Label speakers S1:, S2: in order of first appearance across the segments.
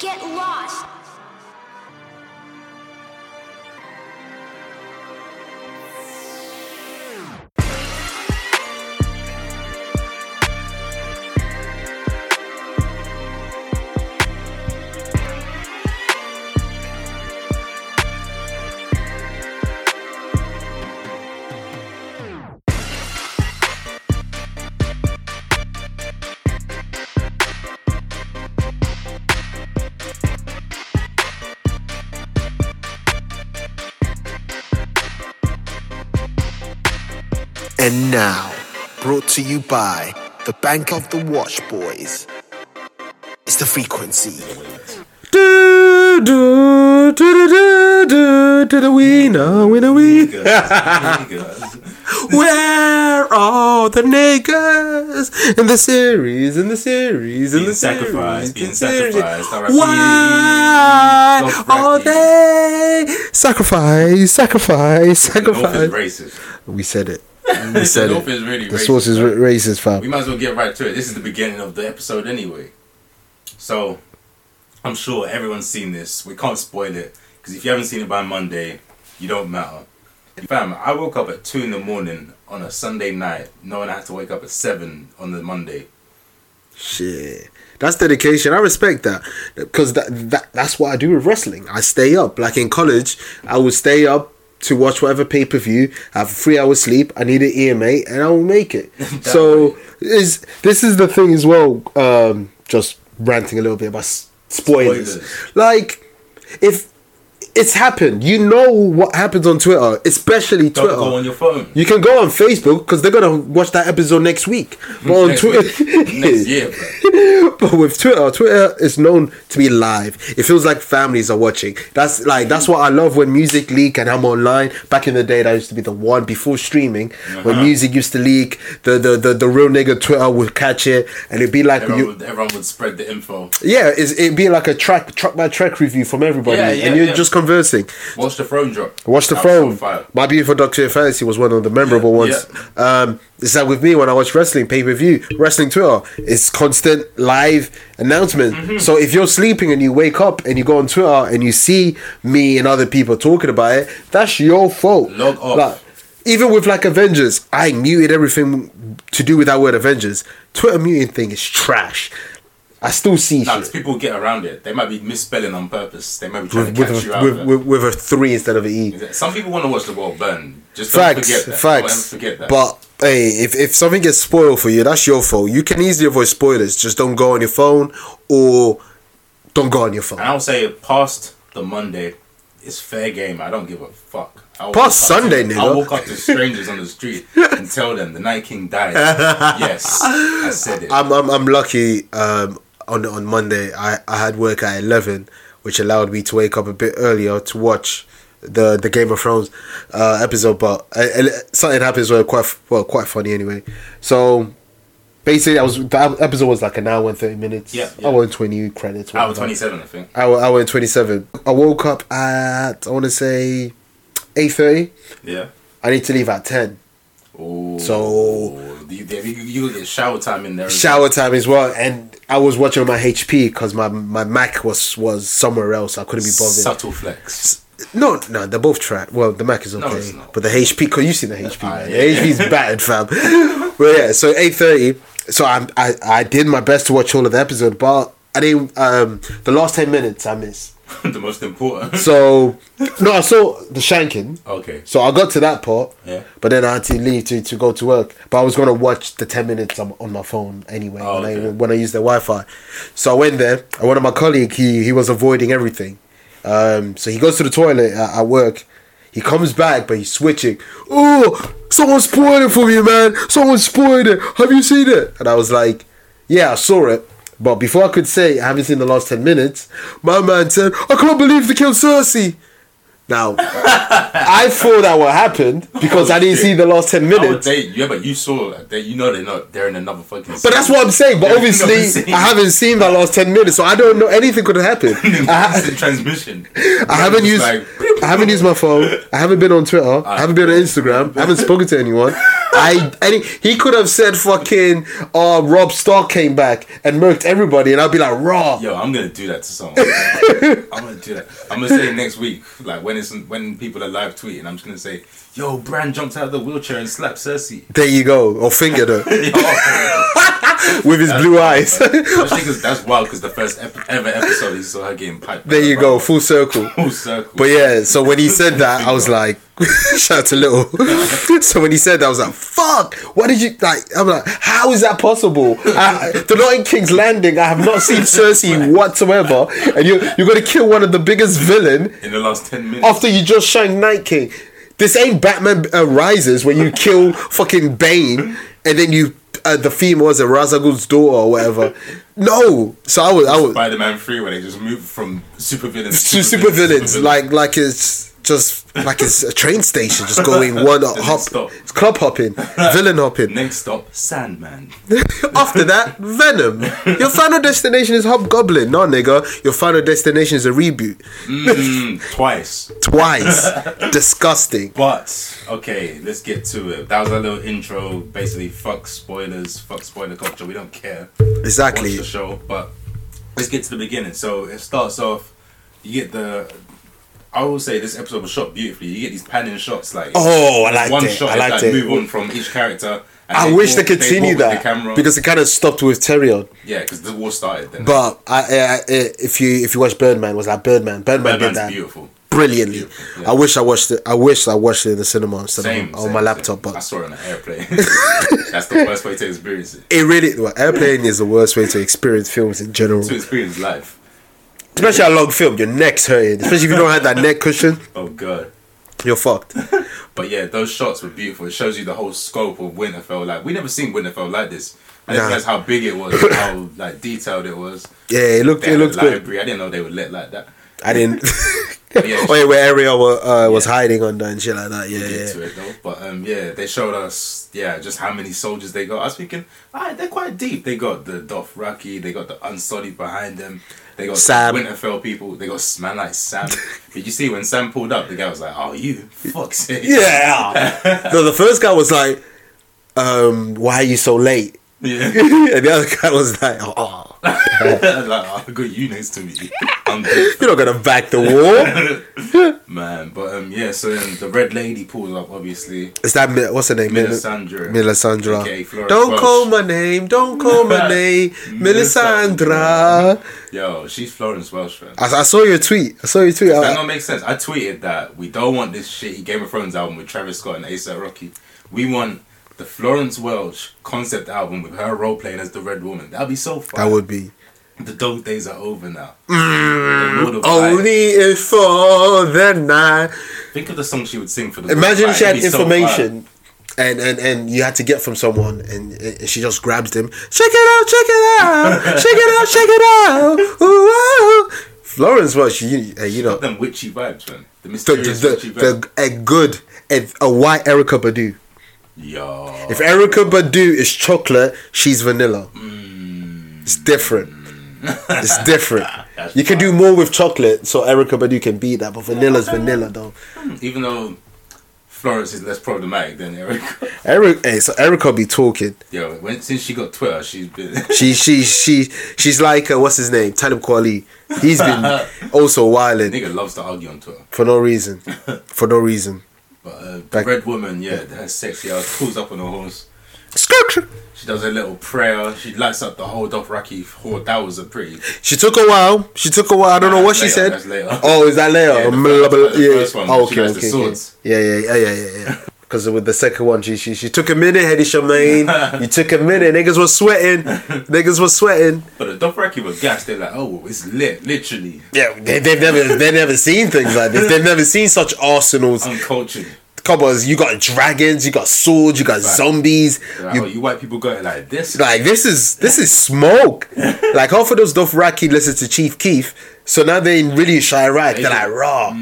S1: Get lost!
S2: And now, brought to you by the Bank of the Watch Boys. It's the frequency.
S3: Do, do, do, do, do, do, do, we know, we know, we. Where are the niggas in the series, in the series, in
S4: Being
S3: the series?
S4: sacrificed,
S3: in
S4: being
S3: the series?
S4: sacrificed. All right, please,
S3: Why
S4: don't
S3: are
S4: correct me.
S3: they sacrifice, sacrifice,
S4: North is
S3: sacrifice?
S4: racist.
S3: We said it. We said
S4: North
S3: it.
S4: is really
S3: The
S4: racist.
S3: source is
S4: bro.
S3: ra- racist,
S4: We
S3: fam.
S4: might as well get right to it. This is the beginning of the episode anyway. So, I'm sure everyone's seen this. We can't spoil it because if you haven't seen it by Monday, you don't matter. Fam, I woke up at 2 in the morning on a Sunday night knowing I had to wake up at 7 on the Monday.
S3: Shit. That's dedication. I respect that because that, that that's what I do with wrestling. I stay up. Like in college, I would stay up to watch whatever pay per view. Have three hours sleep. I need an EMA, and I will make it. so is this is the thing as well. Um, just ranting a little bit about s- spoilers.
S4: Spoilers.
S3: Like if it's happened, you know what happens on Twitter, especially
S4: Don't
S3: Twitter.
S4: go on your phone.
S3: You can go on Facebook because they're gonna watch that episode next week. But on
S4: Next
S3: Twitter,
S4: week. Next year, bro.
S3: but with Twitter, Twitter is known to be live. It feels like families are watching. That's like that's what I love when music leak and I'm online. Back in the day, that used to be the one before streaming, when
S4: Uh-huh.
S3: music used to leak. The, the the the real nigga Twitter would catch it, and it'd be like
S4: Everyone,
S3: you,
S4: would, everyone would spread the info.
S3: yeah, it's, it'd be like a track track by track review from everybody,
S4: Yeah, yeah,
S3: and you're
S4: yeah.
S3: just conversing.
S4: Watch the throne drop.
S3: Watch the
S4: That was so
S3: throne.
S4: fire.
S3: My Beautiful Doctor Fantasy was one of the memorable
S4: Yeah,
S3: ones. Um, it's like with me when I watch wrestling pay per view, wrestling Twitter. It's constant live announcement.
S4: Mm-hmm.
S3: So if you're sleeping and you wake up and you go on Twitter and you see me and other people talking about it, that's your fault.
S4: Log off.
S3: Like, even with like Avengers, I muted everything to do with that word Avengers. Twitter muting thing is trash. I still see
S4: Nah, 'cause
S3: shit
S4: people get around it. They might be misspelling on purpose. They might be trying
S3: with,
S4: to
S3: with,
S4: catch you out.
S3: a, with,
S4: there.
S3: with, with a three instead of an E.
S4: Exactly. Some people want to watch the world burn. Just don't forget
S3: Facts,
S4: that.
S3: facts.
S4: Don't ever forget that.
S3: But hey, if, if something gets spoiled for you, that's your fault. You can easily avoid spoilers. Just don't go on your phone or don't go on your phone.
S4: and I'll say past the Monday, it's fair game. I don't give a fuck. I'll
S3: Past
S4: walk up
S3: Sunday,
S4: to,
S3: nigga.
S4: I'll walk up to strangers on the street and tell them the Night King died. yes, I said it.
S3: I'm I'm, I'm lucky. Um, on on Monday, I, I had work at eleven, which allowed me to wake up a bit earlier to watch the the Game of Thrones uh, episode. But uh, ele- something happens where quite f- well quite funny anyway. So. Basically, I was the episode was like an hour and thirty minutes.
S4: Yeah, yeah.
S3: hour and twenty credits.
S4: Hour
S3: whatever.
S4: 27, I think.
S3: hour hour and 27 i woke up at i want to say 8.30
S4: Yeah.
S3: i need to leave at 10
S4: Oh,
S3: So-
S4: you, you, you get shower time in there.
S3: shower time as well and i was watching on my hp because my my mac was was somewhere else i couldn't be bothered
S4: Subtle flex.
S3: no no they're both trash well the mac is okay
S4: No, it's not.
S3: but the hp because you seen the hp
S4: Ah,
S3: man
S4: yeah.
S3: the hp's battered fam but yeah so 8.30 so I'm, i i did my best to watch all of the episode but i didn't um the last 10 minutes i missed
S4: the most important.
S3: so no i saw the shanking
S4: Okay.
S3: So I got to that part,
S4: Yeah.
S3: but then I had to leave to, to go to work. But I was gonna watch the ten minutes on, on my phone anyway
S4: Oh,
S3: when I
S4: okay.
S3: when I used the Wi Fi. So I went there, and one of my colleague he he was avoiding everything. Um, so he goes to the toilet at, at work. He comes back, but he's switching. Oh, someone spoiled it for me, man. Someone spoiled it. Have you seen it? And I was like, Yeah, I saw it. But before I could say I haven't seen the last ten minutes, my man said, I can't believe they killed Cersei. Now, I thought that what happened because I didn't see the last 10
S4: I would
S3: minutes.
S4: say, yeah, but you saw that. They, you know they're not. They're in another fucking.
S3: But that's what I'm saying. But
S4: Yeah, I've
S3: obviously,
S4: seen.
S3: I haven't seen that last 10 minutes, so I don't know anything could have happened. I, ha-
S4: the transmission.
S3: I haven't
S4: It's
S3: used
S4: like-
S3: I haven't used my phone. I haven't been on Twitter. I haven't been on Instagram. I haven't spoken to anyone. I and he, he could have said fucking uh Rob Stark came back and murked everybody and I'd be like raw.
S4: Yo, I'm gonna do that to someone. I'm gonna do that. I'm gonna say next week, like when it's when people are live tweeting, I'm just gonna say, "Yo, Bran jumped out of the wheelchair and slapped Cersei."
S3: There you go. Or fingered her
S4: Yo, that's-
S3: with his blue eyes.
S4: Especially 'cause that's wild because the first ep- ever episode he saw her getting piped.
S3: there you go, full circle.
S4: Full circle.
S3: But yeah, so when he said that, I was like, shout out to Little. so when he said that, I was like, fuck, what did you, like, I'm like, how is that possible? I, the Night King's Landing, I have not seen Cersei whatsoever. And you, you're going to kill one of the biggest villain
S4: in the last ten minutes.
S3: after you just shanked Night King. This ain't Batman uh, Rises where you kill fucking Bane and then you, uh, the theme was a Razagul's daughter or whatever. No. So I was, I was,
S4: Spider-Man Three, where they just moved from super villains
S3: to super villains, like like it's just like it's a train station, just going one
S4: The next
S3: hop,
S4: stop.
S3: it's club hopping, villain hopping.
S4: Next stop, Sandman.
S3: After that, Venom. Your final destination is Hobgoblin, no nigga. Your final destination is a reboot
S4: Mm, twice.
S3: twice. Disgusting.
S4: But okay, let's get to it. That was our little intro. Basically, fuck spoilers, fuck spoiler culture. We don't care.
S3: Exactly.
S4: Watch the show, but let's get to the beginning. So it starts off. You get the. I will say this episode was shot beautifully. You get these panning shots like
S3: Oh, I liked
S4: one
S3: it.
S4: shot
S3: I
S4: is,
S3: liked
S4: like,
S3: it.
S4: move on from each character. and
S3: I wish they
S4: walk-
S3: continue
S4: walk with
S3: that
S4: the camera.
S3: because it kind of stopped with Tyrion.
S4: yeah, because the war started then.
S3: But I, I, I, if you if you watch Birdman, it was like Birdman. Birdman, did
S4: Birdman's
S3: that
S4: beautiful.
S3: brilliantly.
S4: Beautiful, yeah.
S3: I wish I watched it. I wish I watched it in the cinema instead of
S4: Same
S3: on
S4: same,
S3: my
S4: same.
S3: laptop. But
S4: I saw it on an airplane. That's the worst way to experience it.
S3: It really well, airplane is the worst way to experience films in general.
S4: To experience life.
S3: Especially a long film, your neck's hurting. Especially if you don't have that neck cushion,
S4: Oh god.
S3: you're fucked.
S4: But yeah, those shots were beautiful. It shows you the whole scope of Winterfell. Like we never seen Winterfell like this. I didn't
S3: Nah.
S4: realize how big it was, and how like detailed it was.
S3: Yeah, it looked
S4: They
S3: it
S4: had a
S3: looked good.
S4: library. I didn't know they would let like that.
S3: I didn't.
S4: yeah,
S3: oh yeah, where Ariel wa- uh, was
S4: Yeah.
S3: hiding under and shit like that. Yeah,
S4: We'll get
S3: yeah.
S4: to it though. But um, yeah, they showed us yeah just how many soldiers they got. I was thinking, alright, they're quite deep. They got the Dothraki, they got the Unsullied behind them. They got
S3: Sam.
S4: Winterfell people. They got man like Sam. But you see when Sam pulled up, the guy was like, "Oh, you fuck's sake."
S3: Yeah. no, the first guy was like, um, "Why are you so late?"
S4: yeah.
S3: and the other guy was like, "Oh,
S4: like, oh, I got you next to me. I'm dead.
S3: you're not gonna back the wall."
S4: Man, but um, yeah. So then the red lady pulls up, obviously.
S3: Is that Mi- what's her name?
S4: Melisandre.
S3: Melisandra.
S4: aka Florence
S3: don't
S4: Welch.
S3: call my name. Don't call my name. Melisandra.
S4: Melisandre. Yo, she's Florence Welsh, man.
S3: I, I saw your tweet. I saw your tweet.
S4: Does that
S3: I,
S4: not make sense? I tweeted that we don't want this shitty Game of Thrones album with Travis Scott and ASAP Rocky. We want the Florence Welch concept album with her role playing as the Red Woman. That'd be so fun.
S3: that would Mm, be.
S4: The dog days are over now.
S3: oh,
S4: Only.
S3: Only if for the night.
S4: Think of the song she would sing for the.
S3: Imagine
S4: Like,
S3: she had
S4: it'd be so
S3: information. and, and, and you had to get from someone, and, and she just grabs them. Check it out, check it out, check it out, check it out. Ooh, wow. Florence Welch, you, uh, you know,
S4: fun.
S3: the,
S4: Them witchy vibes, man.
S3: the,
S4: The mysterious witchy vibes.
S3: the, a good, a, a white Erica Badu.
S4: Yo.
S3: If Erica Badu is chocolate, she's vanilla. It's different. It's different.
S4: Hmm. That's
S3: you can do more with chocolate, so Erica Badu can beat that. But vanilla's vanilla, though.
S4: Even though Florence is less problematic than Erica.
S3: Eric, hey, so Erica be talking.
S4: Yo, when, since she got Twitter, she's been.
S3: She, she, she, she's like uh, what's his name, Talib Kweli. He's been also wilding
S4: nigga loves to argue on Twitter.
S3: for no reason, for no reason.
S4: But uh,
S3: Back-
S4: Red Woman, yeah, her sexy ass pulls up on her horse.
S3: Skirt.
S4: She does a little prayer. She lights up the whole Dothraki horde. That was a pretty.
S3: She took a while. She took a while. I don't know what
S4: That's
S3: she
S4: later,
S3: said.
S4: that's later.
S3: Oh, is that later?
S4: Yeah, the
S3: Blah,
S4: first-
S3: blah,
S4: the
S3: yeah.
S4: first one,
S3: Oh,
S4: she
S3: okay,
S4: has the
S3: okay, okay.
S4: swords.
S3: Yeah, yeah, yeah, yeah, yeah, yeah. Because with the second one, she she, she took a minute, Hedy Charmaine. you took a minute. Niggas was sweating. Niggas was sweating.
S4: But the Dothraki were gassed. They're like, oh, it's lit, literally
S3: Yeah, they, they've never they've never seen things like this. They've never seen such arsenals.
S4: uncultured.
S3: Come on, you got dragons, you got swords, you got zombies.
S4: They're Like,
S3: You
S4: oh, you white people got it like this.
S3: like this is this is smoke. like half of those Dothraki listen to Chief Keef, so now they're in really Chirac. They're like, raw.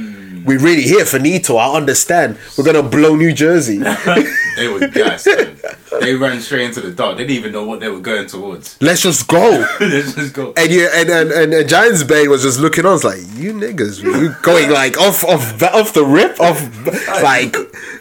S3: We really here, finito. I understand. We're gonna blow New Jersey.
S4: they were gassed. man. they ran straight into the dark. They didn't even know what they were going towards.
S3: Let's just go.
S4: Let's just go.
S3: And yeah, and and, and, and Giants Bay was just looking on. It's like you niggas, you going like off off the, off the rip, off like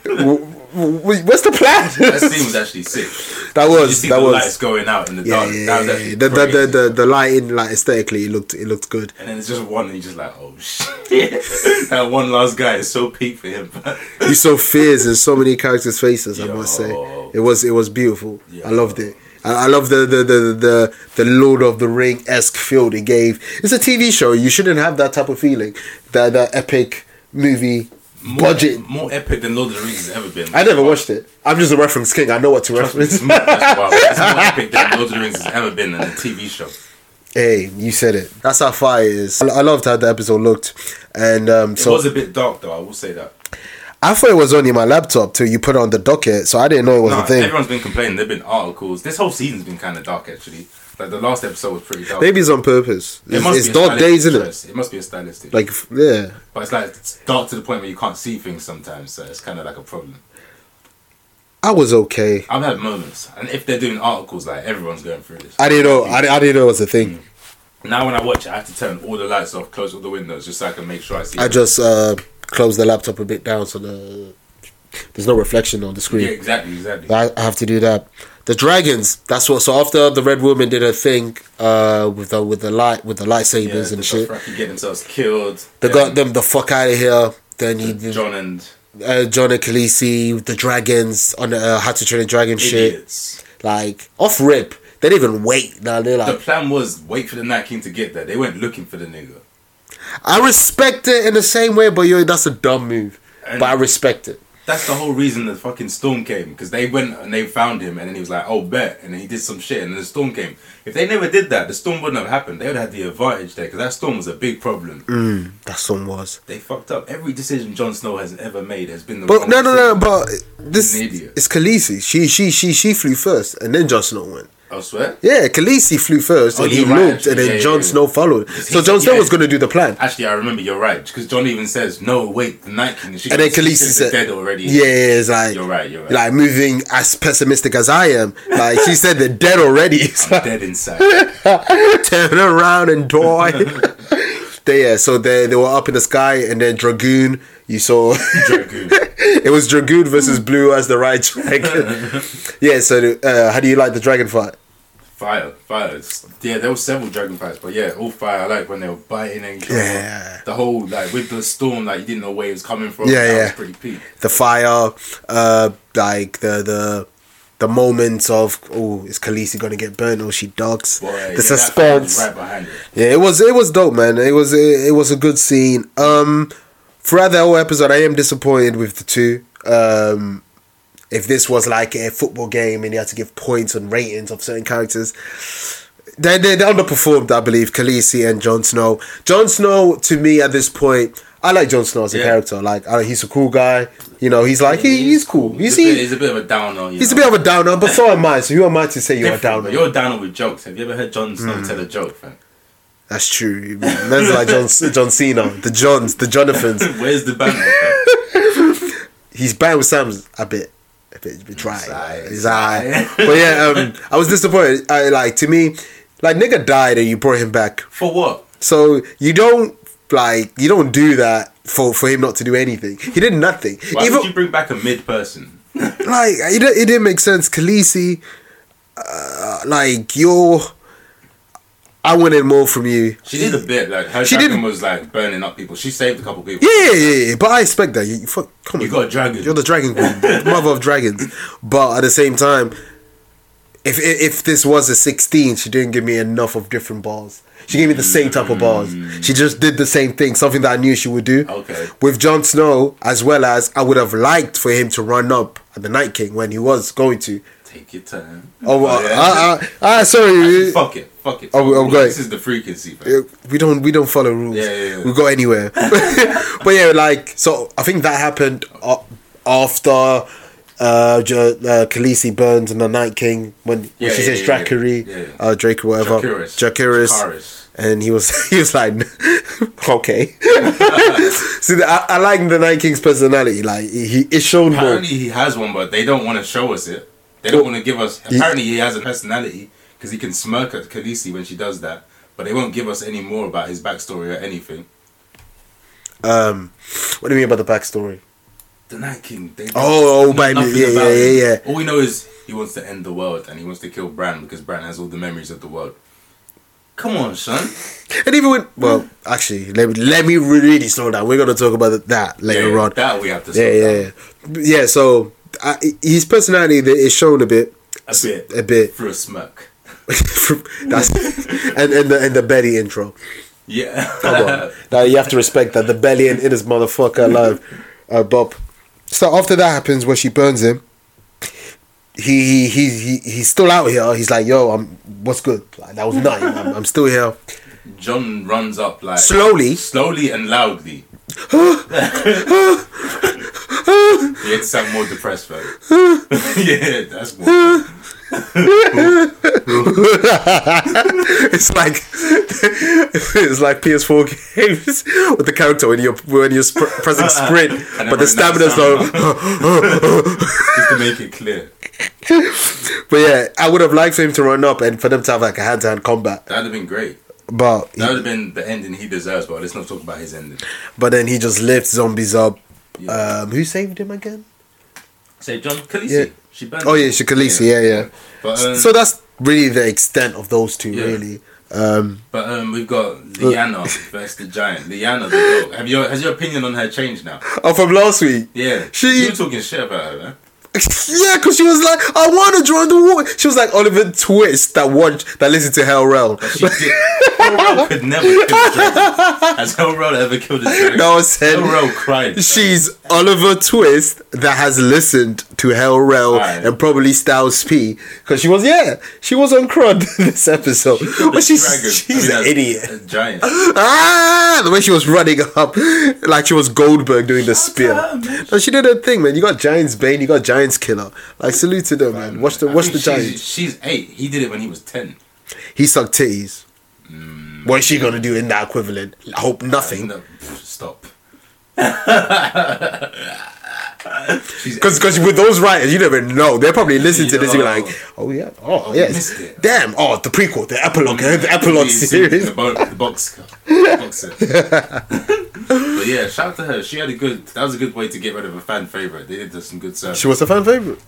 S3: w- Wait, what's the plan?
S4: That scene was actually sick.
S3: that
S4: You
S3: was
S4: see
S3: that
S4: the
S3: was
S4: lights going out in the
S3: yeah
S4: dark.
S3: yeah,
S4: that was
S3: yeah,
S4: actually
S3: yeah. The, the,
S4: crazy.
S3: the, the, the lighting like aesthetically it looked it looked good.
S4: And then it's just one, and you're just like, oh shit. that one last guy is so peak for him.
S3: You saw fears in so many characters' faces. I must say
S4: Yo.
S3: it was it was beautiful. I
S4: Yo.
S3: loved it. I, I love the the, the the the Lord of the Ring esque feel it gave. It's a TV show. You shouldn't have that type of feeling. That that epic movie
S4: More- e,
S3: budget.
S4: More epic than Lord of the Rings has ever been.
S3: I never watched it. I'm just a reference king. I know what to reference.
S4: It's more, that's wild. It's more epic than Lord of the Rings has ever been in a TV show.
S3: Hey, you said it. That's how fire it is. I I loved how the episode looked, and um,
S4: It
S3: so
S4: was a bit dark though, I will say that.
S3: I thought it was only my laptop till you put it on the docket, so I didn't know it was
S4: Nah,
S3: a thing.
S4: everyone's been complaining. There've been articles. This whole season's been kind of dark actually. Like the last episode was pretty dark.
S3: Maybe it's on purpose.
S4: It
S3: it's
S4: must
S3: it's
S4: be a
S3: dark
S4: stylistic
S3: days, isn't it?
S4: choice. It must be a stylistic.
S3: Like f- yeah,
S4: but it's like it's dark to the point where you can't see things sometimes, so it's kind of like a problem.
S3: I was okay.
S4: I've had moments, and if they're doing articles, like everyone's going through this.
S3: I didn't know. I, di- I didn't know it was a thing.
S4: Now when I watch it, I have to turn all the lights off, close all the windows, just so I can make sure I see.
S3: I
S4: it.
S3: just uh, closed the laptop a bit down so the there's no reflection on the
S4: yeah,
S3: screen.
S4: exactly, exactly.
S3: I, I have to do that. The dragons. That's what. So after the red woman did her thing uh, with the with the light with the
S4: yeah,
S3: lightsabers
S4: the
S3: and shit,
S4: Dothraki get themselves killed.
S3: they
S4: Then
S3: got them the fuck out of here. Then you did
S4: John and
S3: uh, John and Khaleesi, the dragons on the uh, How to Train a Dragon shit.
S4: idiots.
S3: Like off rip, they didn't even wait. Now they're
S4: The
S3: like,
S4: plan was wait for the Night King to get there. They went looking for the nigga.
S3: I respect it in the same way, but yo, that's a dumb move.
S4: And-
S3: But I respect it.
S4: That's the whole reason the fucking storm came because they went and they found him and then he was like, "Oh bet," and then he did some shit and then the storm came. If they never did that, the storm wouldn't have happened. They would have had the advantage there because that storm was a big problem.
S3: That song was.
S4: They fucked up. Every decision Jon Snow has ever made has been the
S3: But
S4: wrong
S3: no, no, no.
S4: decision.
S3: But this
S4: He's an idiot.
S3: it's Khaleesi. She, she, she, she flew first, and then Jon Snow went.
S4: I swear.
S3: Yeah, Khaleesi flew first,
S4: Oh,
S3: and he
S4: you're right,
S3: looked,
S4: actually.
S3: and then
S4: Yeah, yeah,
S3: Jon
S4: yeah.
S3: Snow followed.
S4: Because
S3: So
S4: he-
S3: Jon Snow
S4: yeah.
S3: was going to do the plan.
S4: Actually, I remember you're right because John even says, "No, wait, the Night King." She
S3: and then
S4: she
S3: Khaleesi
S4: says
S3: said,
S4: it's "Dead already."
S3: Yeah, yeah, it's like
S4: You're right, you're right.
S3: Like moving as pessimistic as I am, like she said, they're dead already. It's like,
S4: dead inside.
S3: turn around and die. they yeah, so they they were up in the sky, and then Dragoon. You saw
S4: Dragoon.
S3: it was Dragoon versus Blue as the right dragon. yeah. So uh, how do you like the dragon fight?
S4: Fire, fire. Yeah, there were several dragon fights, but yeah, all fire. I like when they were biting and
S3: Yeah.
S4: the whole like with the storm, like you didn't know where it was coming from.
S3: Yeah,
S4: that
S3: yeah.
S4: was pretty peak.
S3: The fire, uh, like the the. The moments of oh, is Khaleesi gonna get burnt or she ducks?
S4: Boy, yeah,
S3: the
S4: that
S3: suspense.
S4: was right behind it.
S3: Yeah, it was it was dope, man. It was it, it was a good scene. Um, throughout the whole episode, I am disappointed with the two. Um, if this was like a football game and you had to give points and ratings of certain characters, they they, they underperformed, I believe. Khaleesi and Jon Snow. Jon Snow, to me, at this point. I like Jon Snow as a
S4: Yeah.
S3: character. Like uh, he's a cool guy. You know, he's like he, he's cool. You
S4: he's, a bit,
S3: see,
S4: he's a bit of a downer. You
S3: he's a
S4: know.
S3: bit of a downer, but so am I. So who am I to say you're a
S4: Different,
S3: downer? Mm.
S4: but You're a downer with jokes. Have you ever heard Jon Snow tell a joke? Man?
S3: That's true. Men's like John, John Cena, the Johns, the Jonathans.
S4: Where's the banner? fam?
S3: He's bad with Sam's a bit, a bit, a bit dry.
S4: It's aight,
S3: It's
S4: it's
S3: aight.
S4: aight.
S3: But yeah, um, I was disappointed. I, like to me, like nigga died and you brought him back.
S4: For what?
S3: So you don't like you don't do that for for him not to do anything. He did nothing.
S4: Why
S3: Even
S4: would you bring back a mid person?
S3: like it, don't- it didn't make sense. Khaleesi, uh, like you're. I wanted more from you.
S4: She did a bit. Like her
S3: She
S4: she
S3: didn't-
S4: dragon was like burning up people. She saved a couple people.
S3: Yeah, yeah, yeah, yeah, but I expect that. You, you fuck, come
S4: You
S3: on.
S4: got a dragon.
S3: You're the dragon queen, the mother of dragons. But at the same time, if if- if this was a 16, she didn't give me enough of different bars. She gave me the same type of bars. She just did the same thing, something that I knew she would do.
S4: Mm. Okay.
S3: With Jon Snow, as well as I would have liked for him to run up at the Night King when he was going to.
S4: Take your time.
S3: Oh, well,
S4: yeah.
S3: ah, ah, ah, sorry.
S4: fuck it. Fuck it.
S3: Oh, we- oh, great.
S4: This is the frequency. fam.
S3: Uh, we don't we don't follow rules.
S4: Yeah, yeah, yeah.
S3: We go anywhere. but yeah, like so, I think that happened a- after uh, jo- uh Khaleesi burns and the Night King when, when
S4: Yeah,
S3: she
S4: yeah,
S3: says
S4: yeah, yeah.
S3: Drakari,
S4: Yeah, yeah.
S3: uh, Drake or whatever,
S4: Jacaris.
S3: Jacaris,
S4: Jacaris.
S3: and he was he was like, okay. See, I, I like the Night King's personality. Like he is shown more.
S4: Apparently he has one, but they don't want to show us it. They don't want to give us. Apparently he has a personality because he can smirk at Khaleesi when she does that, but they won't give us any more about his backstory or anything.
S3: Um, what do you mean about the backstory?
S4: the Night King. They,
S3: Oh, oh, by me.
S4: nothing
S3: Yeah,
S4: about
S3: yeah,
S4: him.
S3: yeah,
S4: All we know is he wants to end the world and he wants to kill Bran because Bran has all the memories of the world. Come on, son.
S3: And even when, well, actually, let me let me really slow down. We're gonna talk about that later
S4: Yeah,
S3: on.
S4: That we have to.
S3: yeah,
S4: sort out.
S3: yeah, yeah. Yeah, So I, his personality that is shown a bit,
S4: A bit.
S3: a bit.
S4: For a smirk.
S3: That's and and the and the Betty intro.
S4: Yeah.
S3: Come on. now you have to respect that the belly and in his motherfucker alive, uh, Bob. So after that happens, where she burns him, he he he he's still out here. He's like, yo, I'm what's good? Like, that was nothing. I'm, I'm still here.
S4: John runs up like
S3: Slowly.
S4: slowly and loudly. you had to sound more depressed, bro. yeah, that's more.
S3: It's like it's like PS4 games with the character when you're when you're sp- pressing sprint,
S4: And
S3: but the
S4: everyone knows
S3: stamina's not.
S4: Just to make it clear,
S3: but yeah, I would have liked for him to run up and for them to have like a hand to hand combat,
S4: that'd have been great.
S3: but
S4: That would have been the ending he deserves, but let's not talk about his ending.
S3: but then he just lifts zombies up.
S4: Yeah.
S3: Um, who saved him again?
S4: Say John Khaleesi.
S3: Yeah.
S4: She burned.
S3: Oh
S4: him.
S3: yeah, Shikalisi. Yeah, yeah.
S4: But um,
S3: so that's really the extent of those two,
S4: Yeah.
S3: really. Um,
S4: but um, we've got Liana versus the giant. Liana the dog. Have your has your opinion on her changed now?
S3: oh, from last week.
S4: Yeah.
S3: She-
S4: you were talking shit about her, man.
S3: Yeah, because she was like, I want to join the war. She was like Oliver Twist that watched, that listened to Hell Realm.
S4: She did. Hellrow could never kill a dragon. Has Hellrow ever killed a dragon?
S3: No, I said-
S4: Hellrow cried.
S3: She's Oliver Twist that has listened to Hell Realm
S4: Right.
S3: and probably Styles P. Because she was, yeah, she was on crud this episode.
S4: The
S3: but she's,
S4: dragon.
S3: she's
S4: I mean,
S3: an
S4: a-
S3: idiot.
S4: A giant.
S3: Ah, the way she was running up, like she was Goldberg doing the spear.
S4: her, man.
S3: No, she did her thing, man. You got Giants Bane, you got Giants Killer. Like salute to them, man. Watch the
S4: I
S3: watch
S4: mean,
S3: the
S4: she's-
S3: Giants.
S4: She's eight. He did it when he was ten.
S3: He sucked titties.
S4: Hmm.
S3: What is she gonna do in that equivalent? I hope nothing.
S4: No, pff, stop. she's
S3: Because because with those writers, you never know. They're probably listening to this and be like, oh yeah, oh
S4: we
S3: yes,
S4: missed it.
S3: damn, oh the prequel, the epilogue,
S4: eight.
S3: the epilogue
S4: You've seen
S3: series.
S4: The, bo- the box. The box set. but yeah, shout out to her. She had a good. That was a good way to get rid of a fan favorite. They did some good stuff.
S3: She was a fan favorite.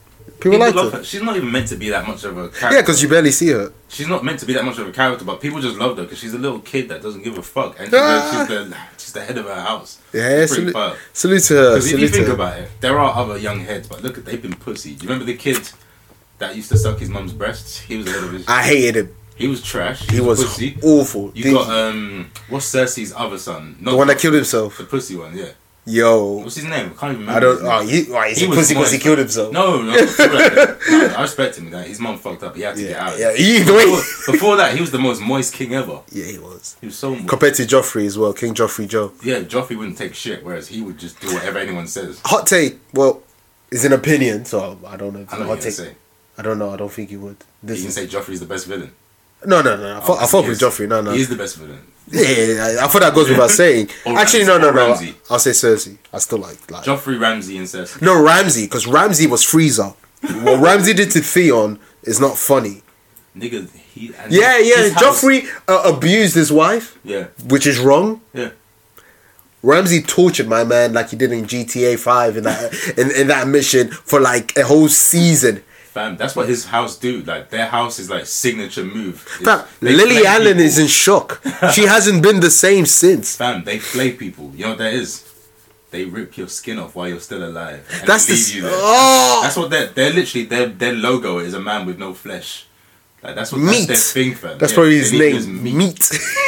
S3: People liked
S4: love
S3: her.
S4: her. She's not even meant to be that much of a character.
S3: Yeah, because you barely see her.
S4: she's not meant to be that much of a character, but people just loved her because she's a little kid that doesn't give a fuck, and she's,
S3: Ah.
S4: the, she's, the, she's the head of her house.
S3: Yeah,
S4: It's pretty
S3: salute,
S4: fire.
S3: salute to her.
S4: Because if you
S3: Salute to
S4: think
S3: her.
S4: about it, there are other young heads, but look, at they've been pussy. Do you remember the kid that used to suck his mum's breasts? He was the head of his.
S3: I hated him.
S4: he was trash.
S3: He was
S4: pussy.
S3: awful.
S4: You
S3: Did-
S4: got um, what's Cersei's other son? Not
S3: the one that killed himself.
S4: The pussy one, yeah.
S3: Yo,
S4: What's his name? I can't even remember.
S3: I don't.
S4: his name.
S3: Oh, he, why is he,
S4: He was
S3: pussy because he
S4: nice,
S3: killed
S4: but-
S3: himself?
S4: No, no, before that, no, I respect him. That his mum fucked up. He had to get
S3: Yeah,
S4: out.
S3: yeah. He, the way,
S4: Before, before that, he was the most moist king ever.
S3: yeah, he was
S4: He was so moist.
S3: compared to Joffrey as well. King Joffrey Joe.
S4: Yeah, Joffrey wouldn't take shit, whereas he would just do whatever anyone says.
S3: Hot take. Well, it's an opinion, so I don't know. If
S4: I
S3: it's
S4: know
S3: a
S4: what
S3: hot take.
S4: you're gonna say.
S3: I don't know. I don't think he would.
S4: You
S3: This
S4: can
S3: is,
S4: say Joffrey's the best villain.
S3: no, no, no. I fuck, I fuck
S4: Oh, He
S3: with
S4: is.
S3: Joffrey. No, no.
S4: He is the best villain.
S3: yeah, yeah, yeah, I thought that goes without saying.
S4: Or
S3: Actually, no,
S4: Ramsay-
S3: no,
S4: or
S3: no.
S4: Ramsay.
S3: I'll say Cersei. I still like like.
S4: Joffrey, Ramsey, and Cersei.
S3: No, Ramsey, because Ramsey was Freezer. what Ramsey did to Theon is not funny.
S4: Nigga, he. and
S3: Yeah, yeah.
S4: his house-
S3: Joffrey uh, abused his wife,
S4: Yeah,
S3: which is wrong.
S4: yeah.
S3: Ramsey tortured my man like he did in GTA Five in that in, in that mission for like a whole season.
S4: Fam, that's what his house do. Like their house is like signature move. It's-
S3: Fam,
S4: they
S3: Lily
S4: flay
S3: Allen
S4: people.
S3: is in shock. She hasn't been the same since.
S4: Fam, they flay people. You know what that is? They rip your skin off while you're still alive. And
S3: That's the
S4: leave
S3: s-
S4: you there.
S3: oh!
S4: That's what they're. They're literally their their logo is a man with no flesh. Like that's what
S3: Meat.
S4: That's their thing, fam.
S3: That's
S4: Yeah,
S3: probably
S4: they
S3: his
S4: leave you as
S3: name. Meat.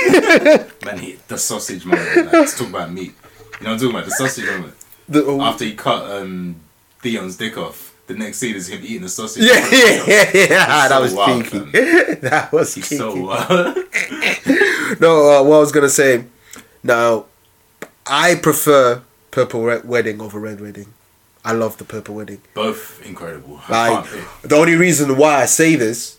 S4: Man, he, the sausage moment. Like, let's talk about meat. You know what I'm talking about? The sausage moment.
S3: The- oh,
S4: After he cut um, Theon's dick off, the next scene is him eating the sausage.
S3: yeah, yeah, yeah, yeah.
S4: so
S3: That was
S4: wild,
S3: cheeky. That was
S4: He's
S3: cheeky.
S4: so uh,
S3: No, uh, what I was gonna say. Now, I prefer Purple Red Wedding over Red Wedding. I love the Purple Wedding.
S4: both incredible. I
S3: Like
S4: can't pick.
S3: the only reason why I say this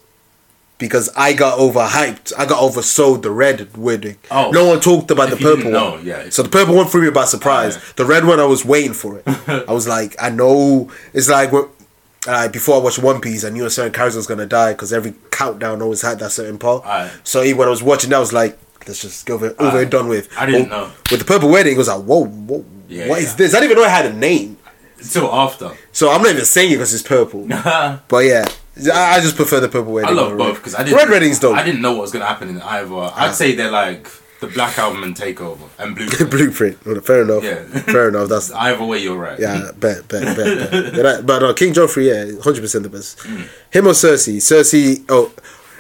S3: because I got overhyped. I got oversold the red wedding.
S4: Oh.
S3: No one talked about
S4: If
S3: the
S4: you
S3: purple
S4: didn't know,
S3: one.
S4: yeah.
S3: So the purple one threw me by surprise.
S4: Oh, yeah.
S3: The red one I was waiting for it. I was like, I know it's like what uh, before I watched One Piece, I knew a certain character was gonna die because every countdown always had that certain part.
S4: Aye.
S3: So even when I was watching, that, I was like, let's just go over, it- over
S4: Aye.
S3: and done with.
S4: I didn't
S3: Well,
S4: know.
S3: With the purple wedding, it was like, whoa, whoa, what is
S4: Yeah, yeah.
S3: this? I didn't even know it had a name.
S4: Until after.
S3: So I'm not even saying it because it's purple.
S4: I
S3: But yeah, I, I just prefer the purple wedding.
S4: love
S3: over
S4: both
S3: red.
S4: because I didn't.
S3: Red Redding's dope.
S4: I didn't know what was gonna happen in either. I'd say they're like the Black Album and Takeover and Blue.
S3: Blueprint. Well, fair enough.
S4: Yeah.
S3: fair enough. That's
S4: either way, you're right.
S3: yeah. Bet bet bet. bet. But, that- but no, King Joffrey. Yeah, hundred percent the best.
S4: Mm.
S3: Him or Cersei. Cersei. Oh.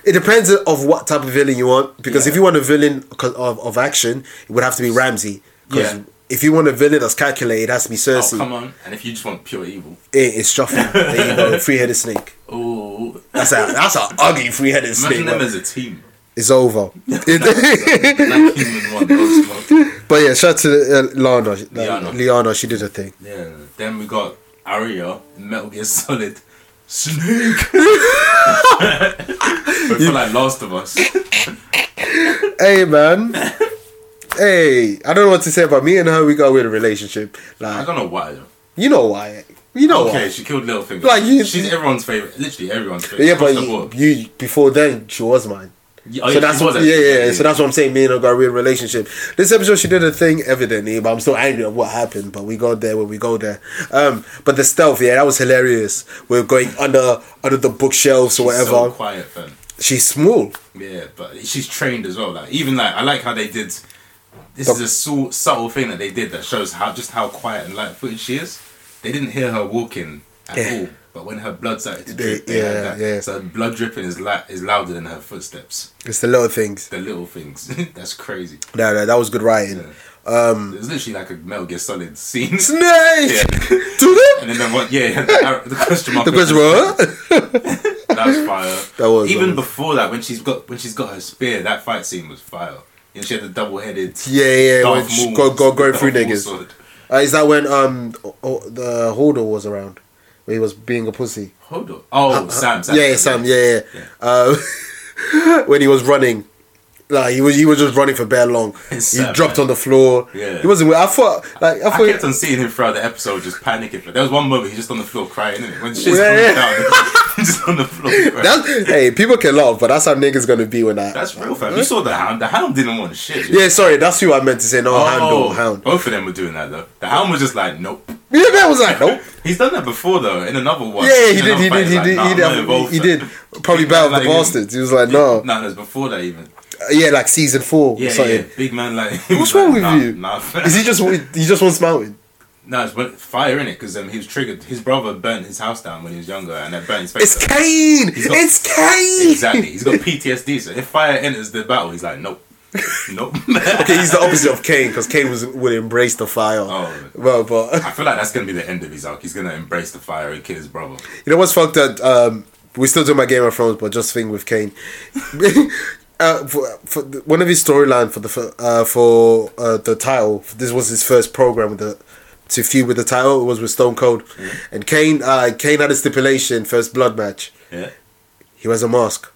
S3: It depends of what type of villain you want because if
S4: Yeah.
S3: you want a villain 'cause of, of action, it would have to be Ramsey. Because
S4: Yeah.
S3: if you want a villain that's calculated, it has to be
S4: Oh
S3: Cersei.
S4: come on! And if you just want pure evil,
S3: It is Joffrey. there you go. Three headed snake.
S4: oh,
S3: That's a that's a ugly three headed snake.
S4: imagine them
S3: bro.
S4: as a team.
S3: It's over.
S4: Black human one, dog smoke.
S3: But yeah, shout out to uh, Lana. Liana.
S4: Liana.
S3: Liana, she did her thing.
S4: Yeah. Then we got Arya, in Metal Gear Solid, Snake. we feel like Last of Us.
S3: Hey, man. hey, I don't know what to say about me and her. We got with a relationship.
S4: I
S3: Like,
S4: don't know why. though.
S3: you know why? You know
S4: Okay,
S3: why?
S4: she killed Littlefinger.
S3: Like,
S4: Like
S3: you-
S4: she's everyone's favorite. Literally everyone's favorite.
S3: Yeah,
S4: Across
S3: but
S4: the
S3: you,
S4: board.
S3: you before then she was mine.
S4: Yeah, oh,
S3: so
S4: yeah,
S3: that's
S4: she
S3: what,
S4: was
S3: yeah,
S4: actually-
S3: yeah, So that's what I'm saying. Me and her got a real relationship. This episode, she did a thing, evidently, but I'm still angry at what happened. But we go there when we go there. Um, but the stealth, yeah, that was hilarious. We're going under under the bookshelves or
S4: She's
S3: whatever.
S4: So quiet, fam.
S3: She's small.
S4: Yeah, but she's trained as well. Like even like I like how they did. This is a su- subtle thing that they did that shows how just how quiet and light footed she is. They didn't hear her walking at
S3: Yeah.
S4: all, but when her blood started to
S3: They-
S4: drip, they heard
S3: yeah,
S4: that.
S3: yeah.
S4: So her blood dripping is la- is louder than her footsteps.
S3: It's the little things.
S4: The little things. That's crazy.
S3: No, no, that was good writing. Mm.
S4: It was literally like a Metal Gear Solid scene.
S3: Snake
S4: Yeah.
S3: to them.
S4: And then the one, yeah, the, the question mark.
S3: The question was,
S4: That was fire.
S3: That was- uh,
S4: even
S3: that was-
S4: before that when she's got when she's got her spear. That fight scene was fire. And she had the double headed.
S3: yeah, yeah, when she go, go, going through niggas.
S4: Sword.
S3: Uh, is that when um o- o- the Hodor was around, where he was being a pussy?
S4: Hold on. Oh, Sam, Sam.
S3: Uh, yeah, yeah, Sam. Yeah, yeah. Uh, when he was running, like he was, he was just running for bare long. he
S4: Sam,
S3: dropped
S4: man.
S3: on the floor.
S4: Yeah.
S3: he wasn't. I thought, like, I
S4: I
S3: thought.
S4: kept on seeing him throughout the episode just panicking. But there was one moment he's just on the floor crying, innit? When shit's
S3: Yeah, yeah.
S4: going down, he's just on the floor crying. That's,
S3: that's, hey, people can laugh, but that's how niggas gonna be when I.
S4: real, fam. You saw the hound. The hound didn't want shit.
S3: Yeah, sorry, that's who I meant to say. No,
S4: Oh,
S3: hound, no, hound.
S4: Both of them were doing that, though. The hound was just like, nope.
S3: Yeah, that was like, nope.
S4: He's done that before, though, in another one.
S3: Yeah, he
S4: In
S3: did,
S4: another
S3: he
S4: fight,
S3: did, he
S4: he's
S3: did,
S4: like,
S3: he
S4: "Nah, I'm not
S3: did,
S4: involved,
S3: he
S4: fam."
S3: did. Probably
S4: Big man
S3: Battle of the
S4: like him.
S3: Bastards. He was like, no,
S4: No, that's before that, even.
S3: yeah, like season four. or
S4: Yeah,
S3: something.
S4: yeah. Big man, like.
S3: What's
S4: was
S3: wrong
S4: like,
S3: with
S4: "Nah,
S3: you?
S4: Nah, fam."
S3: Is he just he just wants mountain?
S4: No, it's when- fire in it because um, he was triggered. His brother burnt his house down when he was younger, and that burnt his face.
S3: It's
S4: up.
S3: Kane.
S4: got-
S3: It's Kane.
S4: exactly. He's got PTSD. So if fire enters the battle, he's like, nope, nope.
S3: Okay, he's the opposite of Kane because Kane was would embrace the fire.
S4: Oh.
S3: Well, but
S4: I feel like that's gonna be the end of his arc. He's gonna embrace the fire and kill his brother.
S3: you know what's fucked up? Um, we still do my Game of Thrones, but just thing with Kane. Uh, for, for the- one of his storyline for the fir- uh, for uh, the title, this was his first program with the to feud with the title. It was with Stone Cold, and Kane. Uh, Kane had a stipulation: first blood match.
S4: Yeah.
S3: He wears a mask.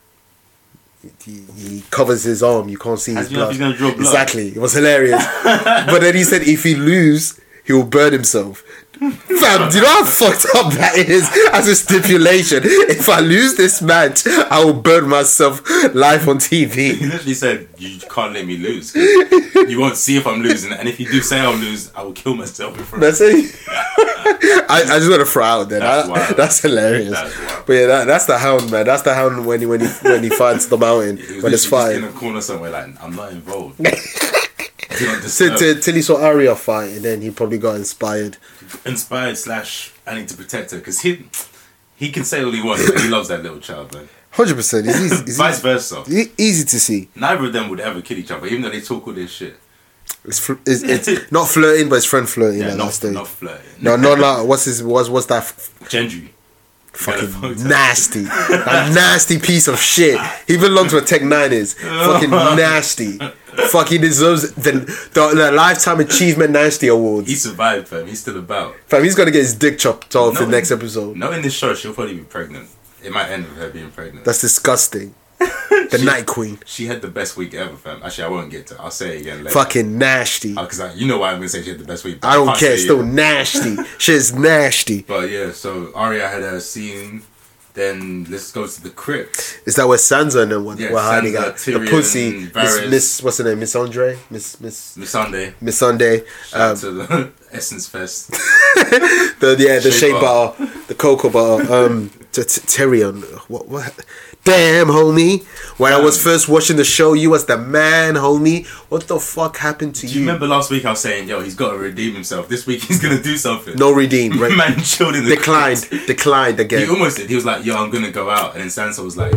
S3: He, he covers his arm. You can't see his
S4: As you know,
S3: blood.
S4: if he's gonna draw blood.
S3: Exactly. It was hilarious. but then he said if he lose, he will burn himself. Fam, do you know how fucked up that is as a stipulation? If I lose this match, I will burn myself live on
S4: He
S3: TV.
S4: literally said, "You can't let me lose. 'cause You won't see if I'm losing, and if you do say I'll lose, I will kill myself." In front of
S3: That's it. I, I just want to throw out there.
S4: That's
S3: That's,
S4: wild.
S3: that's hilarious.
S4: That's wild.
S3: But yeah, that, that's the hound, man. That's the hound when he when he when he finds the mountain
S4: you. He was
S3: when it's
S4: literally just
S3: fire.
S4: in a corner somewhere, like I'm not involved. Do not
S3: Till,
S4: disturb.
S3: till, till he saw Arya fight, and then he probably got inspired.
S4: inspired slash I need to protect her because he he can say all he wants, but he loves that little child, man.
S3: Hundred percent. It's easy, it's
S4: Vice versa.
S3: easy, easy to see.
S4: Neither of them would ever kill each other, even though they talk all this shit.
S3: It's, fl- it's, it's not flirting, but it's friend flirting
S4: Yeah,
S3: at that
S4: not,
S3: stage.
S4: not flirting.
S3: no, no, no. What's his? What's what's that f-
S4: Gendry.
S3: fucking
S4: fucked up.
S3: nasty? that nasty piece of shit. He belongs where Tech Nine is. Fucking nasty. Fucking deserves the, the the lifetime achievement nasty awards.
S4: He survived, fam. He's still about.
S3: Fam, he's gonna get his dick chopped off
S4: No,
S3: in the next episode.
S4: No, in this show, she'll probably be pregnant. It might end with her being pregnant.
S3: That's disgusting. The Night Queen.
S4: she had the best week ever, fam. Actually, I won't get to. I'll say it again later.
S3: Fucking nasty.
S4: Because you know why I'm gonna say she had the best week. but
S3: I don't
S4: can't
S3: care.
S4: say it.
S3: Still nasty. Shit's nasty.
S4: But yeah, so Arya had her scene. Then let's go to the crypt.
S3: Is that where Sansa and them were,
S4: Yeah,
S3: were hiding
S4: Sansa,
S3: out? The
S4: Tyrion,
S3: pussy, Miss,
S4: Varys.
S3: Miss, what's her name? Miss Andre, Miss Miss
S4: Miss Sunday.
S3: Miss Sunday.
S4: Shout
S3: Um,
S4: out to the Essence Fest.
S3: the yeah, the shea
S4: Shea
S3: butter, the cocoa butter, um, t- t- Terion. What what? Damn, homie. When I
S4: Um,
S3: was first watching the show, you was the man, homie. What the fuck happened to
S4: Do you remember last week I was saying, yo, he's got to redeem himself. This week he's going to do something.
S3: No redeem. Right?
S4: Man chilled in the
S3: declined, declined
S4: He
S3: again.
S4: almost did. He was like, yo, I'm going to go out. And then Sansa was like,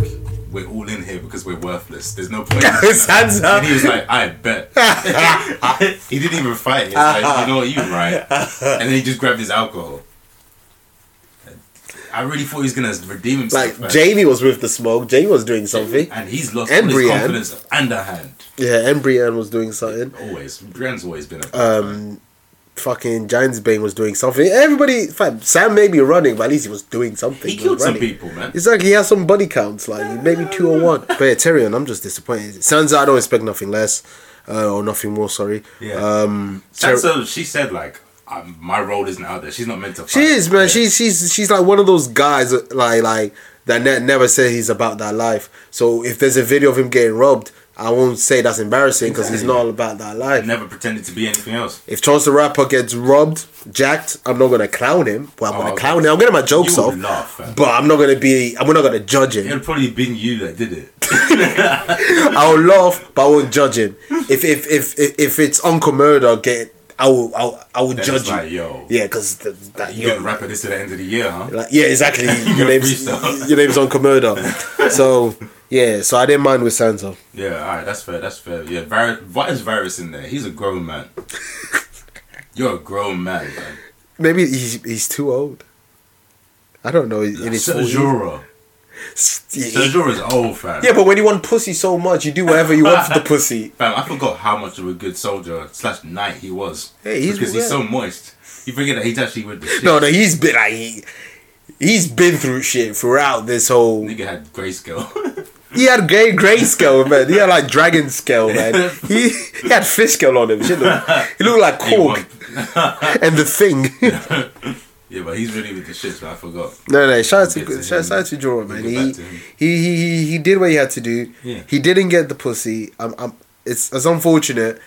S4: we're all in here because we're worthless. There's no point. in this."
S3: Sansa.
S4: And he was like, I bet. he didn't even fight. He's like, you know what, you right. And then he just grabbed his alcohol. I really thought he was going to redeem himself.
S3: Like
S4: man.
S3: Jamie was with the smoke. Jamie was doing something.
S4: And he's lost
S3: And
S4: all his
S3: Brienne.
S4: confidence and a hand.
S3: Yeah, and Brienne was doing something.
S4: Always. Brienne's always been a.
S3: Um, fucking Giants Bane was doing something. Everybody, fam, Sam may be running, but at least he was doing something.
S4: he
S3: was
S4: killed some
S3: running.
S4: people, man.
S3: It's like he has some body counts, like maybe two or one. But yeah, Tyrion, I'm just disappointed. Sansa, I don't expect nothing less, uh, or nothing more. Sorry.
S4: Yeah.
S3: Um, Tyr-
S4: Sansa, she said like, um, my role isn't out there. She's not meant to. Fight.
S3: she is man.
S4: Yeah.
S3: She's she's she's like one of those guys that, like like that ne- never said he's about that life. So if there's a video of him getting robbed, I won't say that's embarrassing because he's not all about that life.
S4: never pretended to be anything else.
S3: If Chance the Rapper gets robbed, jacked, I'm not gonna clown him. Well, I'm
S4: Oh,
S3: gonna
S4: okay.
S3: clown him. I'm getting my jokes
S4: You would
S3: off,
S4: laugh, fam.
S3: but I'm not gonna be. I'm not gonna judge
S4: It
S3: him.
S4: would probably been you that did it.
S3: I'll laugh, but I won't judge him. If if if if, if it's Uncle Murder, get I will I will, I will
S4: Then
S3: judge
S4: it's
S3: you.
S4: like, yo.
S3: yeah, because that
S4: You
S3: you
S4: got to wrap it this to the end of the year, huh?
S3: like, yeah, exactly. your name's
S4: freestyle.
S3: your name's Uncle Murder. so yeah, so I didn't mind with Sansa.
S4: Yeah, all right, that's fair. That's fair. Yeah, Var- why is Varys in there? He's a grown man. You're a grown man. man.
S3: Maybe he's he's too old. I don't know. In his 40s.
S4: Sojoura. Sojoura's old, fam.
S3: Yeah, but when you want pussy so much, you do whatever you want for the pussy.
S4: Fam, I forgot how much of a good soldier slash knight he was.
S3: Hey, he's-
S4: because he's
S3: yeah.
S4: so moist. You forget that he's actually with the shit.
S3: No, no, he's been like he, he's been through shit throughout this whole.
S4: Nigga had grayscale.
S3: He had gray grayscale, man. He had like dragon scale, man. He he had fish scale on him. Shit, look, he looked like
S4: He
S3: Korg and the thing.
S4: Yeah, but he's really with the shits, man. I forgot.
S3: no, no. Shout out
S4: We'll get
S3: to
S4: to
S3: shout
S4: him.
S3: out to Jorah,
S4: We'll
S3: man.
S4: get
S3: He,
S4: back to him.
S3: he he he he did what he had to do.
S4: Yeah.
S3: He didn't get the pussy. I'm, I'm, it's it's unfortunate.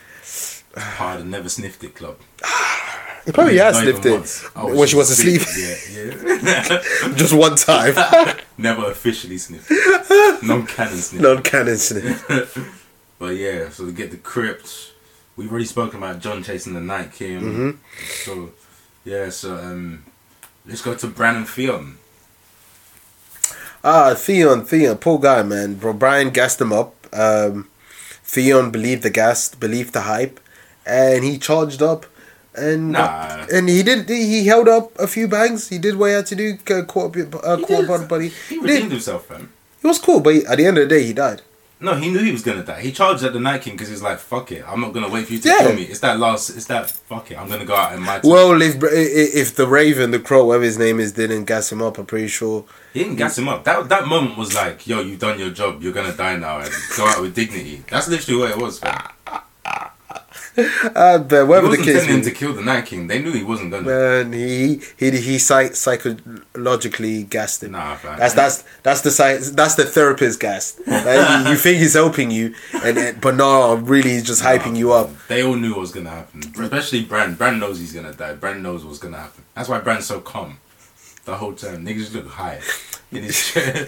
S4: Hard and never sniffed it, club.
S3: He probably
S4: Yeah,
S3: has
S4: not
S3: sniffed
S4: even
S3: it
S4: once. I
S3: when she was
S4: just
S3: asleep,
S4: sleeping. Yeah, yeah.
S3: just one time.
S4: never officially sniffed. Non canon sniff.
S3: non canon sniff.
S4: But yeah, so we get the crypt. We've already spoken about John chasing the Night King.
S3: Mm-hmm.
S4: So yeah, so um, let's go to Bran and Theon.
S3: Ah, Theon, Theon, poor guy, man. Bro, Brian gassed him up. Um, Theon believed the gas, believed the hype, and he charged up. And
S4: Nah.
S3: and he did. He held up a few bangs. He did what he had to do. uh, Caught a bit, uh,
S4: He
S3: caught
S4: did.
S3: upon buddy.
S4: He
S3: He
S4: redeemed
S3: did.
S4: himself, fam.
S3: It was cool, but he- at the end of the day, he died.
S4: No, he knew he was gonna die. He charged at the Night King because he's like, "Fuck it, I'm not gonna wait for you to
S3: Yeah.
S4: kill me." It's that last. It's that. Fuck it, I'm gonna go out in my. Time.
S3: Well, if i- i- if the Raven, the Crow, whatever his name is, didn't gas him up, I'm pretty sure.
S4: He didn't gas him up. That that moment was like, yo, you've done your job. You're gonna die now and go out with dignity. That's literally what it was. Fam.
S3: Uh, but
S4: He
S3: whatever the
S4: wasn't
S3: case,
S4: intending
S3: may
S4: to
S3: be,
S4: kill the Night King. They knew he wasn't gonna.
S3: man, he he he psych- psychologically gassed him.
S4: Nah, fam.
S3: That's that's that's the science. That's the therapist gas. Like, you think he's helping you, and and- but no, really, he's just hyping you up.
S4: They all knew what was gonna happen. Especially Bran. Bran knows he's gonna die. Bran knows what's gonna happen. That's why Bran's so calm. The whole time, niggas look high in his chair.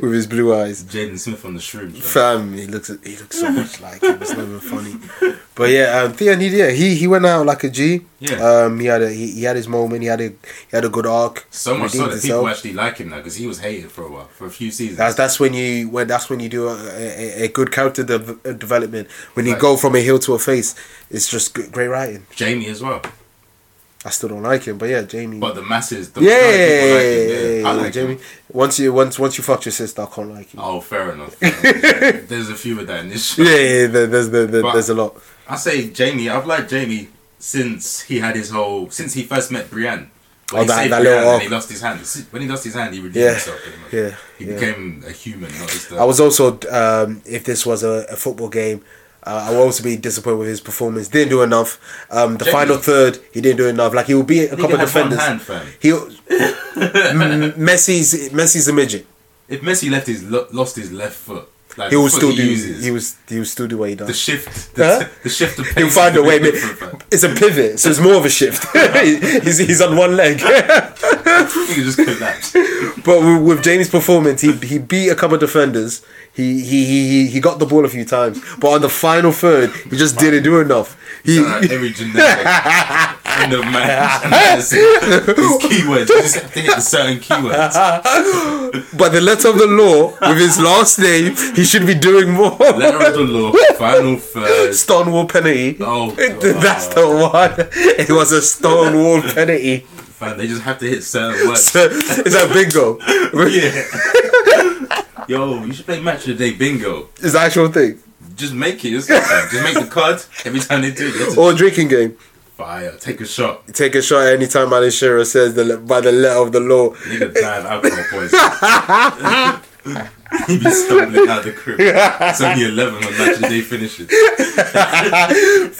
S3: with his blue eyes.
S4: Jaden Smith on the shrooms. fam.
S3: Fam, he looks he looks so much like him. It's not even funny. But yeah, um, Theon, he, yeah, he he went out like a G.
S4: Yeah.
S3: Um, he had a he, he had his moment. He had a he had a good arc.
S4: So much so
S3: redeemed
S4: that
S3: himself.
S4: people actually like him now because he was hated for a while, for a few seasons.
S3: That's that's when you when that's when you do a, a, a good character dev- uh, development. When you
S4: Right.
S3: go from a heel to a face, it's just good, great writing.
S4: Jamie as well.
S3: I still don't like him, but yeah, Jamie.
S4: But the masses, the
S3: yeah,
S4: majority of people like him, yeah. I
S3: yeah,
S4: like
S3: Jamie.
S4: him.
S3: Once you once once you fucked your sister, I can't like you.
S4: Oh, fair enough. There's a few of that in this show.
S3: Yeah, yeah, yeah, there- there's there, there-
S4: But-
S3: there's a lot.
S4: I say Jamie. I've liked Jamie since he had his whole since he first met Brienne.
S3: Oh,
S4: When he
S3: that-
S4: saved
S3: that little
S4: Brienne and he
S3: arc.
S4: lost his hand. Si- When he lost his hand, he redeemed
S3: Yeah,
S4: himself. Pretty much.
S3: yeah,
S4: he
S3: yeah.
S4: became a human. Not just a,
S3: I was also um, if this was a, a football game. Uh, I will also be disappointed with his performance. Didn't do enough. Um, the
S4: Jamie.
S3: final third, he didn't do enough. Like he will be a couple of
S4: had one
S3: defenders.
S4: hand, fam.
S3: He, M- Messi's Messi's a midget.
S4: If Messi left his lo- lost his left foot, Like,
S3: he will
S4: that's what
S3: still do.
S4: uses.
S3: He was. He will still do what he does.
S4: the shift. The,
S3: Huh?
S4: the shift of pace.
S3: He'll find
S4: is
S3: a way.
S4: bit
S3: mate.
S4: different,
S3: It's a pivot, so it's more of a shift. he's, he's on one leg.
S4: but He just collapsed.
S3: But with, with Jamie's performance, he he beat a couple of defenders. He he, he he he got the ball a few times, but on the final third, he just didn't do enough. He,
S4: Uh, every generic end of match analysis is keywords. You just have to hit the certain keywords.
S3: by the letter of the law, with his last name, he should be doing more.
S4: Letter of the law, final third.
S3: Stonewall penalty.
S4: Oh,
S3: that's the one. It was a Stonewall penalty.
S4: Fam, They just have to hit certain words.
S3: So it's a bingo.
S4: Yeah. Yo, you should play match of the day bingo.
S3: It's the actual thing.
S4: Just make it. Just, just make the card every time they do it. It's
S3: Or a drinking game.
S4: fire. Take a shot.
S3: Take a shot anytime Alan Shearer says the, le- by the letter of the law.
S4: Nigga died of alcohol poisoning. he be stumbling out the crib. It's only 11 on match of the day finishes.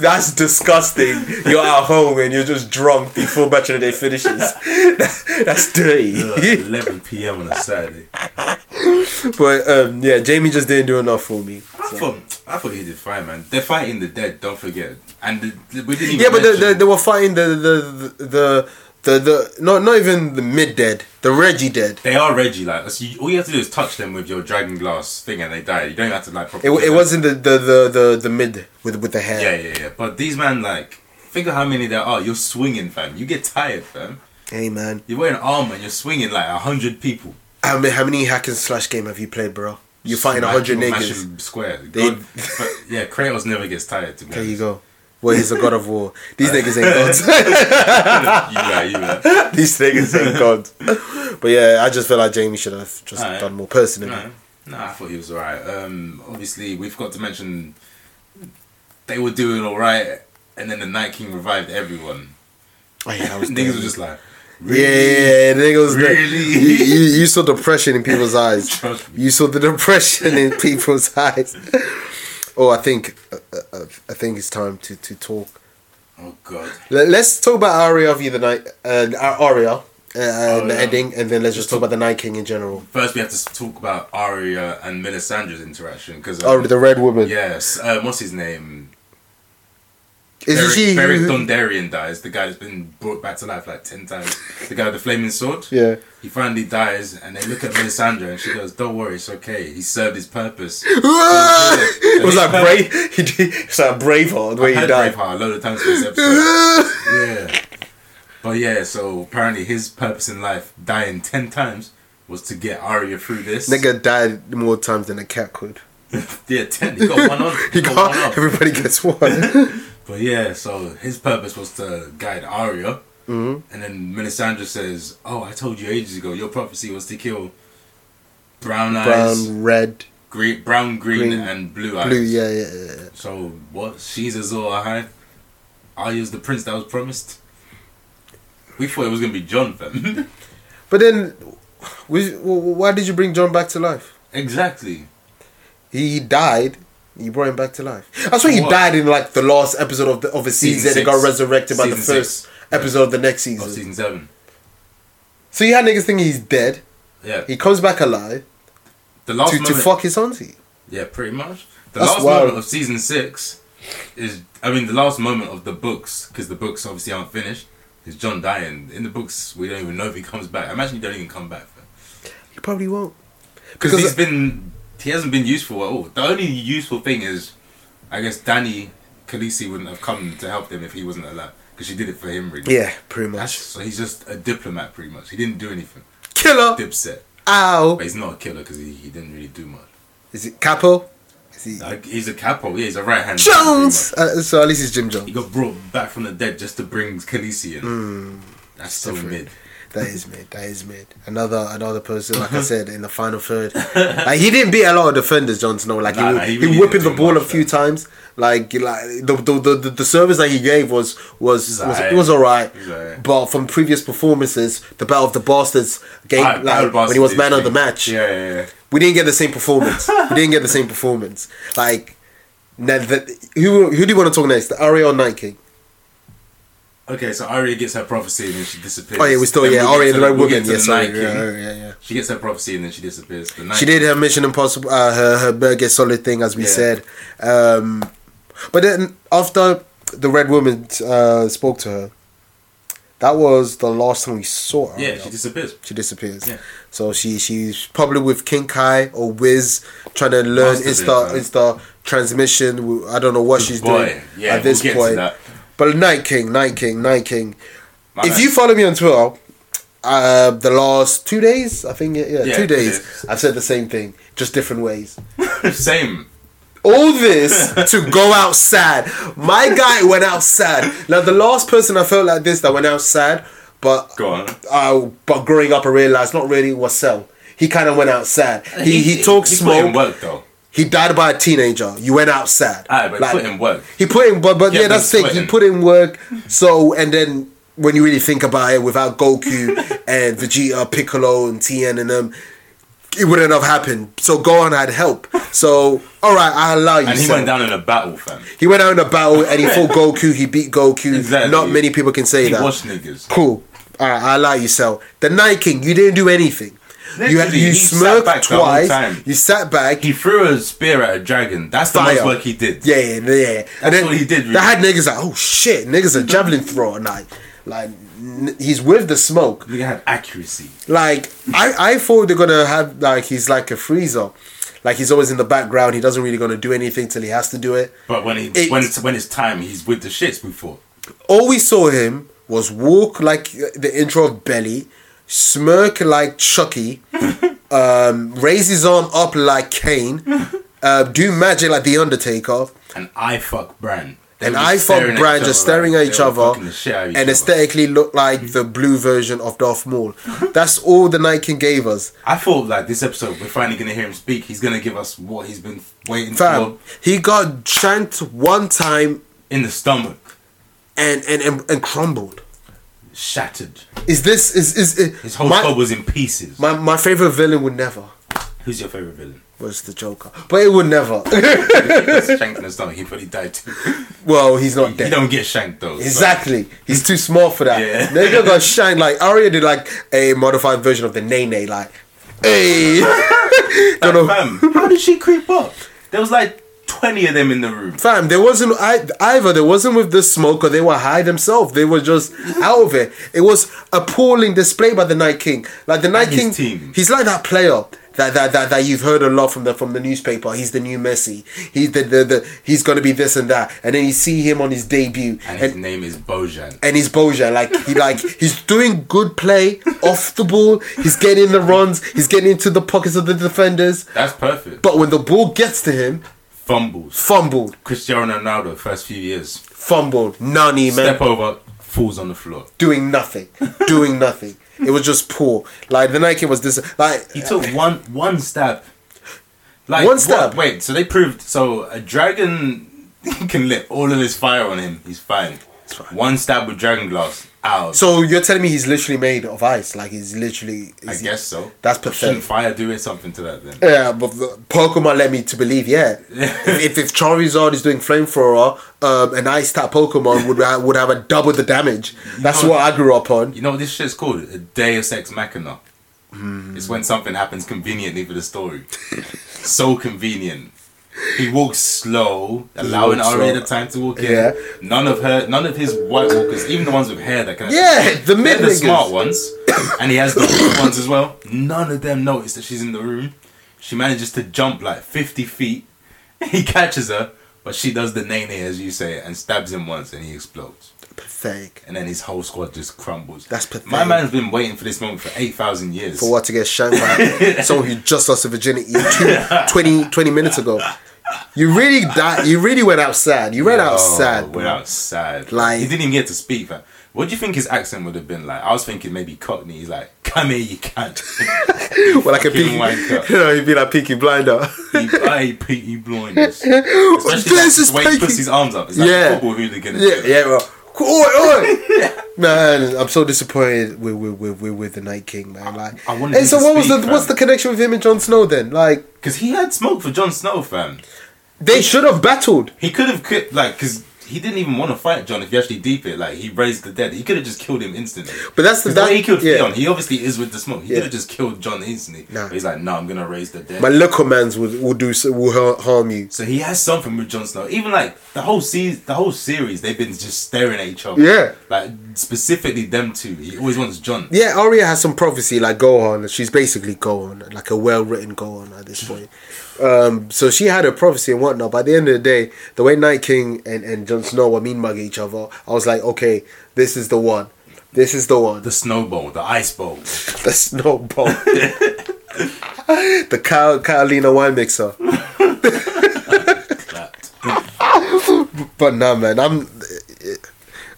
S3: That's disgusting. You're at home and you're just drunk before match of the day finishes. That- That's
S4: Ugh,
S3: dirty.
S4: 11 p.m. on a Saturday.
S3: but um, yeah, Jamie just didn't do enough for me.
S4: I thought, I thought he did fine, man. They're fighting the dead. Don't forget, and the, the- we didn't. Even
S3: Yeah, but they, they,
S4: mention-
S3: they were fighting the the the the, the, the not not even the mid dead, the Reggie dead.
S4: they are Reggie. Like, so you, all you have to do is touch them with your dragon glass thing, and they die. You don't have to like.
S3: It, it wasn't the, the, the, the, the mid with with the hair.
S4: Yeah, yeah, yeah. But these man, like, think of how many there are. You're swinging, fam. You get tired, fam.
S3: Hey man,
S4: You're wearing armor and you're swinging like a hundred people.
S3: how many how many hack and slash game have you played, bro? You're fighting a hundred
S4: Smash-
S3: niggas.
S4: smashing Square.
S3: They-
S4: God- but, yeah, Kratos never gets tired. To be
S3: There
S4: honest.
S3: you go. Well, he's a god of war. These niggas ain't gods.
S4: you right, you right.
S3: These niggas ain't gods. But yeah, I just feel like Jamie should have just
S4: Alright.
S3: done more personally.
S4: No, no, I thought he was alright. Um, obviously, we've got to mention they were doing alright, and then the Night King revived everyone.
S3: Oh yeah, that was
S4: Niggas
S3: dead.
S4: were just like,
S3: Yeah, yeah, yeah, niggas was dead.
S4: Really?
S3: You, you, you saw depression in people's eyes.
S4: Trust me.
S3: You saw the depression in people's eyes. Oh, I think, uh, uh, I think it's time to to talk.
S4: oh god.
S3: Let, us talk about Aria of the night, uh, Ar- Aria, uh, and
S4: Oh, yeah.
S3: the ending, and then let's just talk about the Night King in general.
S4: First, we have to s- talk about Arya and Melisandre's interaction um, because
S3: Oh, the Red Woman.
S4: yes, um, what's his name?
S3: Is she?
S4: Beric
S3: who-
S4: Dondarrion dies. The guy that's been brought back to life like ten times. The guy with the flaming sword.
S3: yeah.
S4: He finally dies, and they look at Melisandre, and she goes, "Don't worry, it's okay. He served his purpose."
S3: it was like brave. He did, it's like Braveheart where
S4: I
S3: he
S4: had
S3: died.
S4: Braveheart a load of times for this episode. yeah. But yeah, so apparently his purpose in life, dying ten times, was to get Arya through this.
S3: Nigga died more times than a cat could.
S4: Yeah, ten. He got one on.
S3: He got
S4: one off.
S3: everybody gets one.
S4: But yeah, so his purpose was to guide Arya. Mm-hmm. And then Melisandre says, "Oh, I told you ages ago. Your prophecy was to kill brown eyes,
S3: brown, red,
S4: green, brown, green,
S3: green,
S4: and blue, eyes.
S3: blue. Yeah, yeah, yeah, yeah.
S4: So what? She's Azor Ahai. Arya's the prince that was promised. We thought it was gonna be John, fam.
S3: But then, was- wh- wh- why did you bring John back to life?
S4: Exactly.
S3: He, he died. You brought him back to life. That's why he
S4: What?
S3: died in like the last episode of the of a season.
S4: Season
S3: and it got
S4: six.
S3: resurrected by the
S4: Season
S3: first
S4: six.
S3: episode of the next season.
S4: Of season seven.
S3: So you had niggas thinking he's dead.
S4: Yeah.
S3: He comes back alive
S4: The last
S3: to, to
S4: moment.
S3: fuck his auntie.
S4: Yeah, pretty much. The
S3: That's
S4: last
S3: wild.
S4: moment of season six is, I mean, the last moment of the books because the books obviously aren't finished. Is John dying in the books? We don't even know if he comes back. I imagine he don't even come back
S3: He probably won't.
S4: because he's
S3: I-
S4: been he hasn't been useful at all. The only useful thing is, I guess Danny Khaleesi wouldn't have come to help them if he wasn't alive because she did it for him really.
S3: yeah, pretty
S4: That's-
S3: much.
S4: so he's just a diplomat pretty much. He didn't do anything.
S3: Killer.
S4: Dipset,
S3: Ow.
S4: but he's not a killer because he, he didn't really do much.
S3: Is it Capo? Is he
S4: Like, he's a capo. Yeah, he's a right hand.
S3: Jones? Uh, so at least it's Jim Jones.
S4: He got brought back from the dead just to bring Khaleesi in. That's so
S3: Hmm. different.
S4: mid.
S3: That is mid. That is mid. Another another person, like I said, in the final third. Like he didn't beat a lot of defenders, Jon Snow. Like
S4: Nah,
S3: he,
S4: nah,
S3: he,
S4: he really
S3: whipping
S4: didn't
S3: the
S4: do
S3: ball a
S4: much,
S3: few
S4: though.
S3: times. Like like the the, the, the, the service that he gave was was
S4: He's
S3: was,
S4: alright.
S3: it was alright.
S4: He's alright.
S3: But from previous performances, the Battle of the Bastards game
S4: Alright,
S3: like
S4: Harold
S3: when he was
S4: Bastard
S3: man
S4: did
S3: of the
S4: thing.
S3: match,
S4: Yeah, yeah, yeah.
S3: we didn't get the same performance. we didn't get the same performance. Like now that who who do you want to talk next? The Ariel Night King.
S4: Okay, so Arya gets her prophecy and then she disappears.
S3: Oh yeah, we're still
S4: Then
S3: yeah.
S4: we'll get
S3: Already
S4: to
S3: the Red
S4: we'll
S3: Woman.
S4: get to
S3: Yeah,
S4: the
S3: sorry.
S4: Night
S3: Yeah,
S4: King.
S3: yeah, yeah.
S4: She gets her prophecy and then she disappears. The Night
S3: She did her Mission Impossible, uh, her her Burger Solid thing, as we
S4: Yeah.
S3: said. Um, but then after the Red Woman uh, spoke to her, that was the last time we saw her.
S4: King. Yeah, she disappears.
S3: She disappears.
S4: Yeah.
S3: So she she's probably with King Kai or Wiz trying to learn
S4: Must have
S3: insta
S4: been,
S3: insta transmission. I don't know what she's
S4: Boy,
S3: doing
S4: yeah,
S3: at this
S4: we'll get to
S3: point.
S4: that.
S3: But Night King, Night King, Night King.
S4: My
S3: if
S4: bad.
S3: you follow me on Twitter, uh, the last two days, I think, yeah, yeah,
S4: Yeah,
S3: two
S4: two
S3: days,
S4: days.
S3: I've said the same thing, just different ways.
S4: same.
S3: All this to go outside. My guy went outside. Now, the last person I felt like this that went outside, but
S4: Go on.
S3: I, but growing up, I realized not really was Cell. He kind of went outside. He he, took
S4: he put in
S3: smoke.
S4: work though.
S3: He died by a teenager. You went outside.
S4: Aye, but he
S3: Like,
S4: put in work.
S3: he put in, but, but
S4: Yeah,
S3: yeah, that's the
S4: but
S3: thing. He
S4: sweating.
S3: put in work. So, and then when you really think about it, without Goku and Vegeta, Piccolo, and Tien and them, it wouldn't have happened. So Gohan had help. So, all right, I allow you.
S4: And he
S3: Cell.
S4: went down in a battle, fam.
S3: He went out in a battle and he fought Goku. He beat Goku.
S4: Exactly.
S3: Not many people can say
S4: He
S3: that.
S4: washed niggas.
S3: Cool. All right, I allow you, Cell. The Night King, you didn't do anything. You had
S4: Literally,
S3: you
S4: he sat
S3: smirked
S4: back the whole
S3: twice.
S4: time.
S3: You sat back.
S4: He threw a spear at a dragon. That's the
S3: Fire.
S4: most work he did.
S3: Yeah, yeah, yeah. and then
S4: what he did, really.
S3: That had niggas like, oh shit, niggas a javelin thrower. Like, like n- he's with the smoke.
S4: Nigga had accuracy.
S3: Like, I, I thought they're gonna have like he's like a freezer. Like he's always in the background. He doesn't really gonna do anything till he has to do it.
S4: But when he
S3: It-
S4: when it's when it's time, he's with the shits before.
S3: all we saw him was walk like the intro of Belly, smirk like Chucky, um, raise his arm up like Kane, uh, do magic like The Undertaker,
S4: And I fuck Bran. They
S3: and
S4: were
S3: I
S4: just staring
S3: fought
S4: at
S3: Bran
S4: each
S3: just
S4: other,
S3: staring
S4: like,
S3: at
S4: they
S3: each
S4: were
S3: other
S4: fucking the shit out of each
S3: and
S4: other.
S3: aesthetically looked like the blue version of Darth Maul. That's all the Night King gave us.
S4: I thought like this episode, we're finally gonna hear him speak. He's gonna give us what he's been waiting
S3: Fam,
S4: for
S3: he got shanked one time
S4: in the stomach,
S3: and and, and, and crumbled.
S4: shattered.
S3: Is this is is, is
S4: His whole
S3: my,
S4: squad was in pieces.
S3: my my favorite villain would never
S4: Who's your favorite villain?
S3: was the Joker, but it would never.
S4: He got shanked in the stomach. He probably died too.
S3: Well, he's not
S4: He
S3: dead.
S4: don't get shanked though. so-
S3: exactly. He's too small for that.
S4: Yeah.
S3: Nigga got shanked. Like, Arya did like a modified version of the Nene. Like, hey. Don't know.
S4: Fam, how did she creep up? There was like twenty of them in the room.
S3: Fam, there wasn't I, either. There wasn't with the smoke, or they were high themselves. They were just out of it. It was appalling display by the Night King. Like the Night
S4: his
S3: King,
S4: team.
S3: he's like that player that, that that that you've heard a lot from the from the newspaper. He's the new Messi. He's the the, the he's gonna be this and that. And then you see him on his debut,
S4: And
S3: and
S4: his name is Bojan.
S3: and he's Bojan. Like he like he's doing good play off the ball. He's getting the runs. He's getting into the pockets of the defenders.
S4: That's perfect.
S3: But when the ball gets to him,
S4: Fumbles.
S3: fumbled,
S4: Cristiano Ronaldo, first few years.
S3: fumbled, nani man,
S4: Step over, falls on the floor.
S3: doing nothing, doing nothing. It was just poor. Like the Nike was this. Like
S4: He took one one stab. Like
S3: One stab?
S4: what- wait, so they proved so a dragon can let all of his fire on him. He's fine.
S3: fine.
S4: One stab with dragon glass out.
S3: so you're telling me he's literally made of ice? Like he's literally.
S4: I
S3: is he-
S4: guess so.
S3: That's
S4: Shouldn't
S3: pathetic.
S4: fire doing something to that then?
S3: Yeah, but the- Pokemon led me to believe, yeah. if, if Charizard is doing flamethrower, um, an ice type Pokemon would ha- would have a double the damage. That's
S4: know-
S3: what I grew up on.
S4: You know what this shit's called? A Deus Ex Machina. It's when something happens conveniently for the story. so convenient. He walks slow, allowing
S3: walks
S4: Arya
S3: slow.
S4: the time to walk in.
S3: Yeah.
S4: None of her, none of his white walkers, even the ones with hair that can.
S3: Yeah, the
S4: They're
S3: mid
S4: the smart
S3: niggas.
S4: ones, and he has the weak ones as well. None of them notice that she's in the room. She manages to jump like fifty feet. He catches her, but she does the nene as you say and stabs him once, and he explodes
S3: Pathetic.
S4: and then his whole squad just crumbles.
S3: That's pathetic.
S4: My man's been waiting for this moment for 8,000 years.
S3: For what to get shanked by someone who just lost her virginity two, 20, 20 minutes ago. You really died. You really went outside. You ran
S4: Oh,
S3: outside.
S4: Went outside.
S3: Like-
S4: Like, he didn't even get to speak. Like, what do you think his accent would have been like? I was thinking maybe Cockney. He's like, come here, you can't.
S3: Well, like a
S4: Fucking
S3: peaky,
S4: wanker.
S3: you know, you'd be like Peaky Blinder.
S4: I peaky blindness. Especially like,
S3: This is
S4: the way he
S3: peaky-
S4: puts his arms up. It's like
S3: Yeah.
S4: yeah. football hooligan.
S3: Yeah, yeah, bro. Oi, oi. man, I'm so disappointed with with, with, with, with the Night King, man. Like,
S4: I wanted
S3: and
S4: him
S3: so
S4: to
S3: what was
S4: speak,
S3: the what's the
S4: man.
S3: connection with him and Jon Snow then? Like,
S4: Because he had smoke for Jon Snow, fam.
S3: they should have battled.
S4: He could have, like, because he didn't even want to fight John. If you actually deep it, like he raised the dead, he could have just killed him instantly.
S3: But that's the-
S4: 'Cause the
S3: that-
S4: way he killed
S3: yeah.
S4: Theon. He obviously is with the smoke. He
S3: Yeah.
S4: could have just killed John instantly.
S3: Nah.
S4: But he's like, no, I'm gonna raise the dead.
S3: My local man's will, will do so, will har- harm you.
S4: so he has something with Jon Snow. Even like the whole series, the whole series, they've been just staring at each other.
S3: Yeah.
S4: Like specifically them two. He always wants John.
S3: Yeah, Arya has some prophecy like Gohan. She's basically Gohan, like a well written Gohan at this point. Um, so she had a prophecy and whatnot. But at the end of the day, the way Night King and, and Jon Snow were mean mugging each other, I was like, okay, this is the one. This is the one.
S4: The snowball, the ice bowl.
S3: The snowball. the Cal- Catalina wine mixer.
S4: Clapped.
S3: But nah, man, I'm.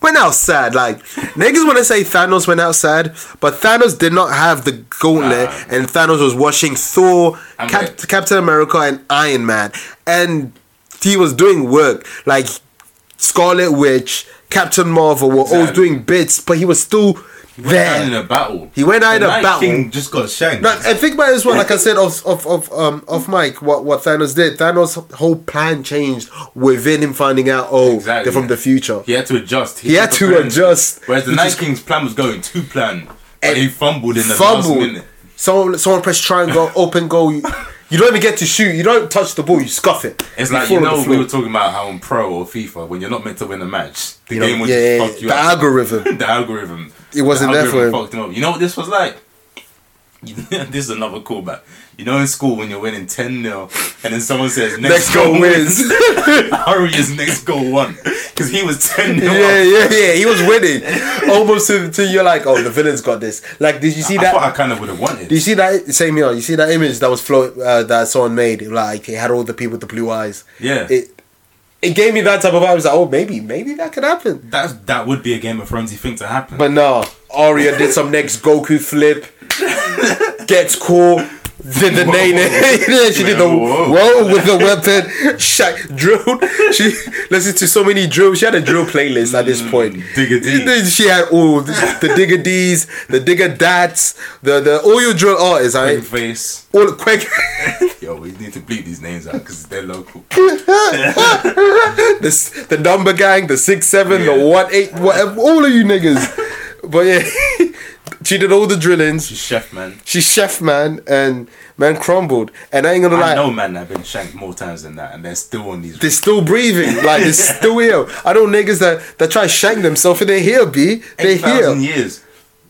S3: Went outside, like niggas want to say Thanos went outside, but Thanos did not have the gauntlet,
S4: Nah.
S3: and Thanos was watching Thor,
S4: I'm
S3: Cap-
S4: with-
S3: Captain America, and Iron Man, and he was doing work like Scarlet Witch, Captain Marvel were all
S4: Exactly.
S3: down. doing bits, but he was still
S4: Down in
S3: there.
S4: a battle.
S3: He went out in
S4: The
S3: a
S4: Night
S3: battle.
S4: King just got shanked.
S3: No, and think about it as well. Like I said, off, off, off, um, off mic, what, what Thanos did. Thanos' whole plan changed within him finding out. Oh,
S4: Exactly.
S3: they're from the future.
S4: He had to adjust.
S3: He had
S4: took
S3: to
S4: a plan.
S3: adjust.
S4: Whereas the
S3: He
S4: Night
S3: just-
S4: King's plan was going to plan, but
S3: And
S4: he fumbled in the last
S3: Fumble.
S4: minute.
S3: Someone, someone press triangle, open goal. You, you don't even get to shoot. You don't touch the ball. You scuff it.
S4: It's
S3: You
S4: like
S3: fall
S4: you
S3: on the
S4: know
S3: floor.
S4: we were talking about how in Pro or FIFA when you're not meant to win a match, the
S3: You know,
S4: game will
S3: yeah,
S4: just
S3: yeah,
S4: fuck you
S3: the
S4: up.
S3: algorithm.
S4: the algorithm.
S3: It wasn't
S4: the
S3: there for
S4: algorithm
S3: him.
S4: Fucked him up. You know what this was like? this is another callback. You know in school when you're winning 10 0 and then someone says next,
S3: Next goal wins.
S4: Arya's next goal won because he was 10 0
S3: Yeah, yeah, yeah. He was winning almost to, to you're like, oh, the villain's got this. Like, did you see
S4: I
S3: that?
S4: thought I kind of would have wanted.
S3: Do you see that same here? You see that image that was float uh, that someone made? Like it had all the people with the blue eyes.
S4: Yeah.
S3: It it gave me that type of vibe. I was like, oh, maybe, maybe that could happen.
S4: That that would be a Game of Thrones thing to happen.
S3: But no, Arya did some next Goku flip, gets caught, did the
S4: Whoa.
S3: nay nay. she did the
S4: Whoa.
S3: whoa with the weapon, shack, drilled. She listened to so many drills. She had a drill playlist at this point.
S4: Digger D.
S3: Then She had all the, the digger D's, the digger dats, the the all your drill artists. I
S4: Big face.
S3: all quick.
S4: Yo, we need to bleep these names out because they're local.
S3: the s- the number gang, the six seven,
S4: Yeah.
S3: the one eight, whatever, all of you niggas. but yeah, she did all the drillings.
S4: Chef man.
S3: She's chef man, and man crumbled. And I ain't gonna
S4: I
S3: lie,
S4: know man that have been shanked more times than that and they're still on these
S3: they're still breathing. Like they're still here. I know niggas that that try to shank themselves, and they're here, b. They're here.
S4: 8,000 years.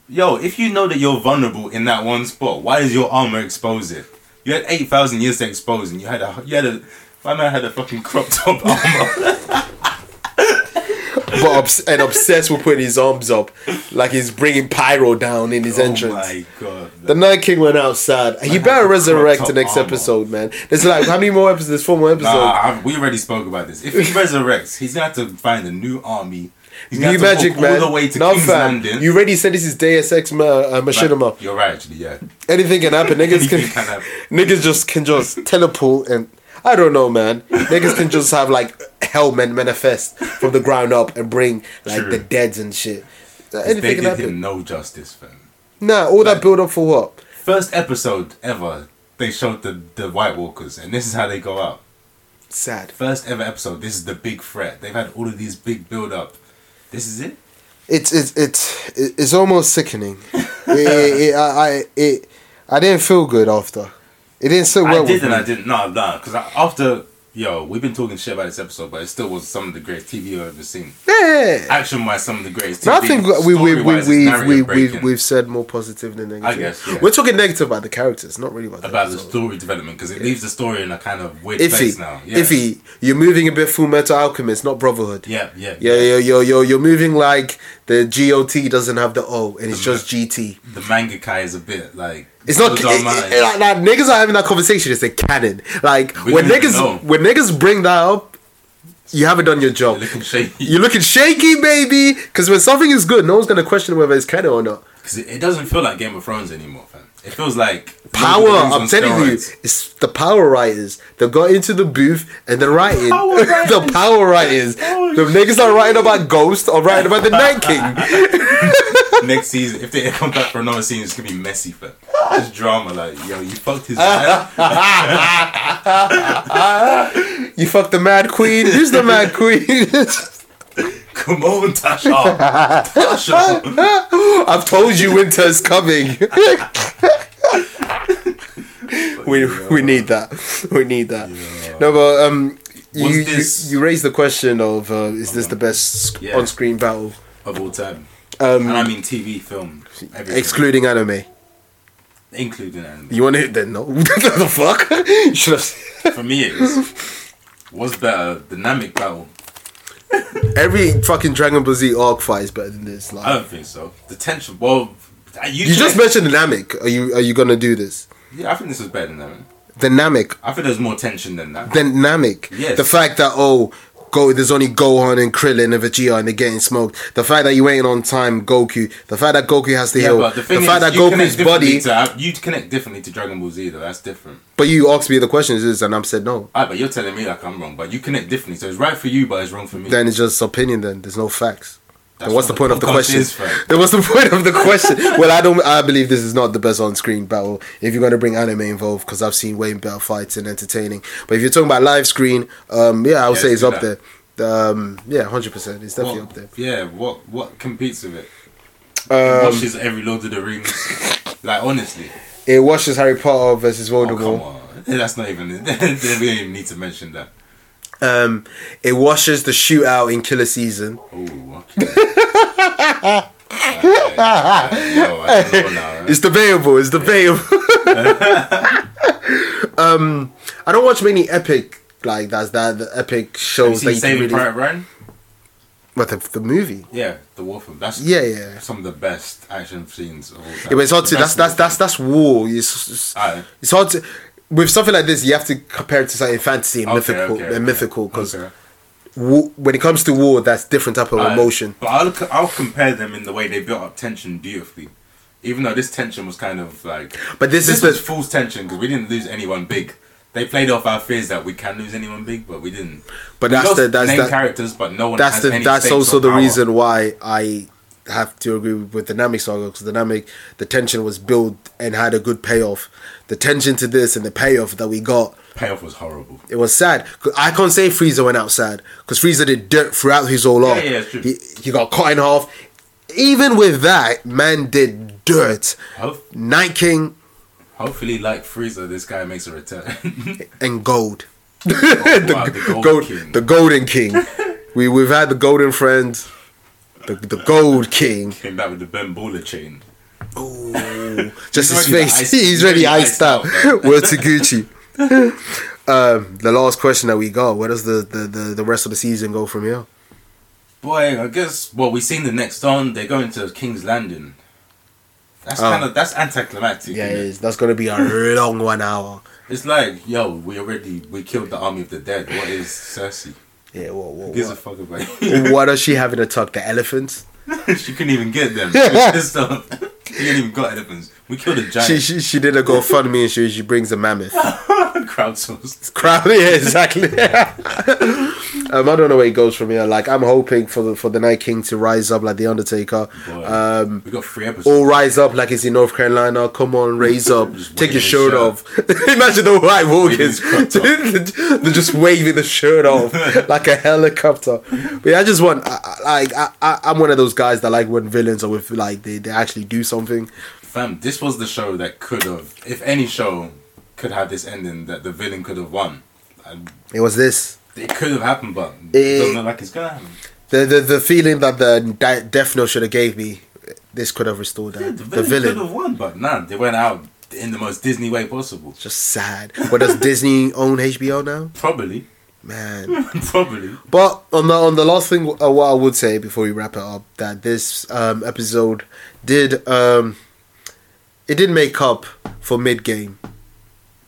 S4: Yo, if you know that you're vulnerable in that one spot, why does your armor expose it? You had 8,000 years to expose and you had a. You had a my man had a fucking crop top armor.
S3: But obs- and obsessed with putting his arms up, like he's bringing pyro down in his
S4: oh
S3: entrance.
S4: my god.
S3: The Night King went outside. He better
S4: the
S3: resurrect
S4: crop
S3: the
S4: top
S3: next
S4: armor.
S3: episode, man. There's like how many more episodes? There's four more episodes.
S4: Nah, I've- we already spoke about this. If he resurrects, he's gonna have to find a new army. He's gonna
S3: New
S4: have to
S3: Magic
S4: walk
S3: Man.
S4: all the way to
S3: Nah,
S4: King's
S3: fam.
S4: Landing.
S3: You already said this is Deus Ex Ma- uh, Machinima.
S4: You're right, actually. Yeah.
S3: Anything can happen. Niggas can,
S4: Anything can happen.
S3: niggas just can just teleport and I don't know, man. Niggas can just have like hell men manifest from the ground up and bring like
S4: True.
S3: the deads and shit.
S4: They
S3: Anything can
S4: did
S3: happen.
S4: him no justice, fam.
S3: Nah, all that build up for what?
S4: First episode ever, they showed the the White Walkers, and this is how they go out.
S3: Sad.
S4: First ever episode. This is the big threat. They've had all of these big build up. This is it.
S3: It's it's it's it's almost sickening. it, it, it- I, I it I didn't feel good after. It didn't sit well
S4: I did
S3: with
S4: and
S3: me.
S4: I didn't. No, no, because after yo, we've been talking shit about this episode, but it still was some of the greatest TV I've ever seen.
S3: Yeah.
S4: Action wise, some of the greatest.
S3: No,
S4: TV.
S3: I think we we we
S4: Story-wise, it's
S3: we
S4: narrative
S3: we we've,
S4: breaking.
S3: we've said more positive than negative.
S4: guess, yeah.
S3: We're talking negative about the characters, not really about the
S4: about the
S3: episode.
S4: story development because it leaves the story in a kind of weird place
S3: Iffy,
S4: now. Yeah.
S3: iffy. You're moving a bit Full Metal Alchemist, not Brotherhood.
S4: Yeah, yeah,
S3: Yeah, yeah, yo, yo, you're moving like the GOT doesn't have the O, and it's
S4: The-
S3: just GT.
S4: The manga kai is a bit like
S3: It's not it,
S4: blows our
S3: it-
S4: minds.
S3: it- like, like, niggas are having that conversation. It's a canon. Like
S4: We
S3: when
S4: don't even
S3: niggas
S4: know.
S3: when niggas bring that up, you haven't done your job.
S4: You're looking shaky.
S3: You're looking shaky, baby. Because when something is good, no one's gonna question whether it's canon or not.
S4: 'Cause it, it doesn't feel like Game of Thrones anymore, fam. It feels like
S3: power.
S4: Lord of the Rings
S3: I'm
S4: on
S3: telling
S4: steroids.
S3: you, it's the power writers. They got into the booth and they're writing.
S4: Power
S3: the
S4: writers.
S3: power writers.
S4: Oh,
S3: the niggas are writing about Ghost or writing about the Night King.
S4: Next season, if they come back for another season, it's gonna be messy, fam. Just drama, like yo, you fucked his wife.
S3: you fuck the Mad Queen. Who's the Mad Queen?
S4: Come on, Tasha. Tasha.
S3: I've told you winter's coming. we we need that. We need that. No, but um, you,
S4: Was
S3: you
S4: this-
S3: you raised the question of uh, is this the best sc-
S4: Yeah.
S3: on-screen battle,
S4: Of all time.
S3: Um,
S4: and I mean TV, film, everything.
S3: excluding anime?
S4: including anime.
S3: You want to then no? the fuck? You Should have.
S4: For me, it was, was better. Dynamic battle.
S3: Every fucking Dragon Ball Z arc fight is better than this. Like,
S4: I don't think so. The tension. Well, you,
S3: you just mentioned dynamic. Are you are you gonna do this?
S4: Yeah, I think this was better than that.
S3: Dynamic
S4: I think there's more tension than that.
S3: dynamic.
S4: Yes.
S3: The fact that oh, go there's only Gohan and Krillin and Vegeta and they're getting smoked. The fact that you ain't on time, Goku. The fact that Goku has to
S4: Yeah,
S3: heal.
S4: but the
S3: The,
S4: thing
S3: fact
S4: is,
S3: that
S4: you connect
S3: Goku's
S4: differently
S3: body.
S4: to uh, you connect differently to Dragon Ball Z though. That's different.
S3: But you asked me the question is this, and I'm said no.
S4: Ah, but you're telling me like I'm wrong, but you connect differently, so it's right for you, but it's wrong for me.
S3: Then it's just opinion. Then there's no facts.
S4: That's
S3: Then what's the
S4: what
S3: point of the
S4: podcast
S3: question?
S4: is, fam.
S3: Then what's the point of the question? well, I don't. I believe this is not the best on-screen battle. If you're going to bring anime involved, because I've seen way better fights and entertaining. But if you're talking about live screen, um, yeah, I would
S4: Yeah,
S3: say it's
S4: let's do
S3: up
S4: that.
S3: there. Um, yeah, hundred percent. It's definitely up
S4: what,
S3: there.
S4: Yeah, what what competes with it?
S3: Um,
S4: it watches every Lord of the Rings. like honestly,
S3: It washes Harry Potter versus
S4: oh, come
S3: Voldemort.
S4: on, that's not even. we don't even need to mention that.
S3: um, it washes the shootout in Killer Season.
S4: Oh, okay. okay. okay. Yo, I don't know now.
S3: It's debatable. It's debatable. um, I don't watch many epic like that's that the epic
S4: Have you
S3: shows
S4: seen
S3: that you can
S4: Saving
S3: really.
S4: Private Ryan?
S3: But the, the movie.
S4: Yeah, the war film. That's
S3: Yeah, yeah.
S4: Some of the best action scenes of all time.
S3: It was hard
S4: The
S3: to. That's
S4: best
S3: that's that's that's war.
S4: war film.
S3: It's, it's,
S4: Aye.
S3: it's hard to. With something like this, you have to compare it to something fantasy and
S4: Okay,
S3: mythical,
S4: okay, okay.
S3: and mythical, because
S4: Okay.
S3: when it comes to war, that's different type of
S4: Uh,
S3: emotion.
S4: But I'll c- I'll compare them in the way they built up tension beautifully. Even though this tension was kind of like,
S3: But this is
S4: was
S3: the-
S4: false tension because we didn't lose anyone big. They played off our fears that we can lose anyone big, but we didn't.
S3: But
S4: We
S3: that's
S4: lost
S3: the- that's
S4: main
S3: that-
S4: characters, but no one.
S3: that's
S4: has
S3: the
S4: any
S3: that's
S4: stakes
S3: also
S4: or
S3: the
S4: power.
S3: reason why I have to agree with dynamic saga because dynamic the tension was built and had a good payoff. The tension to this and the payoff that we got,
S4: Payoff was horrible.
S3: it was sad. 'Cause I can't say Frieza went outside because Frieza did dirt throughout his whole arc.
S4: yeah, it's true.
S3: He, he got cut in half. Even with that, man did dirt.
S4: Ho-
S3: Night King
S4: hopefully, like Frieza, this guy makes a return.
S3: and Gold,
S4: the, wow, the Gold,
S3: Gold,
S4: King.
S3: the Golden King. we we've had the Golden Friend, the the Gold King.
S4: came back with the Ben Baller chain.
S3: Ooh, just his
S4: already
S3: face.
S4: iced-
S3: he's already
S4: he's already
S3: iced
S4: iced
S3: out.
S4: out,
S3: Word to Gucci. um, the last question that we got: Where does the, the, the, the rest of the season go from here?
S4: Boy, I guess well, we seen the next on. They're going to King's Landing. That's
S3: Oh.
S4: kind of that's anticlimactic.
S3: Yeah,
S4: isn't it?
S3: it is. that's gonna be a long one hour.
S4: It's like, yo, we already we killed the army of the dead. What is Cersei?
S3: Yeah, what what,
S4: Who gives a
S3: what?
S4: fuck about
S3: what does she having to tuck the elephants?
S4: She couldn't even get them. She was pissed off. She ain't even got elephants. We killed a giant.
S3: She she, she did a GoFundMe and she she brings a mammoth.
S4: crowdsourced.
S3: Crowd, yeah, exactly. um, I don't know where it goes from here. Like I'm hoping for the for the Night King to rise up like the Undertaker.
S4: Boy,
S3: Um,
S4: we got three episodes.
S3: all rise up like it's in North Carolina. Come on, raise up.
S4: Just
S3: Take
S4: waving
S3: your
S4: his
S3: shirt
S4: shirt.
S3: off. Imagine the white walkers.
S4: his crop top.
S3: They're just waving the shirt off like a helicopter. But yeah, I just want, I, I- like, I, I, I'm one of those guys that like when villains are with, like, they, they actually do something.
S4: Fam, this was the show that could have, if any show could have this ending that the villain could have won. And
S3: It was this.
S4: It could have happened, but it
S3: Eh.
S4: doesn't look like it's gonna happen.
S3: The, the, the feeling that the Di- Death Note should have gave me, this could have restored that.
S4: Yeah,
S3: the,
S4: the villain,
S3: villain.
S4: could have won, but nah, they went out in the most Disney way possible.
S3: Just sad. But does Disney own HBO now?
S4: Probably,
S3: Man.
S4: probably.
S3: But on the on the last thing, uh, what I would say before we wrap it up, that this um, episode did um, it did make up for mid game.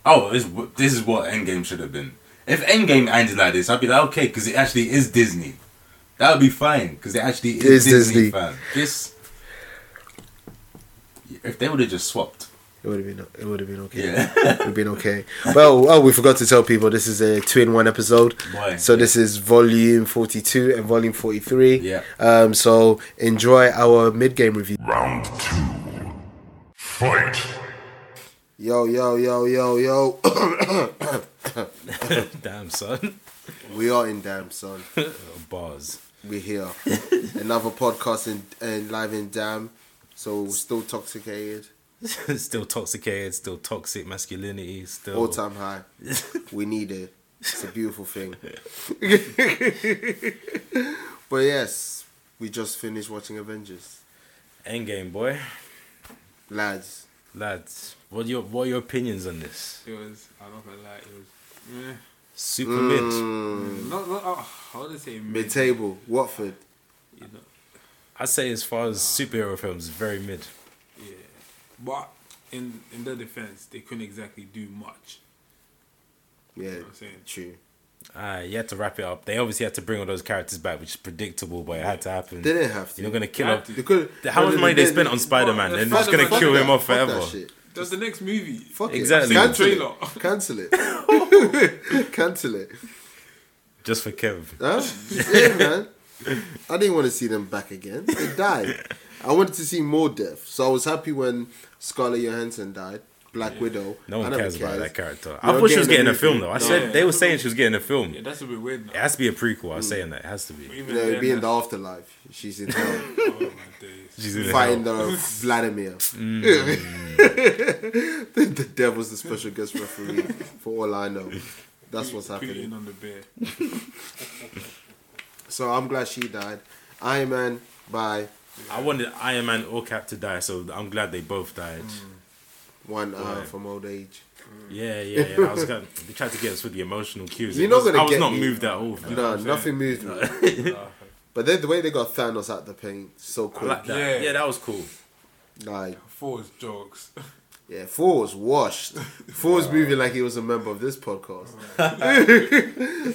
S4: oh, this, this is what Endgame should have been. If Endgame ended like this, I'd be like, okay, because it actually is Disney. That would be fine, because it actually
S3: It's
S4: is Disney,
S3: Disney.
S4: fam. This, if they would have just swapped,
S3: It would have been it would have been okay.
S4: yeah.
S3: It would have been okay. Well, oh, we forgot to tell people this is a two in one episode.
S4: Boy.
S3: So this is volume forty two and volume forty three.
S4: Yeah.
S3: Um. So enjoy our mid game review.
S1: Round two. Fight.
S3: Yo yo yo yo yo.
S4: Damn son,
S3: we are in damn son.
S4: bars.
S3: we're here. Another podcast and and live in damn. So still toxicated,
S4: still toxicated, still toxic masculinity, still
S3: all time high. We need it. It's a beautiful thing. but yes, we just finished watching Avengers,
S4: Endgame, boy.
S3: lads.
S4: Lads, what are your what are your opinions on this?
S5: It was. I'm not gonna lie. It was. Yeah.
S4: Super
S3: Mm.
S4: mid.
S5: Not. not oh, I wouldn't say
S3: Mid
S5: mid.
S3: table, Watford.
S5: You know.
S4: I say as far as superhero films, very mid.
S5: Yeah. But in in their defense, they couldn't exactly do much.
S3: Yeah,
S5: I'm saying.
S3: true.
S4: Ah, you had to wrap it up. They obviously had to bring all those characters back, which is predictable, but it had to happen.
S3: They didn't have to.
S4: You're not gonna kill
S5: They
S4: him.
S5: had
S3: They could.
S4: How much money they spent on
S5: they-
S4: Spider Man?
S5: well,
S4: They're
S5: they
S4: just gonna
S5: fucked
S4: kill
S5: them.
S4: him off
S3: Fuck that
S4: forever.
S3: shit.
S5: That's the next movie.
S3: Fuck it.
S4: Exactly.
S3: Cancel
S5: Trailer.
S3: it. Cancel it. Cancel it.
S4: Just for Kev.
S3: Huh? Yeah, man. I didn't want to see them back again. They died. I wanted to see more death. So I was happy when Scarlett Johansson died, Black Widow.
S4: No one
S3: I never
S4: cares about
S3: cared.
S4: that character.
S3: You're
S4: I thought she
S3: getting
S4: was getting
S3: a
S4: a film
S3: movie.
S4: though. I
S3: No.
S4: said they were saying she was getting a film.
S5: Yeah,
S4: It
S5: that's a bit weird now.
S4: has to be a prequel. I was saying that it has to be.
S5: Even
S3: You know, it'd
S5: then,
S3: be in the
S5: that's-
S3: afterlife. She's in hell.
S5: Oh my days.
S4: She's in
S3: fighting
S4: hell.
S3: the Vladimir.
S4: Mm.
S3: the, the devil's the special guest referee, for all I know. That's what's happening.
S5: Putin on the bear.
S3: So I'm glad she died. Iron Man, bye.
S4: I wanted Iron Man or Cap to die, so I'm glad they both died.
S5: Mm.
S3: One hour
S4: Why?
S3: from old age.
S4: Yeah, yeah, yeah. I was gonna, they tried to get us with the emotional cues.
S3: You're
S4: It
S3: not
S4: was-
S3: gonna
S4: I was
S3: get
S4: not
S3: me.
S4: moved at all. man.
S3: No, nothing moved me. but then the way they got Thanos out the paint so
S4: I
S3: quick.
S4: like that.
S5: Yeah.
S4: Yeah. that was cool.
S3: Like,
S5: Four's jokes.
S3: yeah, Four was washed. Four was moving like he was a member of this podcast.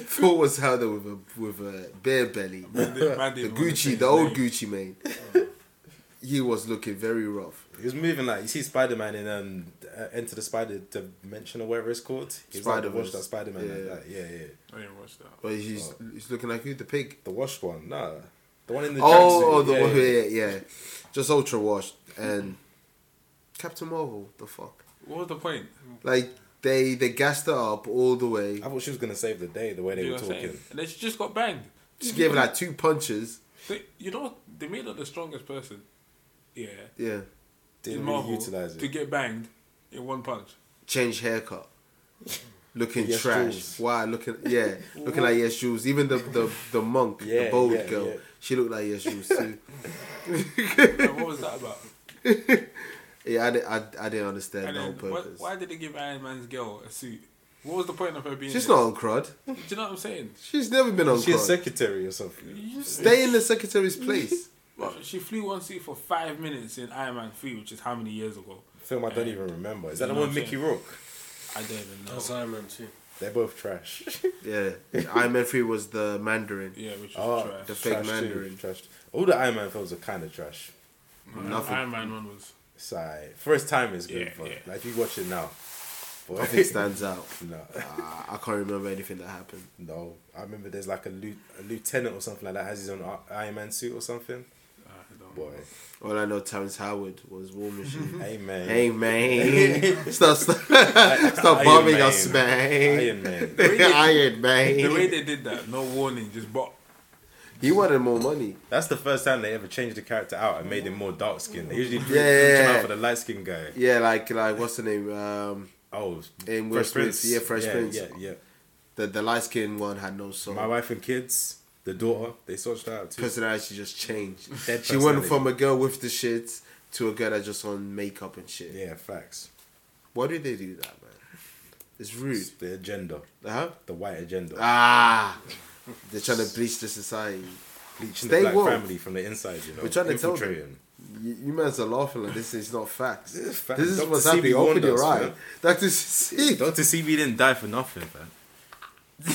S3: Four was held there with a with a bare belly.
S5: the man
S3: The
S5: didn't wanna
S3: Gucci,
S5: say his
S3: the old
S5: name.
S3: Gucci man. He was looking very rough.
S4: He was moving like you see Spider Man in um, uh, Enter the Spider Dimension or whatever it's called. He was like the
S3: Spider-Verse.
S4: washed up Spider Man
S3: Yeah.
S4: like that. Yeah, yeah.
S5: I didn't watch that.
S3: But he's he's looking like who? The pig.
S4: The washed one, nah. The one in the
S3: Oh, oh,
S4: tracksuit.
S3: the
S4: Yeah,
S3: one,
S4: yeah.
S3: yeah, yeah, Just ultra washed and Captain Marvel. The fuck.
S5: What was the point?
S3: Like they they gassed her up all the way.
S4: I thought she was gonna save the day the way they
S5: You know
S4: were
S5: what I'm saying?
S4: talking.
S5: And then she just got banged.
S3: She gave her like two punches.
S5: They, you know, they made her the strongest person. Yeah.
S3: Yeah.
S4: Didn't
S5: in
S4: really
S5: Marvel
S4: utilize
S5: to
S4: it.
S5: get banged in one punch.
S3: Change haircut. Looking
S4: Yes,
S3: trash.
S4: Jules.
S3: Why looking? Yeah, looking like yes, Jules. Even the the, the monk, the
S4: Yeah,
S3: bold
S4: yeah,
S3: girl,
S4: yeah.
S3: she looked like yes, Jules too.
S5: Like, what was that about?
S3: Yeah, I, di- I, I didn't understand
S5: And
S3: the whole
S5: then, why,
S3: purpose.
S5: why did they give Iron Man's girl a suit? What was the point of her being?
S3: She's
S5: there?
S3: not on crud.
S5: Do you know what I'm saying?
S3: She's never been on
S4: She's a
S3: crud.
S4: secretary or something.
S5: You just-
S3: Stay in the secretary's place.
S5: Well, she flew one suit for five minutes in Iron Man Three, which is how many years ago?
S4: Film I don't even remember. Is that the
S5: No,
S4: one with
S5: I'm
S4: Mickey Rourke?
S5: I don't even know.
S6: That's Iron Man too.
S4: They're both trash.
S3: yeah, Iron Man three was the Mandarin.
S5: yeah, which was
S4: oh,
S5: trash.
S3: the fake
S4: trash too,
S3: Mandarin.
S4: Trash. All the Iron Man films are kind of trash.
S3: nothing.
S5: Uh, Iron Man one was.
S4: Sorry. First time is good,
S5: Yeah,
S4: but
S5: yeah.
S4: like if you watch it now, boy,
S3: Nothing stands out.
S4: no,
S3: Uh, I can't remember anything that happened.
S4: no. I remember there's like a, lieu- a lieutenant or something like that has his own I- Iron Man suit or something.
S5: uh, I don't
S4: Boy,
S3: All I know, Terrence Howard was War Machine.
S4: hey man,
S3: hey man, stop, stop, stop
S4: Iron
S3: bombing
S4: Man.
S3: us, man.
S4: Iron Man.
S3: Iron
S5: The way
S3: Man.
S5: they did that, no warning, just bop.
S3: He wanted more money.
S4: That's the first time they ever changed the character out and made him more dark skinned. They usually do
S3: Yeah.
S4: reaching out for the light skinned guy.
S3: Yeah, like like what's the name? Um,
S4: Oh,
S3: In Will Smith, yeah, Fresh
S4: yeah,
S3: Prince.
S4: Yeah, yeah.
S3: the the light skinned one had no
S4: My
S3: soul.
S4: wife and kids, the daughter, they sorted that out too.
S3: Personality just changed.
S4: Dead
S3: She went
S4: personality.
S3: from a girl with the shit to a girl that just on makeup and shit.
S4: Yeah, facts.
S3: Why do they do that, man? It's rude.
S4: It's the agenda,
S3: Huh?
S4: the white agenda,
S3: Ah, they're trying to bleach the society.
S4: bleaching
S3: stay
S4: the black
S3: woke.
S4: family from the inside. You know,
S3: We're trying to tell them.
S4: Infiltrating.
S3: You, you guys are laughing like this is not facts.
S4: This is fact.
S3: This is
S4: Dr.
S3: what's
S4: CB
S3: happening. Open
S4: warned
S3: your
S4: us,
S3: eye.
S4: man.
S3: Doctor C.
S4: Doctor CB didn't die for nothing, man.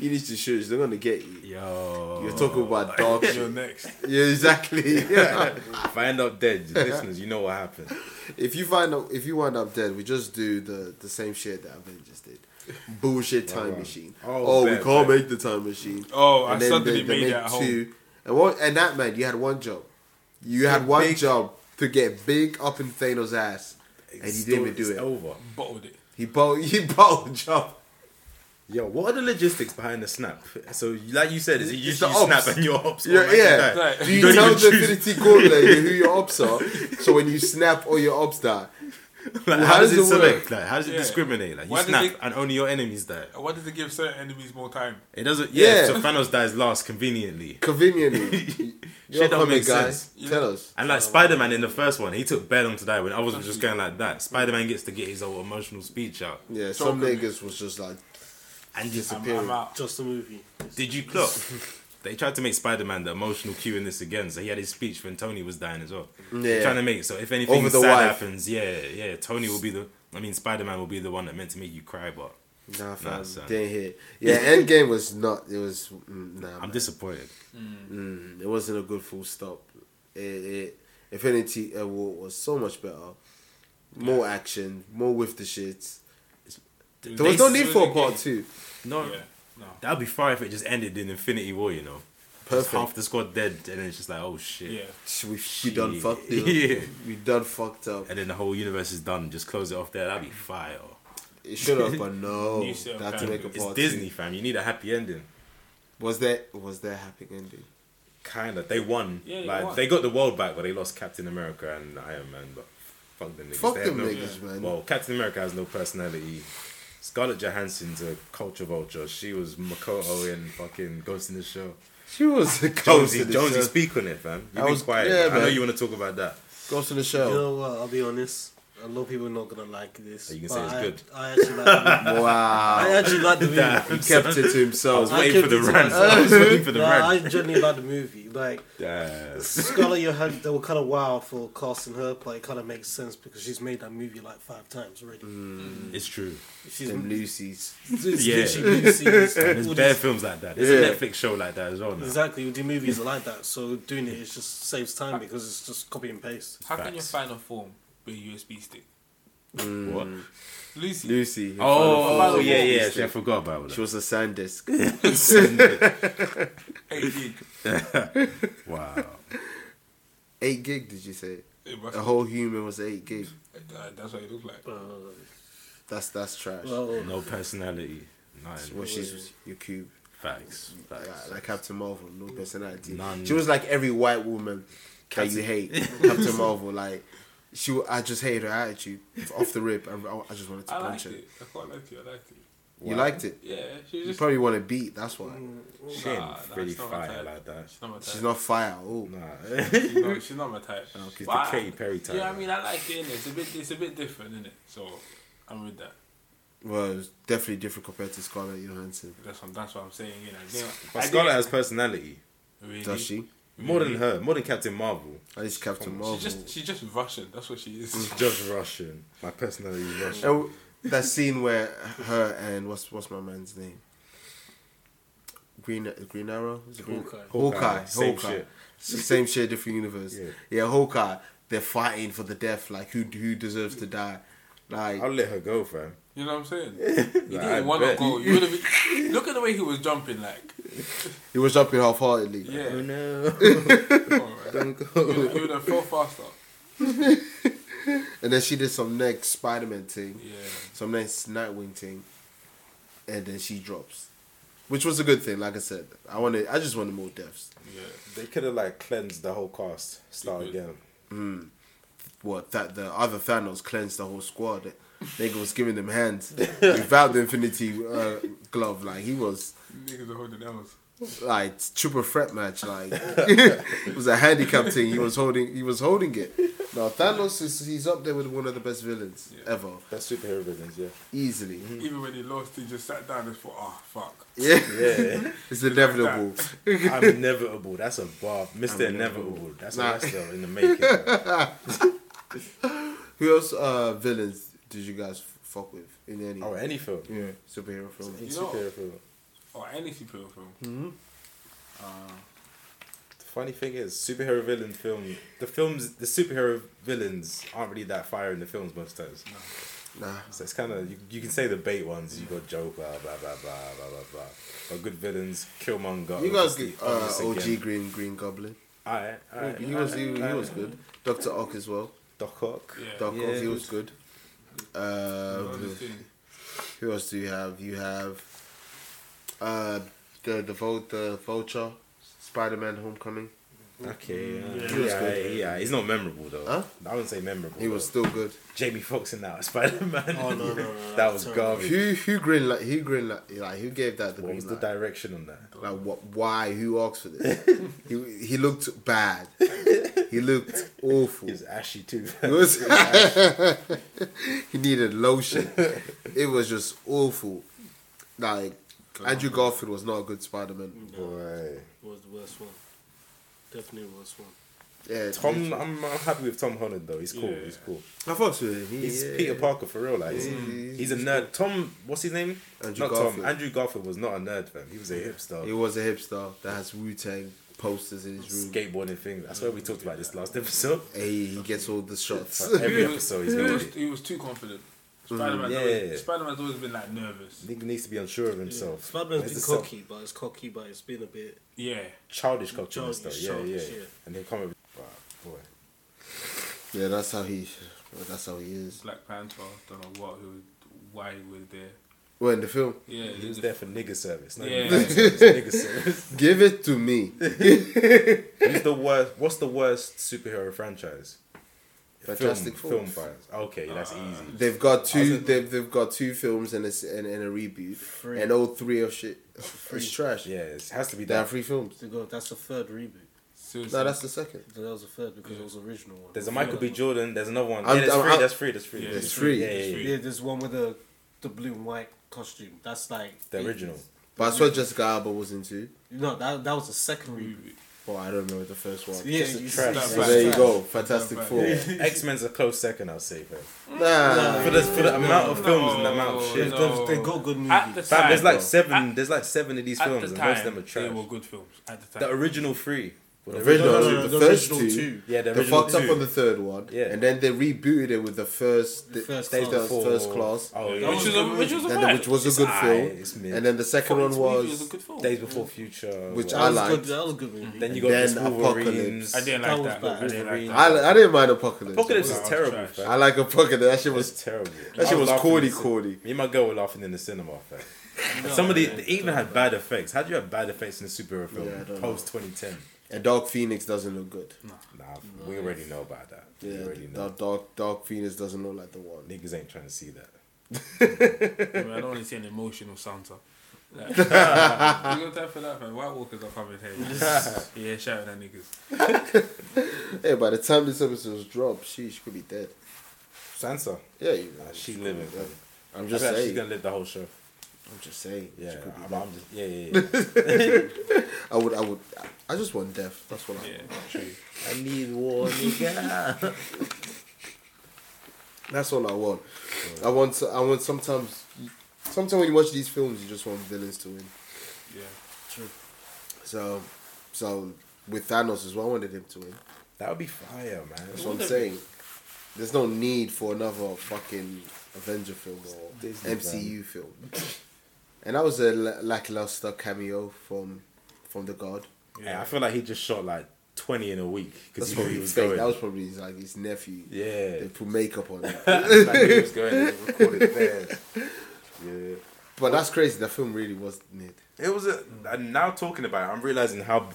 S3: You need to shoot. They're gonna get you.
S4: Yo,
S3: You're talking about dog
S5: You're
S3: shit.
S5: next.
S3: Yeah, exactly. Yeah.
S4: If I end up dead, listeners, you know what happened.
S3: if you find out, if you wind up dead, we just do the the same shit that Avengers did. Bullshit time
S4: right.
S3: machine. Oh,
S4: Oh,
S3: we
S4: bet,
S3: can't
S4: bet.
S3: make the time machine.
S5: Oh, I
S3: then they-
S5: suddenly
S3: they
S5: made
S3: make
S5: that whole-
S3: And what? And that man, you had one job. You had one job to get big up in Thanos' ass, and you
S4: It's
S3: didn't
S4: still-
S3: even do
S4: it's
S3: it.
S4: Over.
S5: Bottled it.
S4: Oh
S3: He bought he bought a job.
S4: Yo, what are the logistics behind the snap? So, like you said, is it
S3: It's
S4: you, you
S3: the ops.
S4: snap and your ops? Oh
S3: Yeah,
S4: automatically
S3: yeah.
S4: die?
S5: Right.
S3: Do you
S4: don't
S3: know
S4: even
S3: the
S4: choose.
S3: infinity cord layer, who your ops are? So when you snap, all your ops die.
S4: Like,
S3: Well,
S4: how,
S3: how
S4: does
S3: does
S4: it
S3: it work?
S4: select? Like, how does it
S5: Yeah.
S4: discriminate? Like, you
S5: Why does
S4: snap
S5: it-
S4: and only your enemies die.
S5: What does it give certain enemies more time?
S4: It doesn't. Yeah,
S3: Yeah.
S4: So Thanos dies last conveniently.
S3: Conveniently. You're
S4: Shit
S3: a
S4: don't
S3: comic
S4: make
S3: guy.
S4: sense.
S3: Tell us.
S4: And like Spider Man in the first one, he took bare long to die when others were just going like that. Spider Man gets to get his old emotional speech out.
S3: Yeah, some
S5: Talking.
S3: niggas was just like,
S4: And just
S5: I'm, I'm out.
S7: Just a movie.
S4: did you clock? they tried to make Spider Man the emotional cue in this again, so he had his speech when Tony was dying as well. They're
S3: Yeah.
S4: Trying to make it so if anything
S3: Over the
S4: sad
S3: wife.
S4: happens, yeah, yeah, Tony will be the. I mean, Spider Man will be the one that meant to make you cry, but
S3: nah, fam,
S4: Nah, son.
S3: didn't hit. Yeah, Endgame was not. It was mm, nah.
S4: I'm
S3: man.
S4: disappointed.
S3: Mm, it wasn't a good full stop. It, it Infinity War was so much better. More action, more with the shits. There was
S4: They
S3: no need for a
S5: the
S3: part
S5: game.
S3: two.
S4: No,
S5: Yeah. No.
S4: that'd be fire if it just ended in Infinity War, you know. Just
S3: Perfect.
S4: half the squad dead, and then it's just like, oh shit.
S5: Yeah.
S3: We, we done
S4: Shit.
S3: fucked up.
S4: Yeah.
S3: We done fucked up.
S4: And then the whole universe is done. Just close it off there. That'd be fire.
S3: It should have, but no.
S5: New
S3: They
S5: set of
S3: had to make a
S5: characters.
S4: It's
S3: part
S4: Disney,
S3: two.
S4: fam. You need a happy ending.
S3: Was there was there a happy ending?
S4: Kind of. They won.
S5: Yeah, they
S4: like
S5: won.
S4: they got the world back, but they lost Captain America and Iron Man. But fuck them niggas.
S3: Fuck
S4: They have
S3: them
S4: no-
S3: niggas, man.
S4: Well, Captain America has no personality. Scarlett Johansson's a culture vulture. She was Makoto in fucking Ghost in the Show.
S3: She was a ghost
S4: Jonesy,
S3: in the
S4: Jonesy,
S3: shell.
S4: speak on it, fam.
S3: I
S4: You've been
S3: was-
S4: quiet.
S3: yeah,
S4: I know
S3: man.
S4: you want to talk about that.
S3: Ghost in the
S7: You
S3: shell.
S7: know what? I'll be honest. A lot of people are not gonna like this.
S4: Oh. You can
S7: but
S4: say it's
S7: I,
S4: good.
S7: I actually like. The movie. I
S3: Wow.
S7: actually like the movie.
S4: Damn.
S3: He kept it to himself.
S7: I
S4: Waiting for
S7: kept
S4: the
S7: it to
S4: rant. I
S7: myself.
S4: was waiting for the
S7: Nah, I
S4: rant.
S7: genuinely like the movie. Like
S4: Damn.
S7: Scarlett Johansson, they were kind of wow for casting her, but it kind of makes sense because she's made that movie like five times already.
S4: It's true.
S7: She's
S3: Them Lucy's.
S7: it's
S4: Mm. Yeah.
S7: literally been series.
S4: There's
S7: All
S4: bare
S7: these-
S4: films like that. There's
S3: Yeah.
S4: a Netflix show like that as well now.
S7: Exactly, the movies are like that. So doing it, it just saves time because it's just copy and paste.
S5: How can you
S4: Facts.
S5: find a form with a USB stick?
S4: What?
S5: Lucy.
S3: Lucy. her
S4: Oh,
S3: father Mm. was a
S4: yeah,
S3: Lucy.
S4: yeah. Actually, I forgot about
S3: She
S4: that.
S3: was a Sandisk.
S5: Hey, dude.
S4: Wow.
S3: Eight gig, did you say?
S5: It must-
S3: A whole human was eight gig.
S5: uh, that's what it looks like.
S7: Uh,
S3: That's that's trash.
S7: well,
S4: No personality.
S3: well,
S4: Nine.
S3: she's your cube.
S4: Facts.
S3: Like,
S4: Facts.
S3: like Captain Marvel, no personality.
S4: None.
S3: She was like every white woman that you hate. Captain Marvel, like she, wa- I just hated her attitude off the rip. I, I just wanted to
S5: I
S3: punch
S5: liked
S3: her.
S5: it. I quite liked it. I liked it.
S3: You liked it.
S5: Yeah, she
S3: You
S5: was just.
S3: probably want to beat. That's why
S4: She ain't really fire like that.
S5: She's not my type.
S3: she's not fire. Oh,
S4: Nah.
S5: She's not, she's not my type.
S4: She's
S5: But
S4: the
S5: I-
S4: Katy Perry type.
S5: Yeah, I mean, I like it. Innit? It's a bit, it's a bit different, isn't it? So, I'm with that.
S3: well, it's definitely different compared to Scarlett Johansson.
S5: That's what, that's what I'm saying. You know, I didn't-
S4: But
S5: I Mm-hmm.
S4: Scarlett
S5: didn't-
S4: has personality.
S5: really,
S3: Does she?
S4: More than her. More than Captain Marvel. Mm.
S3: At least Captain Marvel.
S5: She's just, she's just Russian. That's what she is.
S4: She's just Russian. My personality is Russian.
S3: Oh, that scene where her and what's what's my man's name? Green Green Arrow? Is it Green-
S7: Hawkeye.
S3: Hawkeye.
S4: Hawkeye,
S3: Hawkeye.
S4: same shit.
S3: Same shit, different universe.
S4: Yeah.
S3: Yeah. Hawkeye. They're fighting for the death. Like who who deserves to die? Like
S4: I'll let her go, fam.
S5: You know what I'm saying? You
S4: Like, I
S5: didn't want to
S4: bet.
S5: go. You would have been, look at the way he was jumping. Like,
S3: he was jumping half heartedly.
S5: yeah,
S4: Oh no.
S5: Don't go. He would have fell faster.
S3: And then she did some next Spider Man thing,
S5: Yeah,
S3: some next Nightwing thing, and then she drops, which was a good thing. Like I said, I wanted I just wanted more deaths.
S5: yeah.
S4: They could have like cleansed the whole cast. Start
S5: They could.
S4: again.
S3: what that the other Thanos cleansed the whole squad. Nigga was giving them hands without the Infinity uh, glove. Like he was
S5: Niggas are holding elves.
S3: like triple threat match. Like it was a handicap thing. He was holding. He was holding it. Now Thanos is he's up there with one of the best villains
S5: Yeah.
S3: ever,
S4: That's superhero villains, yeah.
S3: easily.
S5: Even when he lost, he just sat down and thought, "Ah, fuck."
S3: Yeah,
S4: Yeah.
S3: it's inevitable.
S4: I'm inevitable. That's a bar. mister Inevitable. That's a
S3: Nah.
S4: wrestler in the making.
S3: Who else uh, villains did you guys f- fuck with in any
S4: Oh, any film.
S3: yeah, superhero film?
S4: Any
S5: You know-
S4: superhero film.
S5: Or any superhero film.
S4: Mm. The funny thing is, superhero villain film. The films, the superhero villains aren't really that fire in the films most times.
S3: Nah,
S4: So it's kind of you, you can say the bait ones. You got Joker, blah blah blah blah blah blah. But good villains, Killmonger.
S3: you guys
S4: obviously,
S3: get uh,
S4: obvious
S3: OG
S4: again.
S3: Green Green Goblin.
S4: Alright, alright,
S3: He was he, he
S4: alright,
S3: was good. Doctor Ock as well.
S4: Doc Ock.
S5: Yeah.
S3: Doc
S4: Yeah,
S3: Ock, he was good. Uh,
S5: All
S3: who-
S5: this thing.
S3: who else do you have? You have uh, the the vote the vulture, Spider Man Homecoming.
S4: Okay,
S7: Mm,
S4: yeah. Yeah,
S3: was
S4: yeah,
S3: good.
S4: He's not memorable though.
S3: Huh?
S4: I wouldn't say memorable.
S3: He was
S4: though.
S3: still good.
S4: Jamie Foxx in that Spider Man.
S7: Oh, no, no, no, no,
S4: that was
S7: terrible.
S4: garbage.
S3: Who who green like who green like, like who gave that the
S4: What
S3: green
S4: was the
S3: light?
S4: direction on that?
S3: like what? Why? Who asked for this? he he looked bad. He looked awful.
S4: He was ashy too.
S3: It was- he needed lotion. It was just awful. Like Andrew Garfield was not a good Spider Man.
S4: Mm. Boy.
S7: was the worst one. Definitely the worst one.
S3: Yeah,
S4: Tom, I'm, I'm happy with Tom Holland though. He's cool.
S5: Yeah.
S4: He's cool.
S3: I fucks with him. He-
S4: He's
S3: yeah.
S4: Peter Parker for real. Like he's,
S3: He's-
S4: he's a nerd. Tom, what's his name?
S3: Andrew
S4: not
S3: Garfield.
S4: Tom. Andrew Garfield was not a nerd fam. He was a hipster.
S3: He was a hipster that has Wu Tang posters in his room.
S4: skateboarding thing. That's why we talked about this last episode.
S3: Hey, he gets all the shots.
S4: Fuck. Every
S5: He was-
S4: episode he's
S5: he
S4: got
S5: was,
S4: it.
S5: he was too confident. Spider Man.
S4: yeah.
S5: Spider Man's always been like nervous.
S4: Nigga needs to be unsure of himself.
S7: Spider-Man's
S4: There's
S7: been
S4: a
S7: cocky, but it's cocky, but it's been a bit.
S5: Yeah.
S4: Childish culture
S7: Childish,
S4: stuff. Yeah, yeah,
S7: childish, yeah.
S4: And he'll come up. Wow, boy.
S3: yeah, that's how he. That's how he is.
S5: Black Panther. Don't know what. Who? Why he was there?
S3: Well, in the film,
S5: Yeah.
S4: He was
S5: the-
S4: there for nigger service. Not
S5: Yeah.
S4: yeah. service, nigger service.
S3: give it to me.
S4: Who's the worst? What's the worst superhero franchise?
S3: Fantastic Four.
S4: film, film franchise. Okay, that's easy.
S3: They've got two. They've they've got two films and a s- and, and a reboot, and all three of shit. It's trash.
S4: Yeah, it has to be
S3: They have
S4: that.
S3: three films.
S7: To go, that's the third reboot.
S5: Seriously.
S3: No, that's the second.
S7: That was the third because it was the original one.
S4: There's a Michael B. Jordan. There's another one.
S3: I'm-
S4: Yeah, there's
S3: I'm-
S4: three.
S3: I'm-
S4: There's three. There's three.
S5: Yeah,
S4: There's
S5: it's
S3: three.
S4: Yeah, yeah, yeah.
S7: Yeah, there's one with the the blue and white costume. That's like
S4: The original.
S3: But that's what Jessica Alba was into.
S7: No, that that was the second reboot.
S3: Oh, I don't remember Mm. the first one.
S7: Yeah,
S4: a
S7: you-
S4: trash.
S7: it's
S3: So
S7: just
S3: there you
S7: trash.
S3: go. Fantastic Four.
S4: X Men's a close second, I'll say. Fam.
S3: Nah.
S4: For the for the amount of films and the amount of shit.
S5: no.
S7: They got good
S5: At the
S7: movies.
S4: Fam,
S5: time,
S4: there's like
S5: bro.
S4: seven. there's like seven of these
S5: at
S4: films,
S5: the
S4: and
S5: time,
S4: most of them are
S5: They were
S4: trash.
S5: good films at the
S4: The
S5: time.
S4: original three. Well, the
S3: Original,
S4: original-
S3: two,
S7: no,
S3: the,
S7: the
S3: first
S7: original
S3: two.
S7: two.
S4: Yeah, the
S3: they
S4: original
S3: fucked up
S4: two.
S3: on the third one.
S4: Yeah.
S3: and then they rebooted it with the first, the
S7: first
S3: first,
S7: class.
S3: first class,
S4: Oh
S5: Which was
S4: yeah.
S5: a which was a
S3: and
S5: vibe.
S3: then, which was a
S4: It's
S3: good
S4: aight,
S3: film.
S4: it's mid.
S3: and then the second
S5: Fox
S3: one
S5: movie was a
S3: was
S5: good film.
S4: Days Before Future.
S3: Which I
S4: well,
S7: That was
S3: liked.
S7: good. That was a good movie.
S4: then you
S3: then
S4: got Miss
S3: Apocalypse.
S4: Wolverines.
S5: I didn't
S7: That
S5: like
S7: was
S5: that.
S7: bad.
S5: I didn't like
S4: Wolverine.
S5: that.
S3: I, I didn't mind Apocalypse.
S4: Apocalypse
S5: That
S4: is
S5: was
S4: terrible,
S5: trash.
S4: fam.
S3: I like Apocalypse. That shit
S4: It's
S3: was
S4: terrible.
S3: that shit
S4: I
S3: was
S4: laughing
S3: corny,
S4: in the cin-
S3: corny.
S4: Me and my girl were laughing in the cinema, fam. Somebody they even had bad effects. How do you have bad effects in a superhero film
S3: Yeah, I don't
S4: post 2010?
S3: and Dark Phoenix doesn't look good.
S4: Nah, we already know about that.
S3: Yeah,
S4: we already know.
S3: Dark, Dark Dark Phoenix doesn't look like the one.
S4: Niggas ain't trying to see that.
S5: I, mean, I don't want to see an emotional Santa. Like, you got time for that, man. White Walkers are coming here. yeah, shouting at niggas.
S3: Hey, by the time this episode was dropped, she, she could be dead.
S4: Sansa,
S3: Yeah, you know,
S4: Ah, she living. fam.
S3: I'm
S4: I
S3: just
S4: feel like she's
S3: saying.
S4: gonna live the whole show.
S3: I'm just saying. she
S4: Yeah,
S3: could be
S4: I'm,
S3: dead.
S4: I'm just yeah, yeah, yeah.
S3: I would. I would. I just want death. That's what I.
S5: Yeah,
S3: want.
S5: true.
S4: I need war, nigga.
S3: That's all I want. I want. I want. Sometimes. Sometimes when you watch these films, you just want villains to win.
S5: Yeah.
S3: So, so with Thanos as well, I wanted him to win.
S4: That would be fire, man.
S3: That's what I'm saying. There's no need for another fucking Avenger film or
S4: Disney,
S3: MCU film. And that was a la- lackluster cameo from from the God.
S4: Yeah, I feel like he just shot like 20 in a week because
S3: That's
S4: he knew
S3: probably
S4: he was
S3: his fake.
S4: going.
S3: That was probably his, like his nephew.
S4: Yeah.
S3: They put makeup on it.
S4: I knew he was going and they recorded there. Yeah.
S3: but that's crazy. That film really was needed.
S4: It was a. And now talking about it, I'm realizing how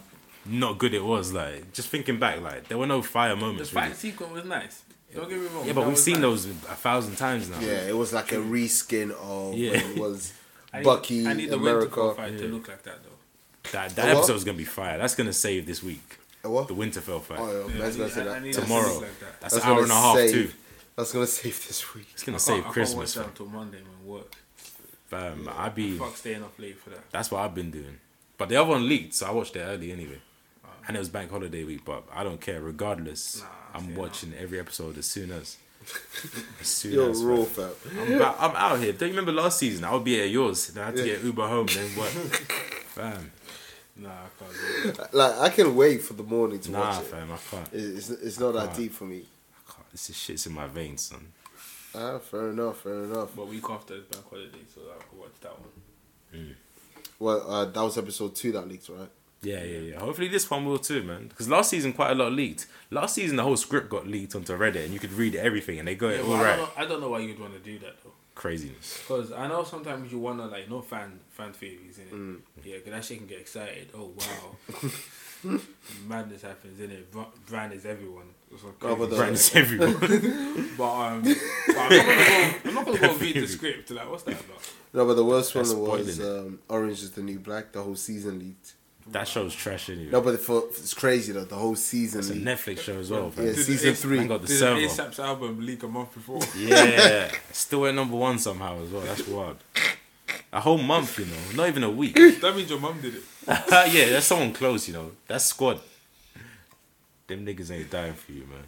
S4: not good it was. Like, just thinking back, like, there were no fire
S5: The
S4: moments.
S5: fight
S4: Really.
S5: sequence was nice. Don't get me
S3: Oh,
S5: wrong.
S4: Yeah, but
S5: that
S4: we've
S5: was
S4: seen
S5: nice.
S4: those a thousand times now.
S3: Yeah, it was like a reskin of
S4: Yeah.
S3: when it was
S5: I need-
S3: Bucky,
S5: I need the Winterfell
S3: America.
S5: fight to look like that though.
S4: That,
S3: A
S4: that
S3: what?
S4: episode's going to be fire. That's going to save this week.
S3: A what?
S4: The Winterfell fight.
S3: Oh, yeah, I was
S5: I
S3: gonna
S5: need-
S3: say
S5: I- I
S3: that.
S5: need that to
S4: Tomorrow.
S5: look like that.
S4: That's
S3: That's
S4: an hour
S3: gonna
S4: and a half,
S3: save-
S4: too.
S3: That's gonna save this week.
S4: It's going
S5: I
S4: to
S5: can't-
S4: save
S5: I
S4: Christmas.
S5: Can't watch
S4: fam.
S5: that until Monday, man. Work.
S4: Fam, I'd be.
S5: Fuck staying up late for that.
S4: That's what I've been doing. But the other one leaked, so I watched it early anyway. And it was bank holiday week, but I don't care. Regardless, I'm watching every episode as soon as. As soon
S3: You're
S4: as.
S3: raw,
S4: fam.
S3: fam.
S4: I'm, back, I'm out here. Don't you remember last season? I would be at yours. Then I had to
S3: Yeah.
S4: get Uber home, then what? fam.
S5: Nah, I can't do that.
S3: Like I can wait for the morning to
S4: Nah,
S3: watch it.
S4: fam, I can't. I
S3: It's, it's not that
S4: Ah.
S3: deep for me.
S4: can't. This is shit's in my veins, son.
S3: Ah, fair enough, fair enough.
S5: But week after is bank holiday, so I can watch that one.
S3: Well, uh, that was episode two that leaked, right?
S4: Yeah, yeah, yeah. Hopefully this one will too, man. Because last season, quite a lot leaked. Last season, the whole script got leaked onto Reddit, and you could read everything, and they got
S5: Yeah,
S4: it
S5: but
S4: all
S5: I,
S4: right.
S5: don't know, I don't know why you'd want to do that though.
S4: craziness.
S5: Because I know sometimes you wanna like no fan fan theories in it.
S4: Mm.
S5: Yeah, because that shit can get excited. Oh wow, madness happens in it. Brand is everyone. It's like
S3: Oh, but the-
S5: crazy.
S4: Brands everywhere.
S5: But um, but I'm not gonna go. I'm not gonna go read the script. Like, what's that about?
S3: No, but the worst
S4: That's
S3: one was
S4: spoiling it.
S3: um, Orange is the New Black. The whole season leaked.
S4: that show's trash anyway.
S3: No, but for, it's crazy though. The whole season
S4: it's a
S3: leaked.
S4: Netflix show as well.
S3: Yeah,
S4: fam.
S3: season
S5: it's-
S3: three.
S4: Thank God the
S5: Did
S4: server.
S5: ASAP's album leak a month before?
S4: Yeah, still at number one somehow as well. That's wild. A whole month, you know, not even a week.
S5: that means your mum did it.
S4: yeah, that's someone close, you know. That's squad. Them niggas ain't dying for you, man.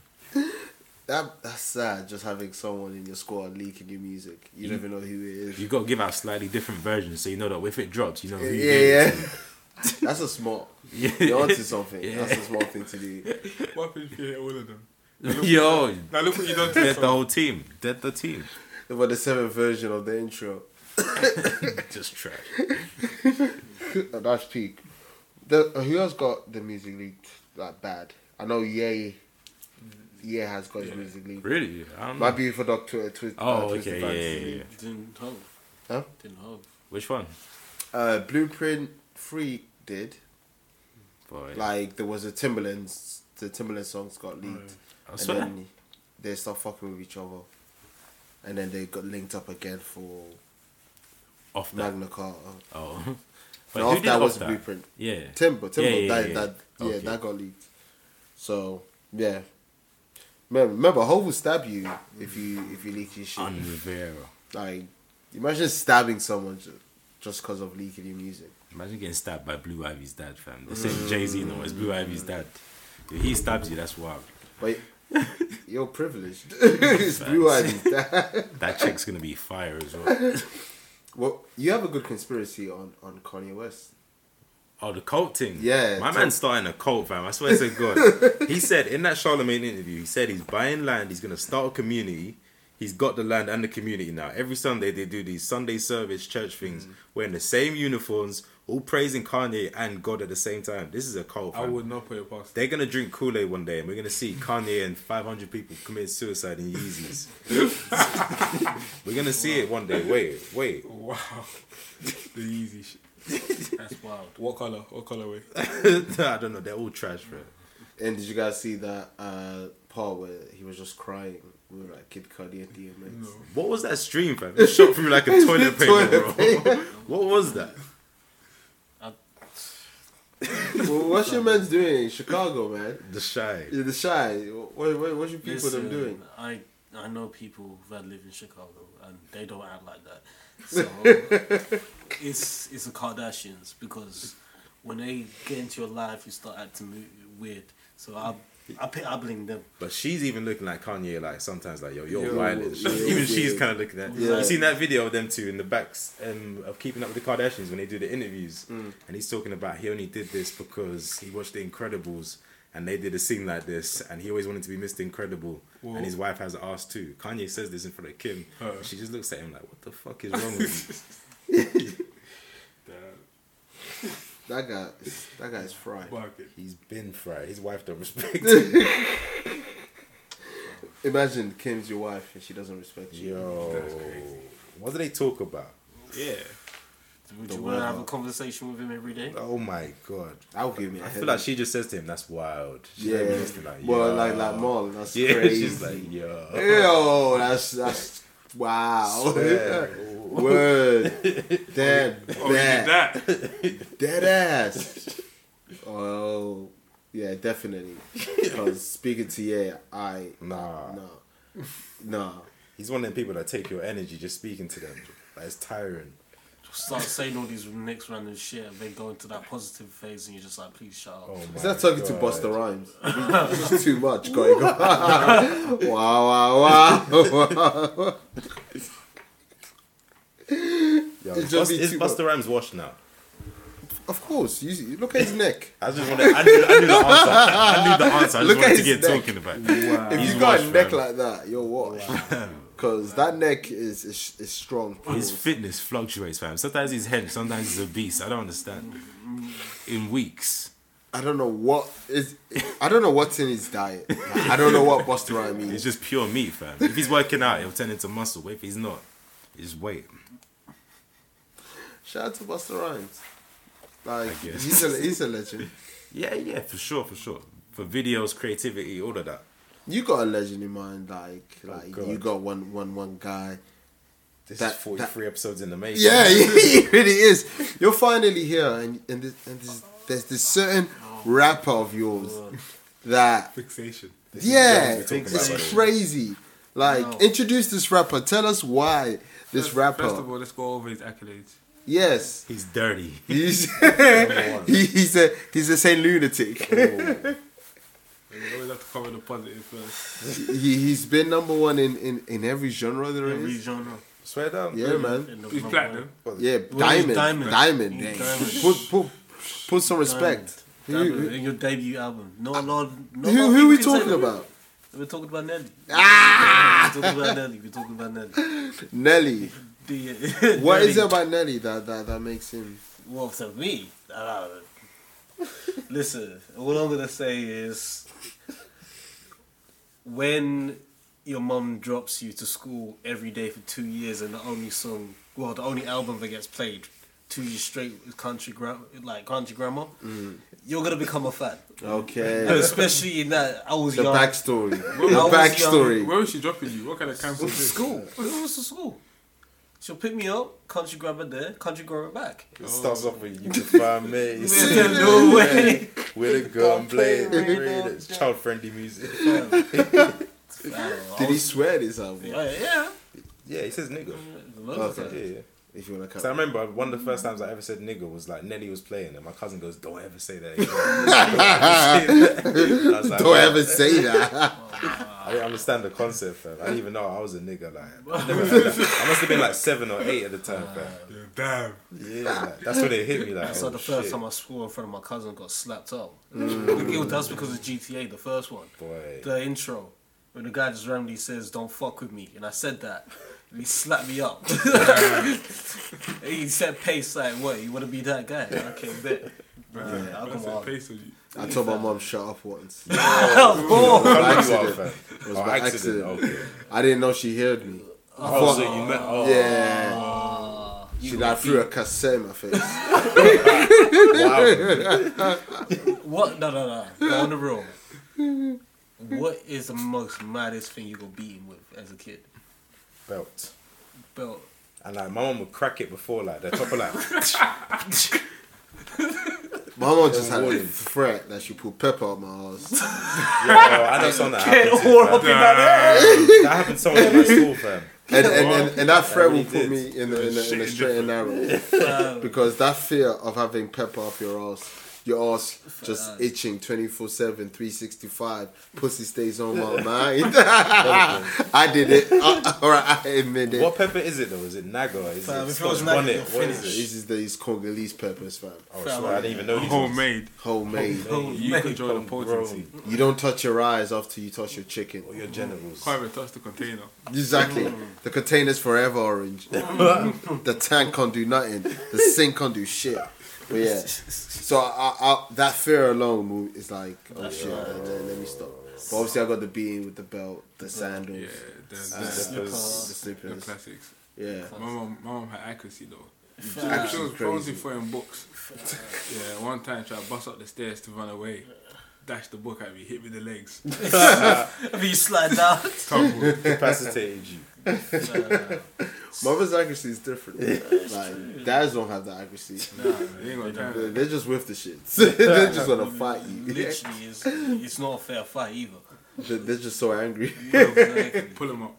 S3: That that's sad. Just having someone in your squad leaking your music. You never know who it is.
S4: You gotta give out slightly different versions so you know that if it drops, you know. Who
S3: yeah, yeah. that's a smart.
S4: Yeah.
S3: You're onto something.
S4: Yeah.
S3: That's a smart thing to do.
S5: What if you hit all of them?
S4: yeah. Yo,
S5: Now look what you done to
S4: dead the
S5: someone.
S4: whole team. Dead the team.
S3: But the seventh version of the intro.
S4: Just trash.
S3: Uh, That's peak. The uh, who else got the music leaked like bad? I know Ye. Ye has got his music leaked.
S4: Really? I don't
S3: My
S4: know.
S3: beautiful doctor. Twi- uh,
S4: Oh,
S3: Twisted
S4: okay,
S3: Fantasy.
S4: yeah, yeah, yeah.
S7: Didn't help.
S3: Huh?
S7: Didn't help.
S4: Which one?
S3: Uh, Blueprint Three did.
S4: Boy,
S3: Like there was a Timberlands. The Timberland songs got leaked,
S4: I
S3: and
S4: swear.
S3: then they start fucking with each other, and then they got linked up again for
S4: Off that.
S3: Magna Carta.
S4: Oh. But
S3: No,
S4: who
S3: off
S4: did
S3: that
S4: off
S3: was
S4: that?
S3: Blueprint.
S4: Yeah.
S3: Timber, Timber,
S4: Yeah, yeah,
S3: that,
S4: yeah.
S3: that, yeah,
S4: Okay.
S3: that got leaked. So yeah, remember, remember Hov will stab you if you if you leak your shit.
S4: On Rivera.
S3: Like, imagine stabbing someone ju- just because of leaking your music.
S4: Imagine getting stabbed by Blue Ivy's dad, fam. The
S3: Mm.
S4: same Jay Z, no, it's Blue Ivy's dad. If he stabs you, that's wild.
S3: But you're privileged. it's blue eyed.
S4: That chick's gonna be fire as well.
S3: well, you have a good conspiracy on on Kanye West.
S4: Oh, the cult thing.
S3: Yeah,
S4: My
S3: top-
S4: man's starting a cult, fam. I swear to God. he said in that Charlemagne interview, he said he's buying land, he's gonna start a community. He's got the land and the community now. Every Sunday they do these Sunday service church things,
S5: Mm.
S4: wearing the same uniforms, all praising Kanye and God at the same time. This is a cult.
S5: I
S4: fam.
S5: would not put it past.
S4: They're gonna drink Kool Aid one day, and we're gonna see Kanye and 500 people commit suicide in Yeezys. we're gonna see it one day. Wait, wait.
S5: Wow, the easy shit. That's wild. What color? What colorway?
S4: I don't know. They're all trash, bro.
S3: And did you guys see that uh, part where he was just crying with like Kid Cudi and DMX?
S4: What was that stream, fam? It shot through like a toilet paper roll. what was that?
S3: well, what's your man's doing in Chicago, man?
S4: The shy.
S3: Yeah, the shy. What, what, what you people them
S7: Listen,
S3: doing?
S7: I I know people that live in Chicago and they don't act like that. So it's it's the Kardashians because when they get into your life, you start acting mo- weird. So I I pick I blame them.
S4: But she's even looking like Kanye, like sometimes, like yo, you're
S3: Yo,
S4: violent.
S3: yo,
S4: even
S3: yeah.
S4: she's kind of looking at.
S3: Yeah.
S4: You seen that video of them two in the backs um, of Keeping Up with the Kardashians when they do the interviews,
S3: Mm.
S4: and he's talking about he only did this because he watched The Incredibles, and they did a scene like this, and he always wanted to be Mr. Incredible, and his wife has an ass too. Kanye says this in front of Kim, and she just looks at him like, what the fuck is wrong with
S3: That guy, is- that guy is fried.
S4: you? He's been fried. His wife don't respect him.
S3: Imagine Kim's your wife and she doesn't respect you.
S4: Yo, what do they talk about?
S5: Yeah.
S7: Would you want to have a conversation with him every day?
S4: Oh my god.
S3: I'll give me. a
S4: I feel
S3: headache.
S4: like she just says to him, "That's wild." She
S3: yeah.
S4: never used to like,
S3: well,
S4: yo.
S3: like like mom, that's
S4: yeah,
S3: crazy.
S4: she's like, "Yo,
S3: Yo, that's that's wow. Word, damn,
S5: Oh, you did
S3: that
S5: that.
S3: dead ass. Oh, yeah, definitely. Because speaking to yeah, I
S4: nah."
S3: no, no.
S4: He's one of them people that take your energy just speaking to them. Like it's tiring.
S7: Start saying all these next random shit and then go into that positive phase and you're just like, please shut up.
S4: Oh my
S3: Is that talking to
S4: God.
S3: Buster Rhymes? It's too much going on. wow, wow, wow.
S4: Yo,
S3: It's just
S4: Bust-
S3: be
S4: is
S3: too
S4: Buster Rhymes washed now?
S3: of course, you see, look at his neck.
S4: I just wanted. I knew, I knew the answer. I knew the answer. I just
S3: Look at
S4: wanted to
S3: his
S4: get
S3: neck.
S4: talking about.
S3: If
S4: He's
S3: you got a
S4: washed,
S3: neck
S4: man.
S3: like that, you're washed. Because that neck is is, is strong.
S4: His fitness fluctuates, fam. Sometimes he's hench, sometimes he's obese. I don't understand. In weeks,
S3: I don't know what is. I don't know what's in his diet. I don't know what Buster Rhymes
S4: it's
S3: eats.
S4: just pure meat, fam. If he's working out, he'll turn into muscle. If he's not, is weight.
S3: Shout out to Buster Rhymes. Like
S4: I guess.
S3: he's a he's a legend.
S4: Yeah, yeah, for sure, for sure. For videos, creativity, all of that.
S3: You got a legend in mind, like like
S4: Oh, God.
S3: you got one one one guy.
S4: This is
S3: That-
S4: 43 episodes in the making.
S3: Yeah, he really is. You're finally here, and and this, and this, there's this certain
S4: Oh.
S3: rapper of yours that
S4: Fixation. This is
S3: yeah,
S4: what we're talking about, by
S3: it's
S4: the way.
S3: crazy. Like
S8: No.
S3: introduce this rapper. Tell us why this
S5: First-
S3: rapper.
S5: First of all, let's go over his accolades.
S3: yes,
S4: He's dirty.
S3: he's he, he's a he's a Saint lunatic.
S4: Oh.
S5: We always have to cover the positive first.
S3: he, he's been number one in, in, in every genre there
S7: Every
S3: is.
S7: genre.
S4: Swear down.
S3: Yeah, man.
S7: in the
S5: He's
S7: number
S5: platinum.
S3: Yeah,
S8: What is
S3: diamond, diamond,
S8: Diamond?
S3: diamond.
S7: Diamond.
S3: Put, put put some
S7: one.
S3: respect.
S7: Diamond,
S3: Who-
S7: in your debut album. No, no, no.
S3: Who
S7: no,
S3: who are we
S7: people say
S3: talking
S7: that.
S3: about?
S7: We're talking about Nelly. Ah! We're talking about Nelly. We're talking about Nelly.
S3: Nelly.
S7: The,
S3: What
S7: Nelly.
S3: is it about Nelly that, that, that makes him?
S7: Well, to me, uh, listen, what I'm gonna say is when your mum drops you to school every day for two years, and the only song, well, the only album that gets played two years straight is country gram, like country grammar,
S3: Mm.
S7: you're gonna become a fan.
S3: Okay.
S7: Especially in that I was
S3: the
S7: young.
S3: backstory.
S7: I was
S3: the backstory.
S5: Where is she dropping you? What kind of campus is this?
S7: school. It was to school. She'll pick me up, country grandma there, country grandma back.
S4: It starts off with you can find me.
S7: no way.
S4: With a gun blade. It's child friendly music.
S3: Did he swear this album?
S7: Yeah, yeah.
S4: Yeah, he says nigga.
S3: Oh,
S4: Yeah,
S7: Okay.
S4: yeah.
S3: If you want to
S4: So I
S3: cut.
S4: remember one of the first times I ever said nigga was like Nelly was playing and my cousin goes, Don't ever say that again. I was like,
S3: Don't ever say that.
S4: I didn't understand the concept, fam. I didn't even know I was a nigga. Like, I, never heard that. I must have been like seven or eight at the time, fam.
S5: Damn.
S4: Yeah, like, that's when it hit me. Like,
S7: That's
S4: oh,
S7: like the first
S4: shit,
S7: time I swore in front of my cousin got slapped up. Mm. that's because of GTA, the first one.
S4: boy.
S7: The intro. When the guy just randomly says, Don't fuck with me. And I said that. And he slapped me up. he said, Pace, like, what? You want to be that guy? And I came back. Yeah, I'll
S5: That's
S7: come
S5: a
S7: on.
S5: pace on you.
S3: I told my mom shut up once.
S7: Oh,
S4: How old you are,
S3: accident.
S4: fam?
S3: It was
S4: Oh,
S3: by
S4: accident.
S3: accident.
S4: Okay.
S3: I didn't know she heard me.
S4: Oh, so you met. Oh,
S3: Yeah.
S7: you
S3: She
S7: got
S3: like threw a cassette in my face.
S4: wow.
S7: What? No, no, no. Go on the room. What is the most maddest thing you got beaten with as a kid?
S4: Belt.
S7: Belt.
S4: And like, my mom would crack it before, like, the top of like,
S3: My mom just had a threat that she put pepper on my ass.
S4: yo, oh, I know someone that happened. To, fam. That happened to someone in my school, fam.
S3: And and, and, and that threat will
S4: really
S3: put
S4: did.
S3: me in the, in the, in the straight and narrow. because that fear of having pepper up your ass, your ass just itching 24 7, 365, pussy stays on my mind. I did it. Uh, all right, I admit it.
S4: What pepper is it though? Is it naga? Is
S7: Fam,
S4: it
S7: if it was
S4: Scotch
S7: naga,
S4: bonnet?
S7: you're
S4: What is it?
S3: This is these Congolese peppers, fam.
S4: Oh, I swear, I didn't even know these. ones.
S5: Homemade.
S3: Homemade.
S5: You control the potency.
S4: Grown.
S3: You don't touch your eyes after you touch your chicken.
S4: Or your genitals.
S5: Can't even touch the container.
S3: Exactly. The container's forever orange. the tank can't do nothing. The sink can't do shit. But yeah, so I, I, that fear alone will- is like, oh shit, let, let- let me stop. But obviously, I got the beating with the belt, the sandals,
S5: Yeah, the, the,
S4: Slippers.
S3: the
S5: the
S3: slippers.
S5: classics.
S3: Yeah,
S5: My mom, my mom had accuracy though. She
S3: actually
S5: was bouncing
S3: crazy.
S5: for in books. Yeah, one time tried to bust up the stairs to run away. Dashed the book at me, hit me in the legs.
S7: Have you slide down?
S5: Tumbled.
S4: Capacitated you.
S3: Mother's accuracy is different. like dads don't have that accuracy.
S5: You ain't got time.
S3: They- They're just with the shit. They're just gonna fight you.
S7: Literally, it's, it's not a fair fight either.
S3: They're they're just so angry.
S7: Exactly.
S5: Pull them up.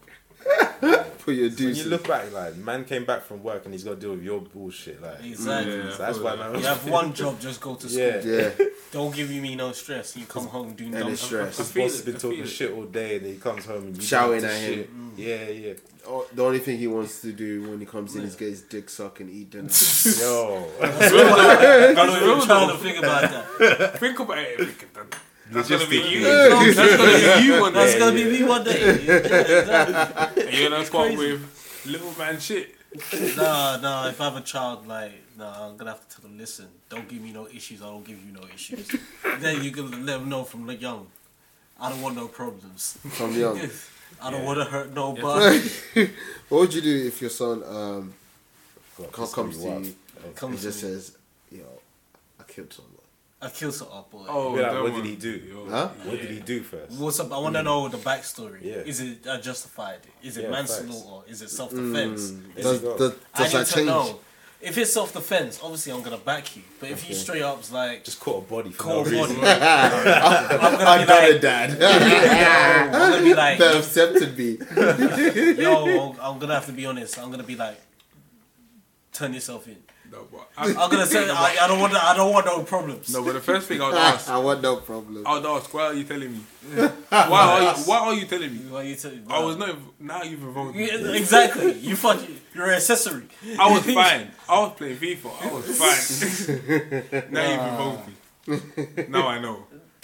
S3: Put your
S4: When you
S3: deuces.
S4: look back, like man came back from work and he's got to deal with your bullshit. Like
S7: Exactly.
S4: so that's why man.
S7: You have one job, just go to school.
S4: Yeah.
S3: Yeah,
S7: Don't give me no stress. You come home, do
S3: and
S7: nothing.
S3: it's stress.
S4: His boss has been talking shit all day and then he comes home and you
S3: Shouting
S4: do
S3: at him.
S4: shit. Yeah, yeah.
S3: Oh, the only thing he wants to do when he comes in is get his dick sucked and eat dinner.
S4: Yo,
S7: I'm not even trying to think about that.
S5: Think about it. Vic. That's gonna be
S4: Logistically.
S5: you. That's gonna be you one
S7: That's
S5: day.
S7: gonna be me one day. Yeah, exactly.
S5: And You're gonna come up with little man shit.
S7: Nah, nah. If I have a child, like, nah, I'm gonna have to tell them. Listen, don't give me no issues. I don't give you no issues. then you can let them know from the young. I don't want no problems.
S3: From young.
S7: I don't want to hurt nobody.
S3: What would you do if your son um,
S4: God,
S3: co-
S4: this could be
S3: comes to
S4: wild.
S3: you
S7: Come
S3: and
S7: to
S3: just
S7: me.
S3: says, "Yo, I killed someone."
S7: I kill some up,
S4: Be
S7: boy.
S5: Oh,
S4: like,
S5: that
S4: what
S5: one.
S4: did he do?
S3: Huh?
S4: What did he do first?
S7: What's up? I want to know the backstory.
S4: Mm. Yeah.
S7: Is it uh, justified? Is it
S4: Yeah,
S7: manslaughter? Is it self defense? Is
S3: Mm. Does,
S7: it,
S4: go.
S3: does,
S7: I
S3: does
S7: need
S3: that
S7: to
S3: change?
S7: know. If it's self defense, obviously I'm gonna back you. But if you straight up's like
S4: Just caught a body for
S7: cold
S4: no reason.
S7: body, I'm gonna
S3: I'm
S7: be
S3: not a
S7: like,
S3: dad.
S7: yo, I'm gonna be like,
S3: They accepted me.
S7: yo, Oh, I'm gonna have to be honest. I'm gonna be like, turn yourself in.
S5: No, but I,
S7: I'm gonna say I, I don't want I don't want no problems.
S5: no, but the first thing I would ask,
S3: I want no problem.
S5: I would ask, why are you telling me? Why are you, why are you telling me?
S7: Why you telling me?
S5: I was not. inv- Now you've involved me.
S7: Yeah, exactly. You fuck. You're an accessory.
S5: I was fine. I was playing FIFA. I was fine. now you've involved me. Now I know.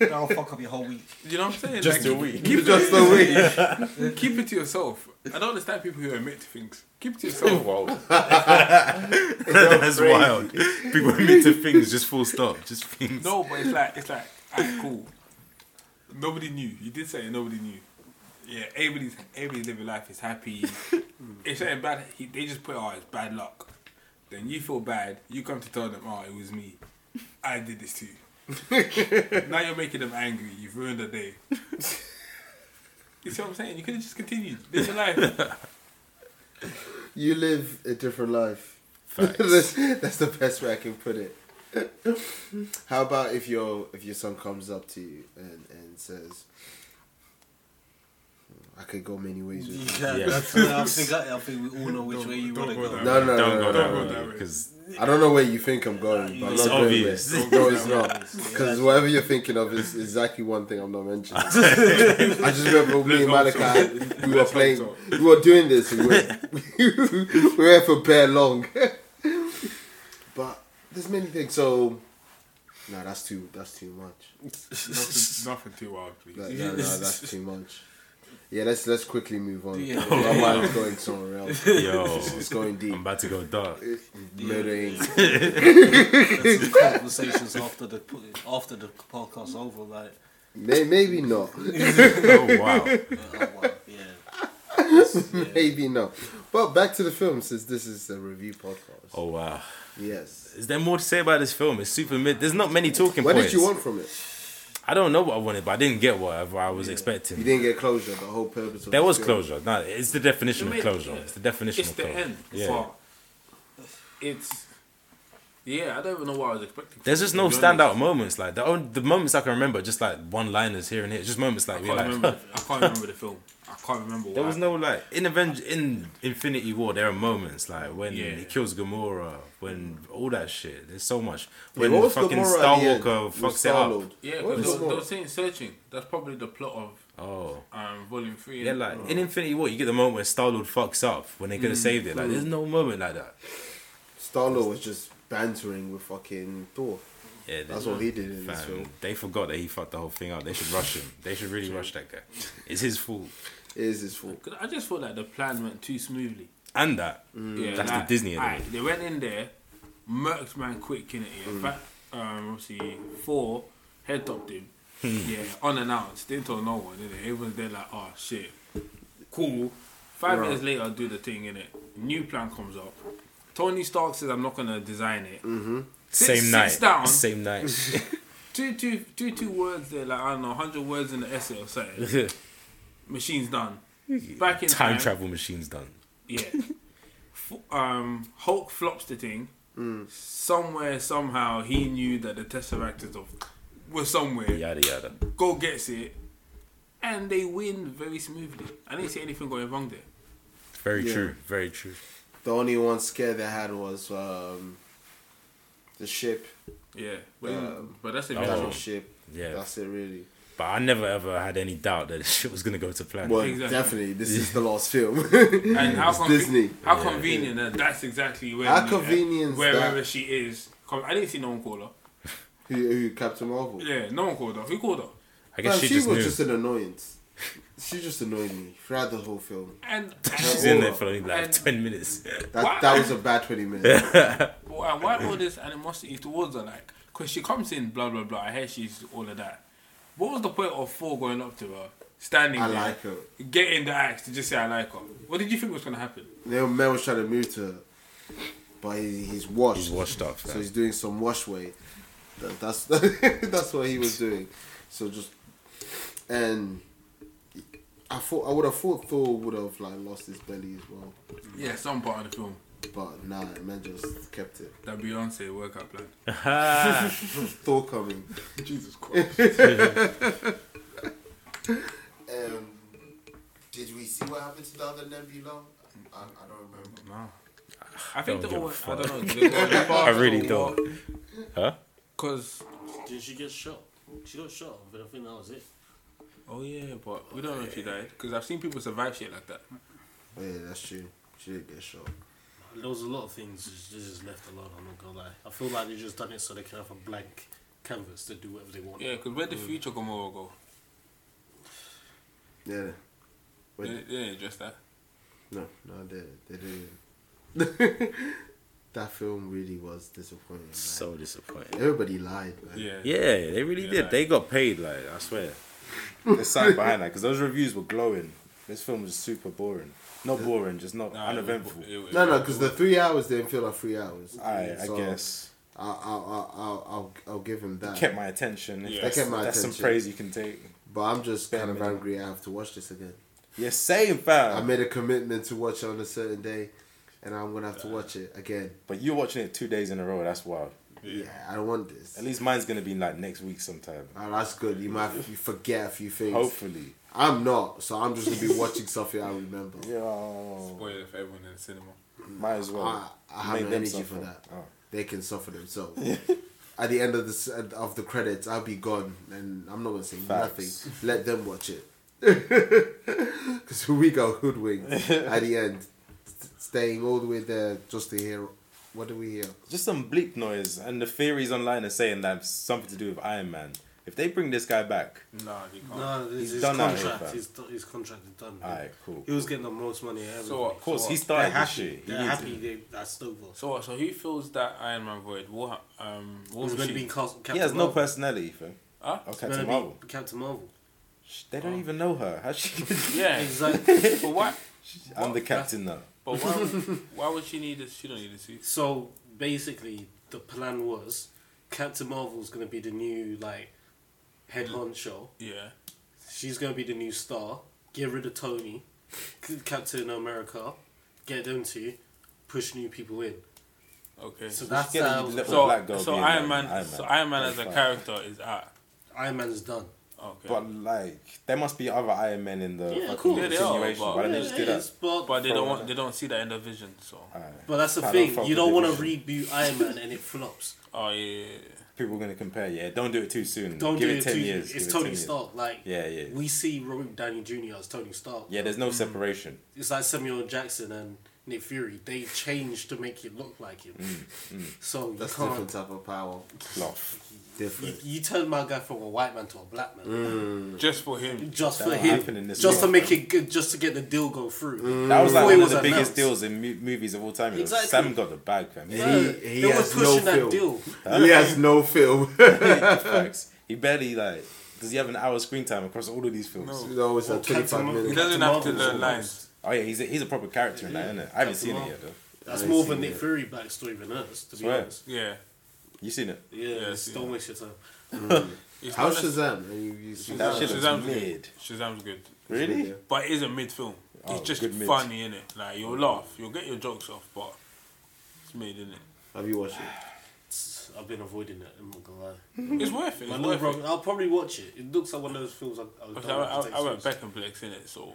S7: That'll fuck up your whole week.
S5: You know what I'm saying?
S4: Just a
S5: like,
S4: week.
S5: Keep
S3: Just the way.
S5: it, keep it to yourself. I don't understand people who admit to things. Keep it to yourself.
S4: Wild. That's wild. People admit to things just full stop. Just things.
S5: No, but it's like it's like alright, cool. Nobody knew. You did say it, nobody knew. Yeah, everybody's everybody's living life is happy. if something bad, he, they just put oh it's bad luck. Then you feel bad. You come to tell them oh it was me. I did this to you. now you're making them angry. You've ruined the day. You see what I'm saying? You could have just continued. Live your life.
S3: You live a different life.
S4: Facts.
S3: that's, that's the best way I can put it. How about if your if your son comes up to you and, and says, "Hmm, "I could go many ways with you."
S7: Yeah,
S4: Yeah.
S7: That's, I, think, I, I think we all know which way you want to
S5: go
S7: go.
S5: down.
S3: No, no,
S4: Don't
S3: no, no,
S4: go that
S3: no,
S4: way,
S5: that way.
S4: 'cause
S3: I don't know where you think I'm going, but
S4: It's
S3: I'm not going
S4: obvious.
S3: there. No, it's not. Because whatever you're thinking of is exactly one thing I'm not mentioning. I just remember me and
S5: Let's hope
S3: Malachi, we were
S5: Let's hope
S3: playing,
S5: so.
S3: we were doing this, and we were, we were here for bare long. but there's many things. So, no, that's too. That's too much.
S5: nothing, nothing too wild, please.
S3: That, no, no, that's too much. Yeah, let's let's quickly move on.
S7: Yeah.
S3: My mind's going somewhere else.
S4: Yo,
S3: It's going deep.
S4: I'm about to go dark.
S3: Murdering.
S7: That's the conversations after the after the podcast over. Like,
S3: May, maybe not.
S4: Oh wow.
S7: oh, wow, yeah.
S3: Maybe not. But back to the film, since this is a review podcast.
S4: Oh wow.
S3: Yes.
S4: Is there more to say about this film? It's super mid. There's not many talking
S3: What
S4: points.
S3: did you want from it?
S4: I don't know what I wanted, but I didn't get what I- I was expecting.
S3: You didn't get closure. The whole purpose of
S4: There
S3: the
S4: was
S3: film.
S4: closure. No, it's the definition
S5: It
S4: of
S5: made-
S4: closure.
S5: yeah.
S4: It's the definition
S5: it's
S4: of
S5: the
S4: closure.
S5: end.
S4: Yeah.
S5: but it's yeah. I don't even know what I was expecting.
S4: There's just no
S5: To be honest.
S4: standout moments. Like the only, the moments I can remember, are just like one liners here and here. Just moments like
S5: I
S4: we're
S5: can't,
S4: like.
S5: remember, I can't remember the film. I can't remember. What
S4: There was no like in Avenge in Infinity War. There are moments like when
S5: Yeah.
S4: he kills Gamora, when all that shit. There's so much. When
S3: what was
S4: fucking
S3: Gamora at the end?
S4: Starwalker
S3: With
S4: fucks it up.
S3: Star-Lord.
S5: Yeah,
S3: What is
S5: because they, were- they
S3: Star-Lord?
S5: were saying searching. That's probably the plot of
S4: Oh.
S5: um, Volume Three.
S4: Yeah,
S5: innit?
S4: like in Infinity War, you get the moment where Star Lord fucks up when they could have
S5: Mm.
S4: saved it. Like, there's no moment like that.
S3: Star-Lord was just bantering with fucking Thor.
S4: Yeah,
S3: That's
S4: they-
S3: what he did in this
S4: fam,
S3: film.
S4: They forgot that he fucked the whole thing up. They should rush him. They should really rush that guy. It's his fault.
S3: It is his fault.
S5: 'Cause I just felt like the plan went too smooely.
S4: And that.
S5: Mm. Yeah,
S4: Mm, That's
S5: like,
S4: the Disney
S5: aight,
S4: element. Mm.
S5: They went in there, murked man quick in it. Yeah, Fact, um, obviously four head topped him.
S4: Hmm.
S5: yeah, unannounced. Didn't tell no one. Did it? Everyone's there like, oh shit, cool. Five
S3: Right.
S5: minutes later, I do the thing in it. New plan comes up. Tony Stark says, "I'm not gonna design it."
S4: Same
S5: sits
S4: night.
S5: down.
S4: Same night.
S5: two, two, two, two words there, like I don't know, hundred words in the essay or something. Machine's done. Back in time,
S4: Time travel machine's done.
S5: Yeah. F- um, Hulk flops the thing. Somewhere, somehow, he knew that the Tesseract is of was somewhere.
S4: Yada yada.
S5: Go gets it, and they win very smoothly. I didn't see anything going wrong there.
S4: Very
S3: Yeah.
S4: true. Very true.
S3: The only one scare they had was um, the ship.
S5: Yeah, but,
S3: Um,
S5: but that's the
S3: That
S4: Oh.
S3: was ship.
S4: Yeah.
S3: That's it, really.
S4: But I never ever had any doubt that shit was gonna go to plan.
S3: Well,
S5: Exactly.
S3: definitely, this is the last film.
S5: And how
S3: It's
S5: conve-
S3: Disney.
S5: How convenient that that's exactly where
S3: How
S5: the-
S3: convenient is
S5: wherever
S3: that?
S5: she is. Com- I didn't see no one call her.
S3: who, who Captain Marvel?
S5: Yeah, no one called her. Who called her?
S4: I guess
S3: Fam,
S4: she,
S3: she,
S4: just
S3: was
S4: knew.
S3: just an annoyance. She just annoyed me throughout the whole film.
S5: And
S4: She's
S5: and,
S4: in there for only like
S5: And-
S4: ten minutes.
S3: That
S5: Why-
S3: that was a bad twenty minutes.
S5: why, why all this animosity towards her? Like, because she comes in, blah blah blah. I hear she's all of that, What was the point of four going up to her, standing
S3: I
S5: there,
S3: like her.
S5: getting the axe to just say I like her? What did you think was gonna happen?
S3: Then man was trying to move to her, but he, he's washed.
S4: He's washed up,
S3: So
S4: yeah.
S3: he's doing some wash way. That, that's that's what he was doing. So just and I thought I would have thought Thor would have like lost his belly as well,
S5: Yeah, some part of the film.
S3: but nah, man just kept it.
S5: That Beyonce workout plan.
S3: Thor coming.
S5: Jesus Christ.
S3: Um, did we see what happened to the other Nebula? I, I don't remember.
S5: I think
S4: Don't
S5: the
S4: give a
S5: one. I
S4: fuck.
S5: don't know.
S4: I really don't. Huh?
S5: Because
S7: Did she get shot? She got shot, but I think that was it.
S5: oh yeah, but we don't know if she died. Because I've seen people survive shit like that.
S3: Oh, yeah, that's true. She did get shot.
S7: There was a lot of things just- they just left alone. I'm not gonna lie. I feel like they just done it so they can have a blank canvas to do whatever they want.
S5: Yeah, because where the future Gamora go?
S3: Yeah.
S5: They,
S3: Wait.
S5: they didn't address that.
S3: No, no, they they didn't. that film really was disappointing. man.
S4: So disappointing.
S3: Everybody lied, man.
S5: Yeah.
S4: Yeah, they really did. they got paid, like I swear. the side behind that, because those reviews were glowing. This film was super boring. Not boring, just not
S5: Nah, it-
S4: uneventful.
S5: it- it-
S3: No, no, because the three hours didn't feel like three hours.
S4: I, I
S3: So,
S4: guess
S3: I'll, I'll, I'll, I'll, I'll give him that.
S4: kept my attention.
S5: Yeah.
S4: Yeah.
S3: That kept my
S4: that's some
S3: attention.
S4: praise you can take.
S3: but I'm just kind of
S4: Bare minimum.
S3: angry. I have to watch this again.
S4: Yeah, same
S3: I
S4: fam.
S3: made a commitment to watch it on a certain day, and I'm gonna have to watch it again.
S4: but you're watching it two days in a row. That's wild.
S3: Yeah, I don't want this.
S4: At least mine's gonna be like next week sometime.
S3: Ah, that's good. You might you forget a few things.
S4: Hopefully.
S3: I'm not, so I'm just gonna be watching something I remember.
S4: Yeah.
S5: Spoiler for everyone in the cinema.
S4: Might as well.
S3: I, I have
S4: Oh, Make
S3: no
S4: them
S3: energy
S4: suffer.
S3: for that.
S4: Oh.
S3: They can suffer themselves. At the end of the s- uh, of the credits, I'll be gone, and I'm not gonna say
S4: Facts.
S3: nothing. Let them watch it, because we got hoodwinked at the end, st- staying all the way there just to hear what do we hear?
S4: Just some bleep noise, and the theories online are saying that's something to do with Iron Man. If they bring this guy back,
S5: Nah, they can't.
S7: No, his, his
S4: done that with
S7: contract.
S4: that.
S7: His, do- his contract is done.
S4: alright, cool.
S7: He was getting the most money. Ever.
S5: So what?
S4: Of course,
S5: so
S4: he
S5: what?
S4: started
S7: They're
S4: this
S7: happy.
S4: shit. He
S7: They're
S4: needs
S7: happy. They, that's over.
S5: So what? So who fills that Iron Man void? War, um, War
S7: He's meant to be
S5: Machine?
S7: Cas- Captain
S4: He has no
S7: Marvel.
S4: personality, fam.
S5: Huh?
S4: Or
S7: He's meant
S4: Captain
S7: to be
S4: Marvel.
S7: Captain Marvel.
S4: Sh- They don't even know her. How she?
S5: Yeah,
S7: Exactly.
S5: but why?
S4: I'm the captain now.
S5: But why? Would, why would she need this? She don't need a suit.
S7: so basically, the plan was Captain Marvel's going to be the new like head honcho.
S5: Yeah.
S7: She's going to be the new star. Get rid of Tony, C- Captain America. Get them to push new people in.
S5: Okay.
S7: So
S5: So,
S7: that's
S4: get
S7: how
S4: the little-
S5: so,
S4: Black girl being
S5: Iron
S4: in
S5: Man,
S4: Iron
S5: so
S4: Man.
S5: Iron Man as a
S4: That's fine.
S5: character is out.
S7: Iron Man's done.
S5: Okay.
S4: But like, there must be other Iron Men in the
S7: Yeah,
S4: fucking
S7: of course.
S5: Yeah, they are,
S4: continuation.
S5: but-
S4: Why didn't
S7: Yeah,
S4: they just do
S7: it
S4: that?
S7: is, but,
S5: but
S7: but
S5: they don't want. They don't see that in the vision. So.
S4: Alright.
S7: that's the
S4: I don't
S7: thing.
S4: fuck
S7: you
S4: with
S7: don't
S4: the
S7: want to
S4: vision.
S7: reboot Iron Man and it flops.
S5: Oh yeah. yeah,
S4: People are gonna compare. Yeah, don't do it too soon.
S7: Don't
S4: Give
S7: do
S4: it
S7: it
S4: ten
S7: too.
S4: years.
S7: It's
S4: Give it
S7: Tony
S4: 10 years.
S7: Stark. Like
S4: Yeah, yeah.
S7: we see Robert Downey Jr. as Tony Stark.
S4: Yeah, there's no separation.
S7: It's like Samuel L. Jackson and Nick Fury. They changed to make it look like him.
S4: Mm,
S7: So you
S3: That's different
S7: can't.
S3: type of power.
S4: Loff.
S7: You,
S3: Different.
S7: you turn my guy from a white man to a black
S4: Mm.
S7: man
S5: yeah. Just for him.
S7: just
S4: That
S7: for
S4: won't
S7: him,
S4: happen in this
S7: just to
S4: world,
S7: make
S4: man.
S7: it good, just to get the deal go through.
S9: Mm,
S4: That was like
S7: Mm. Before
S4: one
S7: it
S4: of
S7: was
S4: the biggest
S7: announced.
S4: deals in mu- movies of all time. you know.
S7: Exactly.
S4: Sam got the bag, fam.
S7: Yeah,
S3: He, he
S7: they were
S3: has no
S7: pushing that
S3: film.
S7: deal.
S3: He has no film.
S4: Facts. He barely like. Does he have an hour screen time across all of these films?
S3: It's always like
S7: Captain
S3: 25
S7: Marvel.
S5: He
S3: minutes.
S5: doesn't have to
S7: Marvel's
S5: learn
S7: almost-
S5: lines.
S4: Oh yeah, he's a, he's a proper character in that, isn't it? I haven't seen it yet though.
S7: That's
S3: I
S7: more
S3: see
S7: of a Nick
S3: it.
S7: Fury backstory than us, to be
S4: Swear.
S7: honest.
S5: Yeah.
S4: You seen it?
S7: Yeah,
S5: Yeah, I
S7: just
S5: see
S7: don't
S5: that.
S7: waste your time.
S5: It's
S3: How's
S5: not necess-
S3: Shazam? And you, you see
S4: That
S3: that
S4: shit looks
S5: Shazam's
S4: mid.
S5: good. Shazam's good.
S4: Really?
S5: But it is a mid film.
S4: Oh,
S5: it's just
S4: good mid.
S5: funny, innit? Like, you'll laugh, you'll get your jokes off, but it's mid, innit?
S3: Have you watched it?
S7: It's- I've been avoiding it. I'm not gonna lie.
S5: It's worth it.
S7: My
S5: It's
S7: little
S5: worth
S7: brother,
S5: it.
S7: I'll probably watch it. It looks like one of those films I, I,
S5: Because
S7: would
S5: I, I, I went
S7: don't like
S5: Beckhamplex, innit? So,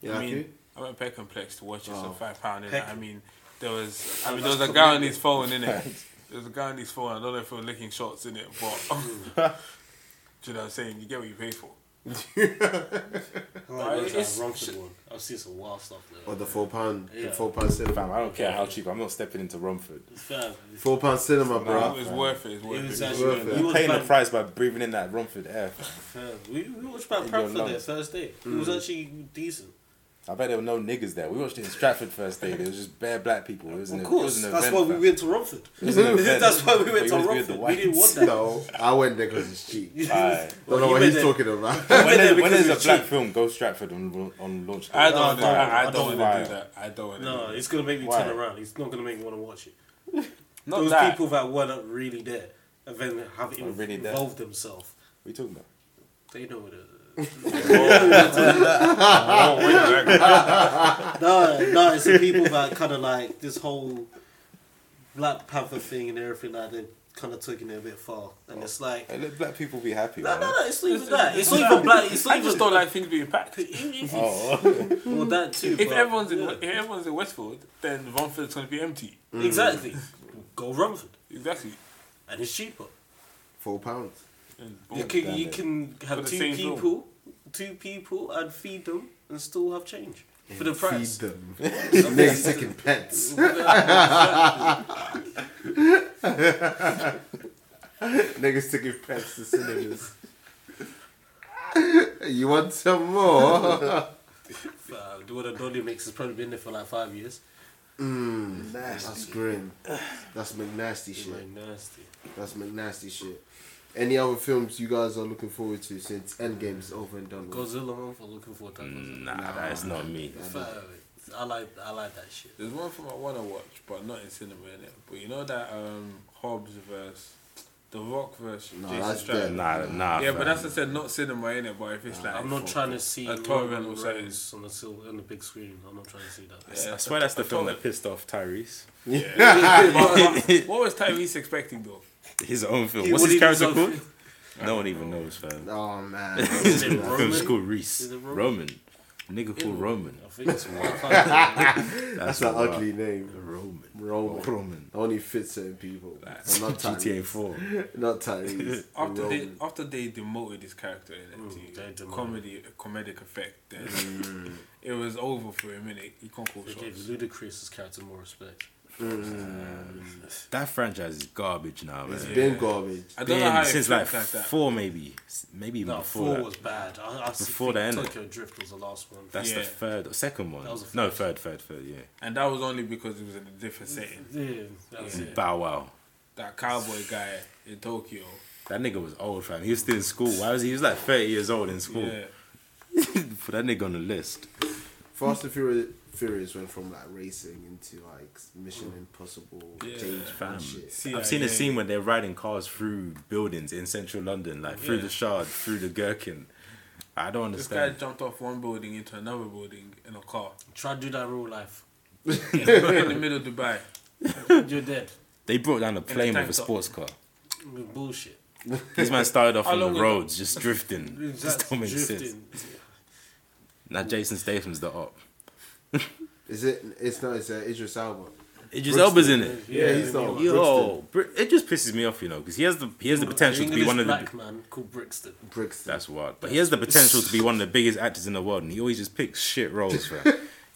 S3: You
S5: I
S3: like
S5: mean,
S3: it?
S5: I went Beckhamplex to watch it, so
S3: Oh.
S5: £5, innit?
S7: Peck-
S5: I mean, there was, I mean, there was a guy on his phone, innit? There was a guy on his phone, I don't know if we were licking shots, innit? But, do you know what I'm saying? You get what you pay for.
S7: those
S5: it's-
S7: like Romford one. I've seen some wild stuff
S3: Or
S7: there.
S3: the four pound,
S7: Yeah.
S3: the four pound cinema.
S4: Fam, I don't care how cheap. I'm not stepping into Romford.
S7: Fam,
S3: Four pound cinema,
S5: It
S3: bro.
S5: was worth it. It's worth
S7: It was uh,
S5: it.
S7: actually
S3: worth it.
S7: we
S4: You're
S7: was
S4: paying the
S7: back-
S4: price by breathing in that Romford air. fam.
S7: fam, We, we watched about
S4: In your
S7: Pratford there
S4: lungs.
S7: Thursday. It was actually decent.
S4: I bet there were no niggas there. We watched it in Stratford first day. There was just bare black people. It was an,
S7: Of
S4: it
S7: course,
S4: was an
S7: that's
S4: event,
S7: why we
S4: fam.
S7: went to Romford.
S4: was an event.
S7: that's why we
S4: But
S7: went
S4: you
S7: to
S4: wanted to be with
S7: Romford.
S4: the
S7: We didn't want
S4: whites.
S7: that.
S3: No, I went there because it's cheap.
S7: You-
S4: Aye.
S3: Don't know
S7: you
S3: what
S7: went
S3: he's
S7: there.
S3: talking about.
S4: when,
S7: there
S4: there- when
S7: because
S4: there's a
S7: it's
S4: black
S7: cheap.
S4: film, go Stratford on on launch.
S5: I
S4: day.
S5: don't, want to do
S4: Fire.
S5: that. I don't
S4: Fire.
S5: want to do that. I don't want to do
S7: No,
S5: that.
S7: it's gonna make me
S4: Why?
S7: turn around. It's not gonna make me want to watch it.
S5: Not
S7: Those
S5: that.
S7: people that weren't really there and then have
S4: Not really there.
S7: involved themselves,
S4: What you talking about?
S7: they know what it is.
S5: Oh, wait, wait, wait.
S7: No, no, it's the people that kind of like this whole Black Panther thing and everything like they're kind of taking it a bit far, and it's like
S4: Hey, let black people be happy.
S7: no,
S4: man.
S7: no, no, it's not even that. It's not even black. It's not
S5: I
S7: even
S5: just don't like things being packed.
S4: Oh,
S7: well that too.
S5: If
S7: but-
S5: everyone's in,
S7: yeah.
S5: if everyone's in Westfield, then Romford's gonna be empty.
S7: exactly, go Rumford,
S5: Exactly.
S7: and it's cheaper.
S3: Four pounds.
S5: And
S7: You
S5: boom.
S7: can you can
S5: For
S7: have
S5: the
S7: two
S5: same
S7: people,
S5: film.
S7: two people, and feed them and still have change for the price.
S3: Feed them. Niggas second pence. Niggas taking pence to cinemas. you want some more?
S7: Uh, the one that Donny makes has probably been there for like five years.
S3: That's grim. That's McNasty
S7: It's
S3: shit.
S7: like nasty.
S3: That's McNasty shit. Any other films you guys are looking forward to since Endgame's over and done with?
S7: Godzilla, I'm for looking forward to Godzilla.
S4: nah, that's not me.
S7: Fuck, I like I like that shit.
S5: There's one film I want to watch, but not in cinema, innit? But you know that um, Hobbs verse, The Rock verse,
S3: No,
S5: Jason
S3: that's
S5: Statham.
S3: dead.
S4: Nah, nah.
S5: Yeah,
S4: fam.
S5: but that's I said not cinema, innit? But if it's like,
S7: I'm not trying to see
S5: A
S7: Roman
S5: torrent or something.
S7: Reigns on the sil- on the big screen. I'm not trying to see that.
S4: I swear that's the film that pissed off Tyrese.
S5: what, what was Tyrese expecting though?
S4: His own film.
S7: He
S4: What's his
S7: would eat his
S4: character
S7: own
S4: called? No one even knows, fam.
S3: Oh man.
S7: Is it
S4: The film's
S7: Roman?
S4: called Reese.
S7: Is it Roman?
S4: Roman. Nigga called Roman.
S7: I think it's one.
S3: That's an
S4: wild.
S3: ugly name.
S4: Roman.
S3: Roman.
S4: Roman.
S3: Only fits certain people.
S4: That's
S3: not
S4: GTA
S3: Tyrese.
S4: 4.
S3: Not Tyrese.
S5: After they
S3: Roman.
S5: after they demoted his character in
S7: they
S5: it to
S7: demoted.
S5: comedy comedic effect, then it was over for a minute. You can't call
S7: They gave
S5: shots.
S7: Ludacris' character more respect. Mm.
S4: That franchise is garbage now, man.
S3: It's
S4: It's
S3: been garbage.
S5: I don't know how
S4: been
S5: it
S4: since like
S5: flipped that.
S4: four, maybe. S- Maybe even
S7: No,
S4: before
S7: four
S4: that.
S7: was bad. I, I
S4: Before
S7: before
S4: the
S7: think
S4: end.
S7: Tokyo Drift was the last one.
S4: That's the
S5: Yeah.
S4: third or second one.
S7: That was the
S4: No, third, third, third, yeah.
S5: and that was only because it was in a different setting.
S7: yeah, that was it.
S4: Bow Wow.
S5: That cowboy guy in Tokyo.
S4: That nigga was old, fam. He was still in school. Why was he? He was like 30 years old in school.
S5: Yeah.
S4: Put that nigga on the list.
S3: Fast and Furious, Furious went from like racing into like Mission Impossible,
S5: Yeah.
S3: James
S4: Fam.
S3: Bond shit.
S5: CIA.
S4: I've seen a scene where they're riding cars through buildings in central London, like through
S5: Yeah.
S4: the Shard, through the Gherkin. I don't
S5: This guy
S4: understand.
S5: jumped off one building into another building in a car
S7: Try to do that real life.
S5: in the middle of Dubai.
S7: You're dead.
S4: They brought down a plane with
S5: tank
S4: a
S5: top.
S4: sports car.
S7: Bullshit.
S4: These man started off
S5: How
S4: on the
S5: long was
S4: roads, just drifting. Just
S7: Exactly.
S4: don't make sense.
S7: Drifting.
S4: Now Jason Statham's the op.
S3: Is it? It's not. It's uh, Idris Elba.
S4: Idris Elba's in it.
S3: Yeah, he's not.
S4: Yo, Bri- it just pisses me off, you know, because he has the he has the potential to be
S7: English
S4: one of the.
S7: black man called Brixton.
S3: Brixton.
S4: That's wild. But he has the potential to be one of the biggest actors in the world, and he always just picks shit roles, fam.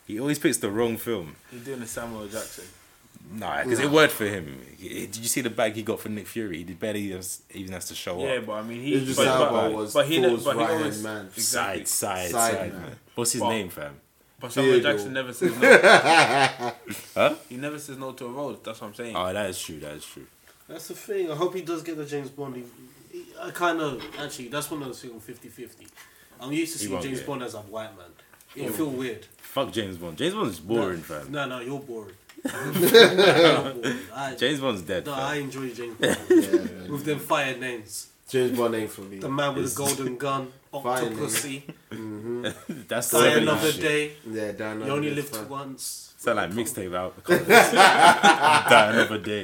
S4: he always picks the wrong film.
S5: He's doing a Samuel Jackson.
S4: Nah, because it worked for him. He- Did you see the bag he got for Nick Fury? He did barely even even has to show
S5: Yeah,
S4: up.
S5: but I mean, he.
S3: Idris
S5: but,
S3: Elba
S5: but,
S3: was
S5: but he, ne-
S3: Thor's
S5: but he
S3: right
S5: always.
S3: hand man.
S5: Exactly.
S4: Side, side,
S3: Side
S4: side,
S3: man.
S4: man. What's his
S5: Wow.
S4: name, fam?
S5: But Samuel
S3: Theodore.
S5: Jackson never says no.
S4: Huh?
S5: He never says no to a role. That's what I'm saying.
S4: Oh, that is true. That is true.
S7: That's the thing. I hope he does get the James Bond. He- he- I kind of actually that's one of those things on 50-50. I'm used to
S4: He
S7: seeing
S4: won't
S7: James
S4: get it.
S7: Bond as a white man. It'll feel weird.
S4: Fuck James Bond. James Bond's boring,
S7: no,
S4: fam.
S7: No, no, you're boring. You're boring. I,
S4: James Bond's dead.
S7: no,
S4: fam.
S7: I enjoy James Bond with them fire names.
S3: James Bond name for me.
S7: The man with the golden gun, Octopussy,
S4: That's
S7: Die
S4: seventy
S7: Another
S4: shit.
S7: Day,
S3: Yeah, down
S7: You Only Live Once.
S4: Sound like mixtape out. Die another day.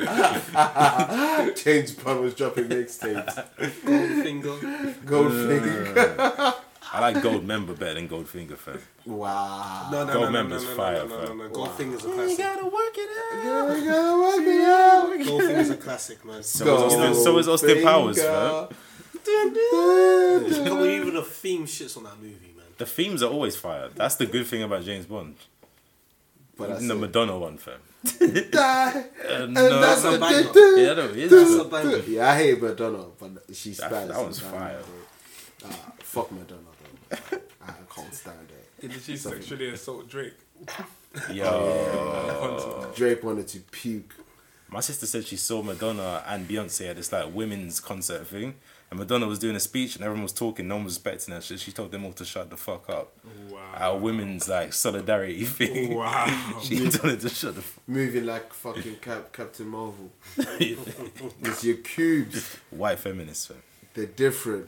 S3: James Bond was dropping mixtapes.
S7: Goldfinger.
S3: Goldfinger.
S4: I like Gold Member better than Goldfinger, fam.
S3: wow.
S7: No, no, no, no, no, no,
S4: Goldmember's
S7: no,
S4: fire,
S7: no, no, no,
S4: fam.
S7: no. Goldfinger's a classic.
S4: work it
S3: You gotta work it out.
S7: Goldfinger's a classic, man.
S4: So is Austin, so is Austin
S3: Goldfinger.
S4: Powers, fam.
S7: Come on, even the theme shits on that movie, man.
S4: The themes are always fire. That's the good thing about James Bond.
S3: But that's
S4: Even the
S3: it.
S4: Madonna one, fam.
S3: Die.
S4: Uh,
S3: And that's
S4: no,
S7: a
S3: a
S7: banger.
S3: did- did-
S4: yeah, no, it
S7: That's a
S4: is.
S7: banger.
S3: Yeah, I hate Madonna, but she's
S4: That-
S3: bad.
S4: that one's fire.
S3: Ah, fuck Madonna though. I can't stand it.
S5: Did she sexually assault Drake?
S9: Yo.
S5: Concert.
S3: Drake wanted to puke.
S9: My sister said she saw Madonna and Beyonce at this like women's concert thing. And Madonna was doing a speech and everyone was talking, no one was respecting her. So she told them all to shut the fuck up.
S5: Wow.
S9: Our women's like solidarity thing.
S5: Wow.
S9: She told them to shut the fuck
S3: Moving like fucking Cap- Captain Marvel. It's your cubes.
S9: White feminists, fam.
S3: They're different.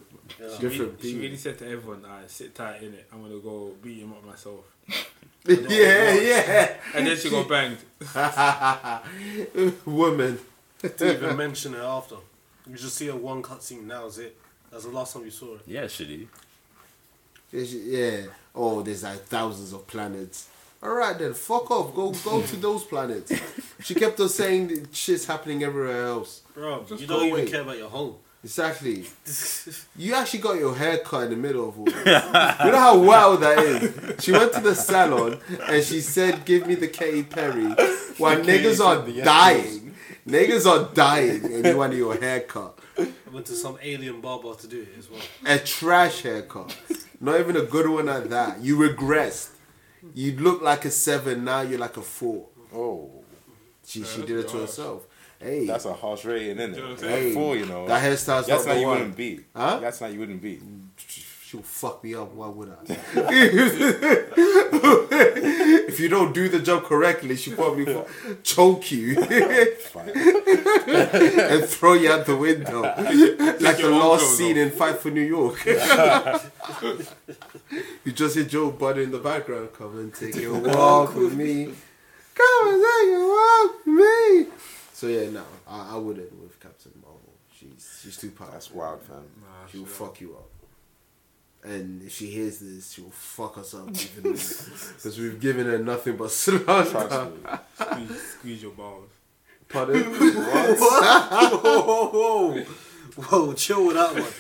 S3: Different
S5: She really
S3: people.
S5: said to everyone, "I sit tight in it. I'm gonna go beat him up myself."
S3: yeah, yeah.
S5: And then she got banged.
S3: Woman.
S7: Didn't even mention it after. You just see a one cutscene. That was it. That's the last time you saw it.
S9: Yeah, shitty.
S3: There's- Yeah. Oh, there's like thousands of planets. All right then, fuck off. Go, go to those planets. She kept on saying that shit's happening everywhere else.
S7: Bro,
S3: Just
S7: you
S3: go
S7: don't even
S3: away.
S7: care about your home.
S3: Exactly. You actually got your hair cut in the middle of all this. You know how wild that is. She went to the salon and she said, "Give me the Katy Perry." While niggas are dying, niggas are dying, and you wanted your haircut.
S7: I went to some alien barber to do it as well.
S3: a trash haircut. Not even a good one at that. You regressed. You look like a seven now. You're like a four.
S9: Oh,
S3: She she did it to herself. Hey,
S9: that's a harsh rating, isn't it?
S5: know what I'm
S3: hey,
S9: Like four, you know.
S3: that hairstyle's
S9: That's
S3: not
S9: not
S3: the
S9: you
S3: one.
S9: wouldn't be.
S3: Huh?
S9: That's not you wouldn't be.
S3: She'll fuck me up. Why would I? if you don't do the job correctly, she'll probably fu- choke you and throw you out the window, like the
S5: your own
S3: last
S5: clothes
S3: scene in Fight for New York. you just hear Joe Budden in the background. Come and take a walk with me. Come and take a walk with me. So yeah, no, I, I wouldn't with Captain Marvel. She's she's too powerful.
S9: That's wild, fam.
S3: She will fuck you up. And if she hears this, she will fuck us up even because we've given her nothing but
S9: Trust
S3: slander.
S9: me.
S5: Squeeze, squeeze your balls.
S3: Pardon?
S7: Whoa, whoa, whoa, chill with that one.
S3: what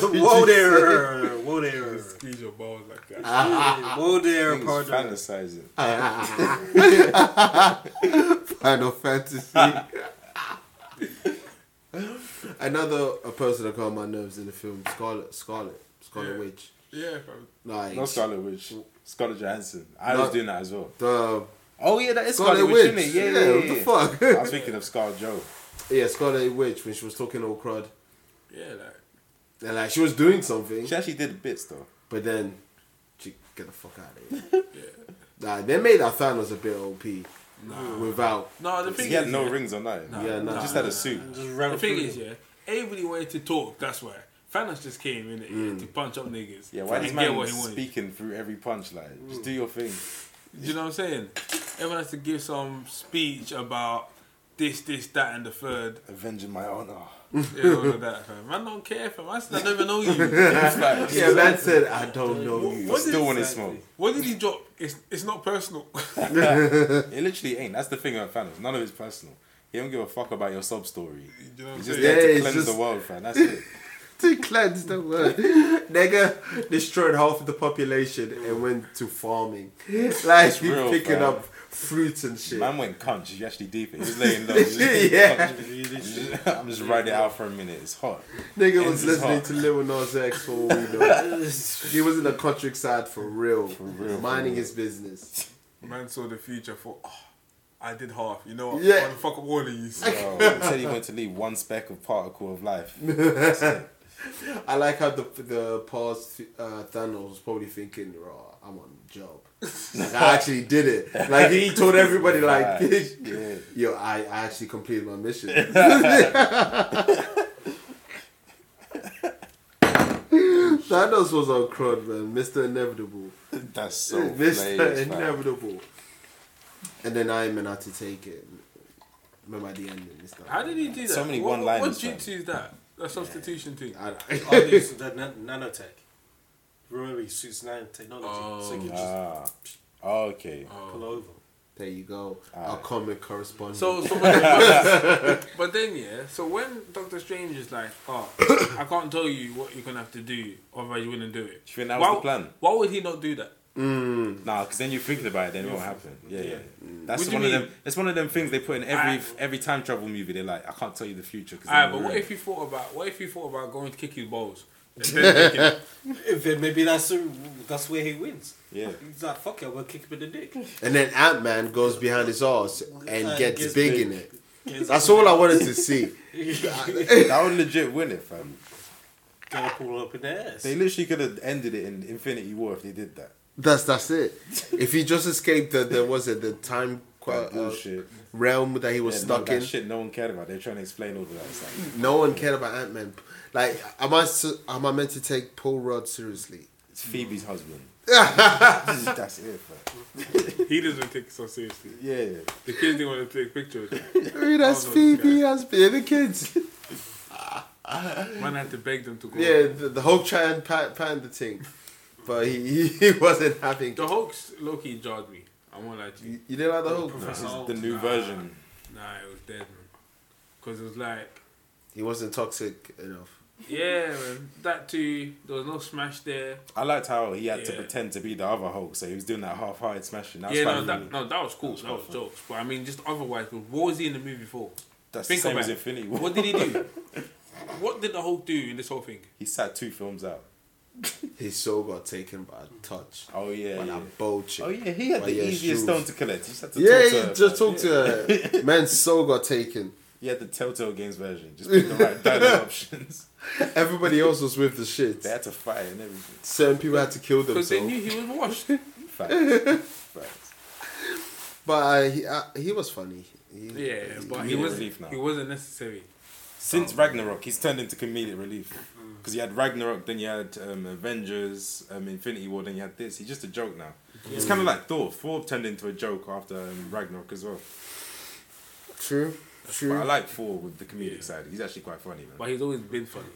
S3: did
S7: Whoa
S3: you say?
S7: there, whoa there, Ah,
S5: Squeeze your balls like that.
S7: whoa there,
S9: He's
S7: partner.
S9: fantasizing.
S3: Final Fantasy. Another a person that got on my nerves in the film Scarlet, Scarlet, Scarlet
S5: Yeah.
S3: Witch.
S5: Yeah, fam.
S3: Like
S9: Not Scarlet Witch. Scarlett Johansson. I
S3: No.
S9: was doing that as well.
S3: the
S9: Oh yeah, that is
S3: Scarlet, Witch. Yeah, what the
S9: I
S3: fuck?
S9: was thinking of Scarlett Joe.
S3: yeah, Scarlet Witch when she was talking all crud.
S5: Yeah, like
S3: And like she was doing something.
S9: She actually did bits though.
S3: But then, she get the fuck out of here. Nah, they made our Thanos a bit OP. Without,
S5: no. The thing
S9: He had
S5: is,
S9: no
S5: yeah,
S9: rings on that.
S3: yeah,
S9: He
S3: nah.
S9: just had a suit.
S7: Just ran
S5: The thing
S7: through
S5: is,
S7: them.
S5: yeah, everybody wanted to talk. That's why Thanos just came in yeah, to punch up niggas.
S9: Mm. Yeah, why
S5: and
S9: this
S5: get
S9: man
S5: what he wanted.
S9: speaking through every punch? Like, just do your thing.
S5: Do you know what I'm saying? Everyone has to give some speech about this, this, that, and the third.
S9: Avenging my honor.
S5: Yeah, all of that, fam. Man, don't care, fam. I still don't even know you.
S3: yeah, man said, I don't know you.
S5: What
S9: Still
S5: did,
S9: want to smoke.
S5: what did he drop? It's it's not personal.
S9: It literally ain't. That's the thing about Thanos. None of it's personal. He don't give a fuck about your sub story.
S5: you know what I'm
S9: He's just
S5: saying?
S3: Yeah,
S9: there to
S3: it's
S9: cleanse
S3: just-
S9: the world, fam. That's it.
S3: to cleanse the world. Nigga destroyed half of the population and went to farming. Like, he
S9: real,
S3: picking
S9: fam.
S3: up fruits and shit.
S9: Man went conch. He's actually deep. in. He's laying low. He's just-
S3: yeah,
S9: I'm just riding it out for a minute. It's hot.
S3: nigga was
S9: Ends his
S3: listening
S9: heart.
S3: to Lil Nas X for all we know. he was in the countryside for real,
S9: real, for
S3: minding his business.
S5: Man saw the future. Thought, oh, I did half. You know what?
S3: Yeah.
S5: I'm gonna fuck up all of you.
S9: Yo, he said he wanted to leave one speck of particle of life.
S3: I like how the the past uh, Thanos was probably thinking, "Raw, I'm on the job." Like, I actually did it. Like he told everybody, like,
S9: Yeah.
S3: "Yo, I, I actually completed my mission." Thanos was on crud, man. Mister Inevitable,
S9: That's so
S3: Mister
S9: flames, fam.
S3: Inevitable, and then Iron Man had to take it. Remember at the end, and stuff.
S5: How did he do that?
S9: So many
S5: what,
S9: one-liners,
S5: What
S9: fam.
S5: jutsu is that? That substitution thing.
S3: I,
S7: Oh, they used that nan- nanotech. Remember, he suits nanotechnology, so you can just
S9: Ah, okay.
S3: Oh.
S7: pull over.
S3: there you go. Our comic correspondent.
S5: So, so but, but then yeah, so when Doctor Strange is like, oh, I can't tell you what you're gonna have to do, otherwise you wouldn't do it.
S9: you think that
S5: why,
S9: was the plan?
S5: Why would he not do that?
S9: Nah, because then you're thinking about it, then it won't happen. Yeah, yeah. That's
S5: What do you
S9: one of them.
S5: mean?
S9: That's one of them things they put in every
S5: I-
S9: every time travel movie. They're like, I can't tell you the future. Cause
S5: Alright, but what if you thought about what if you thought about going to kick his balls? And then thinking,
S7: If it, maybe that's a,
S10: That's where he wins.
S9: Yeah.
S10: He's like, fuck it, I'm gonna kick him in the dick.
S3: And then Ant Man goes behind his ass and
S10: And
S3: gets
S10: gets
S3: big
S10: big.
S3: in it. That's all I wanted to see.
S9: that would legit win it, fam.
S10: Gonna pull up in the ass.
S9: They literally could have ended it in Infinity War if they did that.
S3: That's that's it. If he just escaped the, the was it the time uh,
S9: That
S3: uh,
S9: bullshit.
S3: realm that he was
S9: Yeah, no,
S3: stuck
S9: that
S3: in,
S9: shit no one cared about. They're trying to explain all of that. It's like,
S3: no one cared about Ant Man. Like, am I s- am I meant to take Paul Rudd seriously?
S9: it's Phoebe's husband. That's it, fam.
S5: He doesn't take it so seriously.
S9: Yeah.
S5: The kids didn't want to take pictures.
S3: Hey, that's
S5: Oh, no,
S3: Phoebe. That's Phoebe. The kids.
S5: Man had to beg them to go.
S3: Yeah, the, the whole try and pan, pan the thing, but he he wasn't having.
S5: The Hulk's Loki jarred me. I won't lie to you.
S3: You, you didn't like the Hulk.
S9: This is
S5: Hulk,
S9: the new
S5: Oh, nah.
S9: version.
S5: Nah, it was dead, man. Because it was like,
S3: He wasn't toxic enough.
S5: yeah, man. That too. There was no smash there.
S9: I liked how he had to
S5: Yeah.
S9: pretend to be the other Hulk, so he was doing that half-hearted smashing. That's
S5: yeah, no,
S9: fine.
S5: that, no, that was cool. That was jokes. But I mean, just otherwise, what was he in the movie for?
S9: That's
S5: think
S9: the same
S5: about
S9: as
S5: it.
S9: Infinity War.
S5: What did he do? what did the Hulk do in this whole thing?
S9: He sat two films out.
S3: His soul got taken by a touch.
S9: Oh yeah,
S3: by
S9: yeah.
S3: that bullshit.
S9: oh yeah. He had
S3: By
S9: the
S3: your
S9: easiest
S3: shoes.
S9: stone to collect. He just had to
S3: Yeah,
S9: talk to
S3: you
S9: her,
S3: just
S9: fam.
S3: talk to her. Man's soul got taken.
S9: He had the Telltale Games version. Just pick the right dialogue options.
S3: Everybody else was with the shit.
S9: They had to fight and everything.
S3: Certain people had to kill
S5: Because they
S3: themselves.
S5: knew he was washed.
S9: Facts. Facts.
S3: But uh, he, uh, he was funny. He,
S5: Yeah, but he
S9: Comedic
S5: wasn't.
S9: relief now.
S5: He wasn't necessary.
S9: Since Ragnarok, he's turned into comedic relief. Because you had Ragnarok, then you had um, Avengers, um, Infinity War, then you had this. He's just a joke now. It's kind of like Thor. Thor turned into a joke after um, Ragnarok as well.
S3: True.
S9: But I
S3: True.
S9: like Thor with the comedic side. He's actually quite funny, man.
S5: But he's always been funny.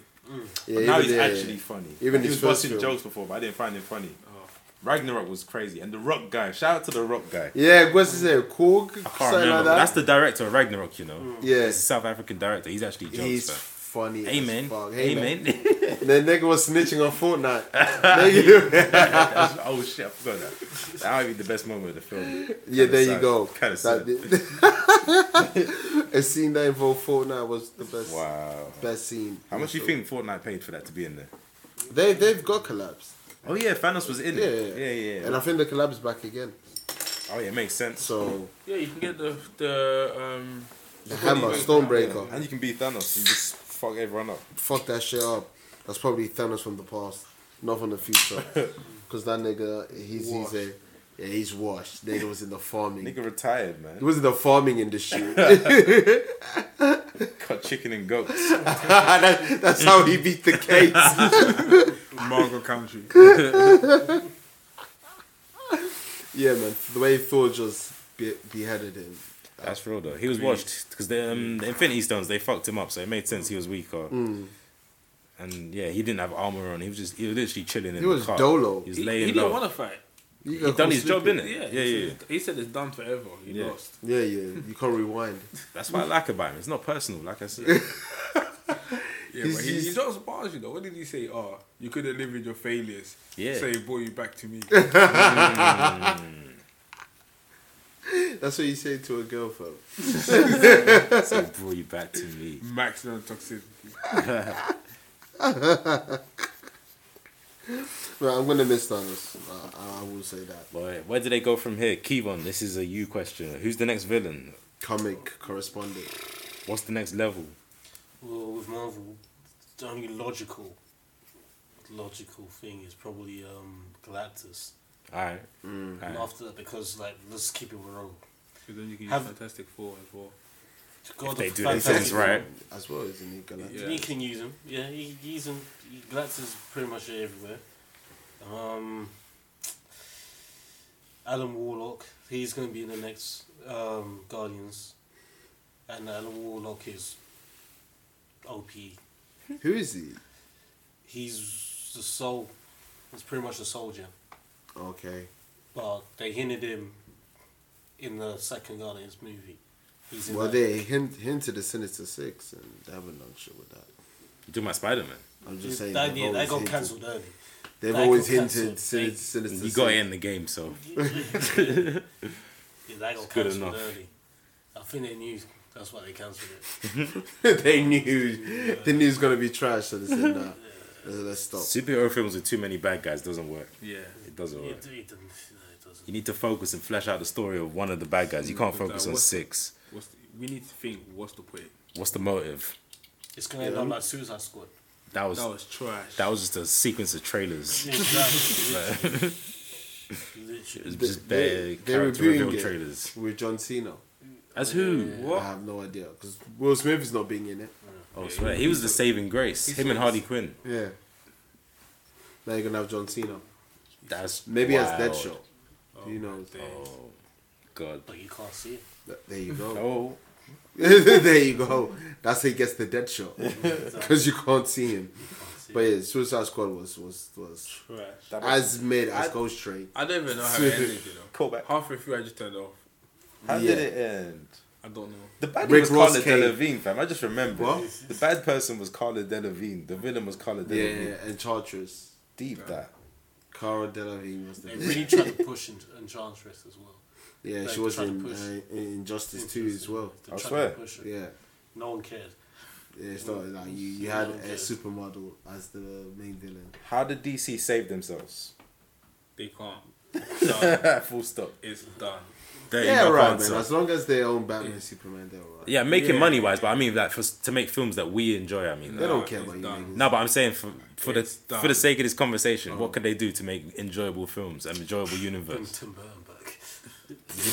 S3: Yeah,
S9: now
S3: even
S9: he's
S3: the-
S9: actually funny.
S3: even
S9: he
S3: his
S9: was
S3: first
S9: busting
S3: film. Oh.
S9: jokes before, but I didn't find him funny. Ragnarok was crazy, and the Rock guy. Shout out to the Rock guy.
S3: Yeah, what's his name? Korg?
S9: I can't
S3: Something
S9: remember.
S3: like that.
S9: That's the director of Ragnarok, you know.
S3: Yeah.
S9: He's a South African director. He's actually jokes.
S3: He's
S9: fam.
S3: funny. as
S9: Amen.
S3: fuck. Hey, man.
S9: Amen.
S3: The nigga was snitching on Fortnite. Nigga-
S9: oh shit, I forgot that. That might be the best moment of the film.
S3: yeah, there you
S9: sad.
S3: go.
S9: Kinda
S3: That- A scene that involved Fortnite was the best.
S9: Wow.
S3: Best scene.
S9: How much do you think Fortnite paid for that to be in there?
S3: They they've got collapsed.
S9: Oh yeah, Thanos was in
S3: Yeah,
S9: it. Yeah, yeah.
S3: And I think the collab's back again.
S9: oh yeah, makes sense.
S3: So
S5: Yeah, you can get the the um.
S3: the hammer, Stonebreaker.
S9: And you can beat Thanos and just fuck everyone up.
S3: fuck that shit up. That's probably Thanos from the past, not from the future. Because that nigga, he's he's a, yeah, he's washed. Nigga was in the farming.
S9: Nigga retired,
S3: He
S9: man.
S3: was in the farming industry.
S9: Cut chicken and goats.
S3: that, that's how he beat the case.
S5: Margot Country.
S3: yeah, man. The way Thor just be- beheaded him.
S9: That's real though. He was washed because the um, the Infinity Stones they fucked him up, so it made sense he was weaker.
S5: Hmm.
S9: And yeah, he didn't have armor on. He was just he was literally chilling in
S3: He was
S9: the car.
S3: dolo.
S9: He was
S5: He,
S9: laying
S5: he
S9: low.
S5: didn't want to fight.
S3: He
S9: he done his job, didn't it?
S5: Yeah,
S9: yeah,
S5: he
S9: yeah.
S5: Said, he said it's done forever. He
S9: Yeah.
S5: lost.
S3: Yeah, yeah. You can't rewind.
S9: That's what I like about him. It's not personal, like I said.
S5: Yeah,
S3: He's-
S5: but he,
S3: he's-
S5: he drops bars, you know. What did he say? Oh, you could have lived with your failures.
S9: Yeah.
S5: So he brought you back to me.
S3: That's what you say to a girl, fam.
S9: so brought you back to me.
S5: Maximum toxicity.
S3: Well, I'm gonna miss Thanos. I, I will say that.
S9: Boy, where do they go from here? Kevon, this is a you question. Who's the next villain?
S3: Comic correspondent.
S9: What's the next level?
S7: Well, with Marvel, the only logical, logical thing is probably um, Galactus.
S9: Alright.
S5: Hmm.
S7: And
S9: Alright.
S7: after that, because like, let's keep it real.
S5: So then you can use
S7: Have-
S5: Fantastic Four as well.
S7: God,
S9: They
S7: the
S9: do their
S7: Fantastic
S9: things right.
S3: As well, isn't he? Galactus?
S7: Four, He can use him. Yeah, he he use him. He, Galactus pretty much everywhere. Um, Alan Warlock, he's going to be in the next um, Guardians, and Alan Warlock is OP.
S3: Who is he?
S7: he's the soul. He's pretty much a soldier,
S3: Okay.
S7: but they hinted him in the second Guardians movie. He's in
S3: Well,
S7: that.
S3: they hint, hinted the Sinister Six, and they haven't done shit with that.
S9: You do my Spider Man.
S3: I'm just saying.
S7: That,
S3: they've
S7: yeah, that
S3: always
S7: got
S3: hinted-
S7: cancelled early.
S3: They've
S7: that
S3: always
S7: got
S3: hinted
S7: cancelled.
S3: Sin-
S7: They-
S3: Sinister
S9: You got it
S3: Six.
S9: in the game, so
S7: yeah, that got
S9: good
S7: cancelled
S9: enough.
S7: early. I think they knew that's why they cancelled it.
S3: they knew. They knew it was going to be trash, so they said, nah. Let's stop.
S4: Superhero films with too many bad guys doesn't work.
S5: Yeah.
S4: It doesn't work.
S7: It, it doesn't. no, it doesn't.
S4: You need to focus and flesh out the story of one of the bad guys. You can't focus on six.
S5: What's the, we need to think. What's the point?
S4: What's the motive?
S7: It's gonna end up like Suicide Squad.
S4: That was
S5: That was trash.
S4: that was just a sequence of trailers.
S7: Yeah, exactly. Literally.
S4: It was just
S3: They-
S4: bare
S3: they're
S4: character
S3: reviewing
S4: reveal
S3: it.
S4: trailers.
S3: With John Cena.
S4: As who?
S3: I have no idea because Will Smith is not being in it.
S4: Oh, swear. He was the saving grace. Him and Harley Quinn.
S3: Yeah. Now you're gonna have John Cena.
S4: That's
S3: Maybe as
S4: wild.
S3: Deadshot. Who knows?
S4: Oh, God.
S7: But you can't see it.
S3: Th- There you go.
S4: Oh,
S3: there you go. That's how he gets the Deadshot because you can't see him. But yeah, Suicide Squad was was was
S5: trash.
S3: as mid as Ghost Train.
S5: I don't even know how it ended. You know.
S9: Callback.
S5: Halfway through, I just turned off.
S9: How
S3: Yeah.
S9: did it end?
S5: I don't know.
S9: The bad
S3: Rick
S9: was
S3: Ross
S9: Carla
S3: came.
S9: Delevingne, fam. I just remember.
S3: What?
S9: The bad person was Carla Delevingne. The villain was Carla
S3: Yeah,
S9: Delevingne.
S3: yeah, and Chartres.
S9: Deep that.
S3: Cara Delevingne was
S7: They
S3: the
S7: really tried to push and Enchantress as well.
S3: yeah.
S7: Like,
S3: She was
S7: trying to
S3: in
S7: push.
S3: uh, in Injustice too as well.
S7: They
S9: I
S7: tried
S9: swear.
S7: To push it.
S3: Yeah.
S7: No one cared.
S3: Yeah, it's not like you, you had
S7: Okay.
S3: a supermodel as the main villain.
S9: How did DC save themselves?
S5: They can't. It's done.
S9: Full stop.
S5: it's done.
S4: there
S3: Yeah,
S4: you go,
S3: right,
S4: answer.
S3: man. As long as they own Batman and Superman, they're alright.
S4: Yeah, making
S5: Yeah.
S4: money wise, but I mean that for, to make films that we enjoy. I mean,
S3: They
S4: that.
S3: don't
S5: Nah,
S3: care about
S5: it's
S3: you
S5: done.
S3: niggas.
S4: no, but I'm saying for for
S5: It's
S4: the
S5: done.
S4: for the sake of this conversation, what could they do to make enjoyable films, an enjoyable
S7: Bring
S4: universe,
S7: Tim Burton back.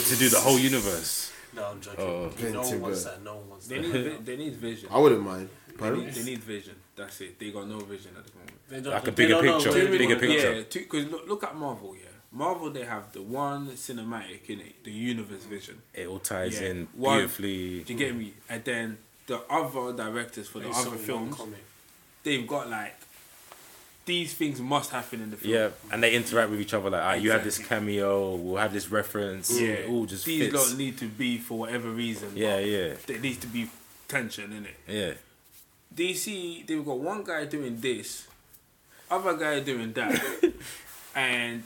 S4: to do the whole Oh. universe?
S7: No, I'm joking.
S3: Bring
S7: no
S3: Tim
S7: one wants
S3: Burton.
S7: that. No one wants
S5: They
S7: that.
S5: need. vi- They need vision.
S3: I wouldn't mind.
S5: They
S3: Pardon?
S5: need, they need vision. That's it. They got no vision at the moment.
S7: They don't-
S4: Like a
S7: they
S4: bigger
S7: don't know
S4: picture,
S7: where they
S4: bigger
S7: wanna
S4: picture.
S5: Yeah, because look, look at Marvel. Yeah, Marvel they have the one cinematic in it, the universe vision.
S4: It all ties
S5: Yeah.
S4: in
S5: One-
S4: beautifully.
S5: Do you get me? And then the other directors for the
S7: go. It's
S5: other
S7: some
S5: films,
S7: comic.
S5: they've got like these things must happen in the film.
S4: Yeah, and they interact with each other like, ah, you have this cameo, we'll have this reference. Yeah, it all just
S5: these
S4: fits.
S5: lot need to be for whatever reason.
S4: yeah, yeah,
S5: but there needs to be tension in it.
S4: yeah.
S5: DC, they've got one guy doing this, other guy doing that, and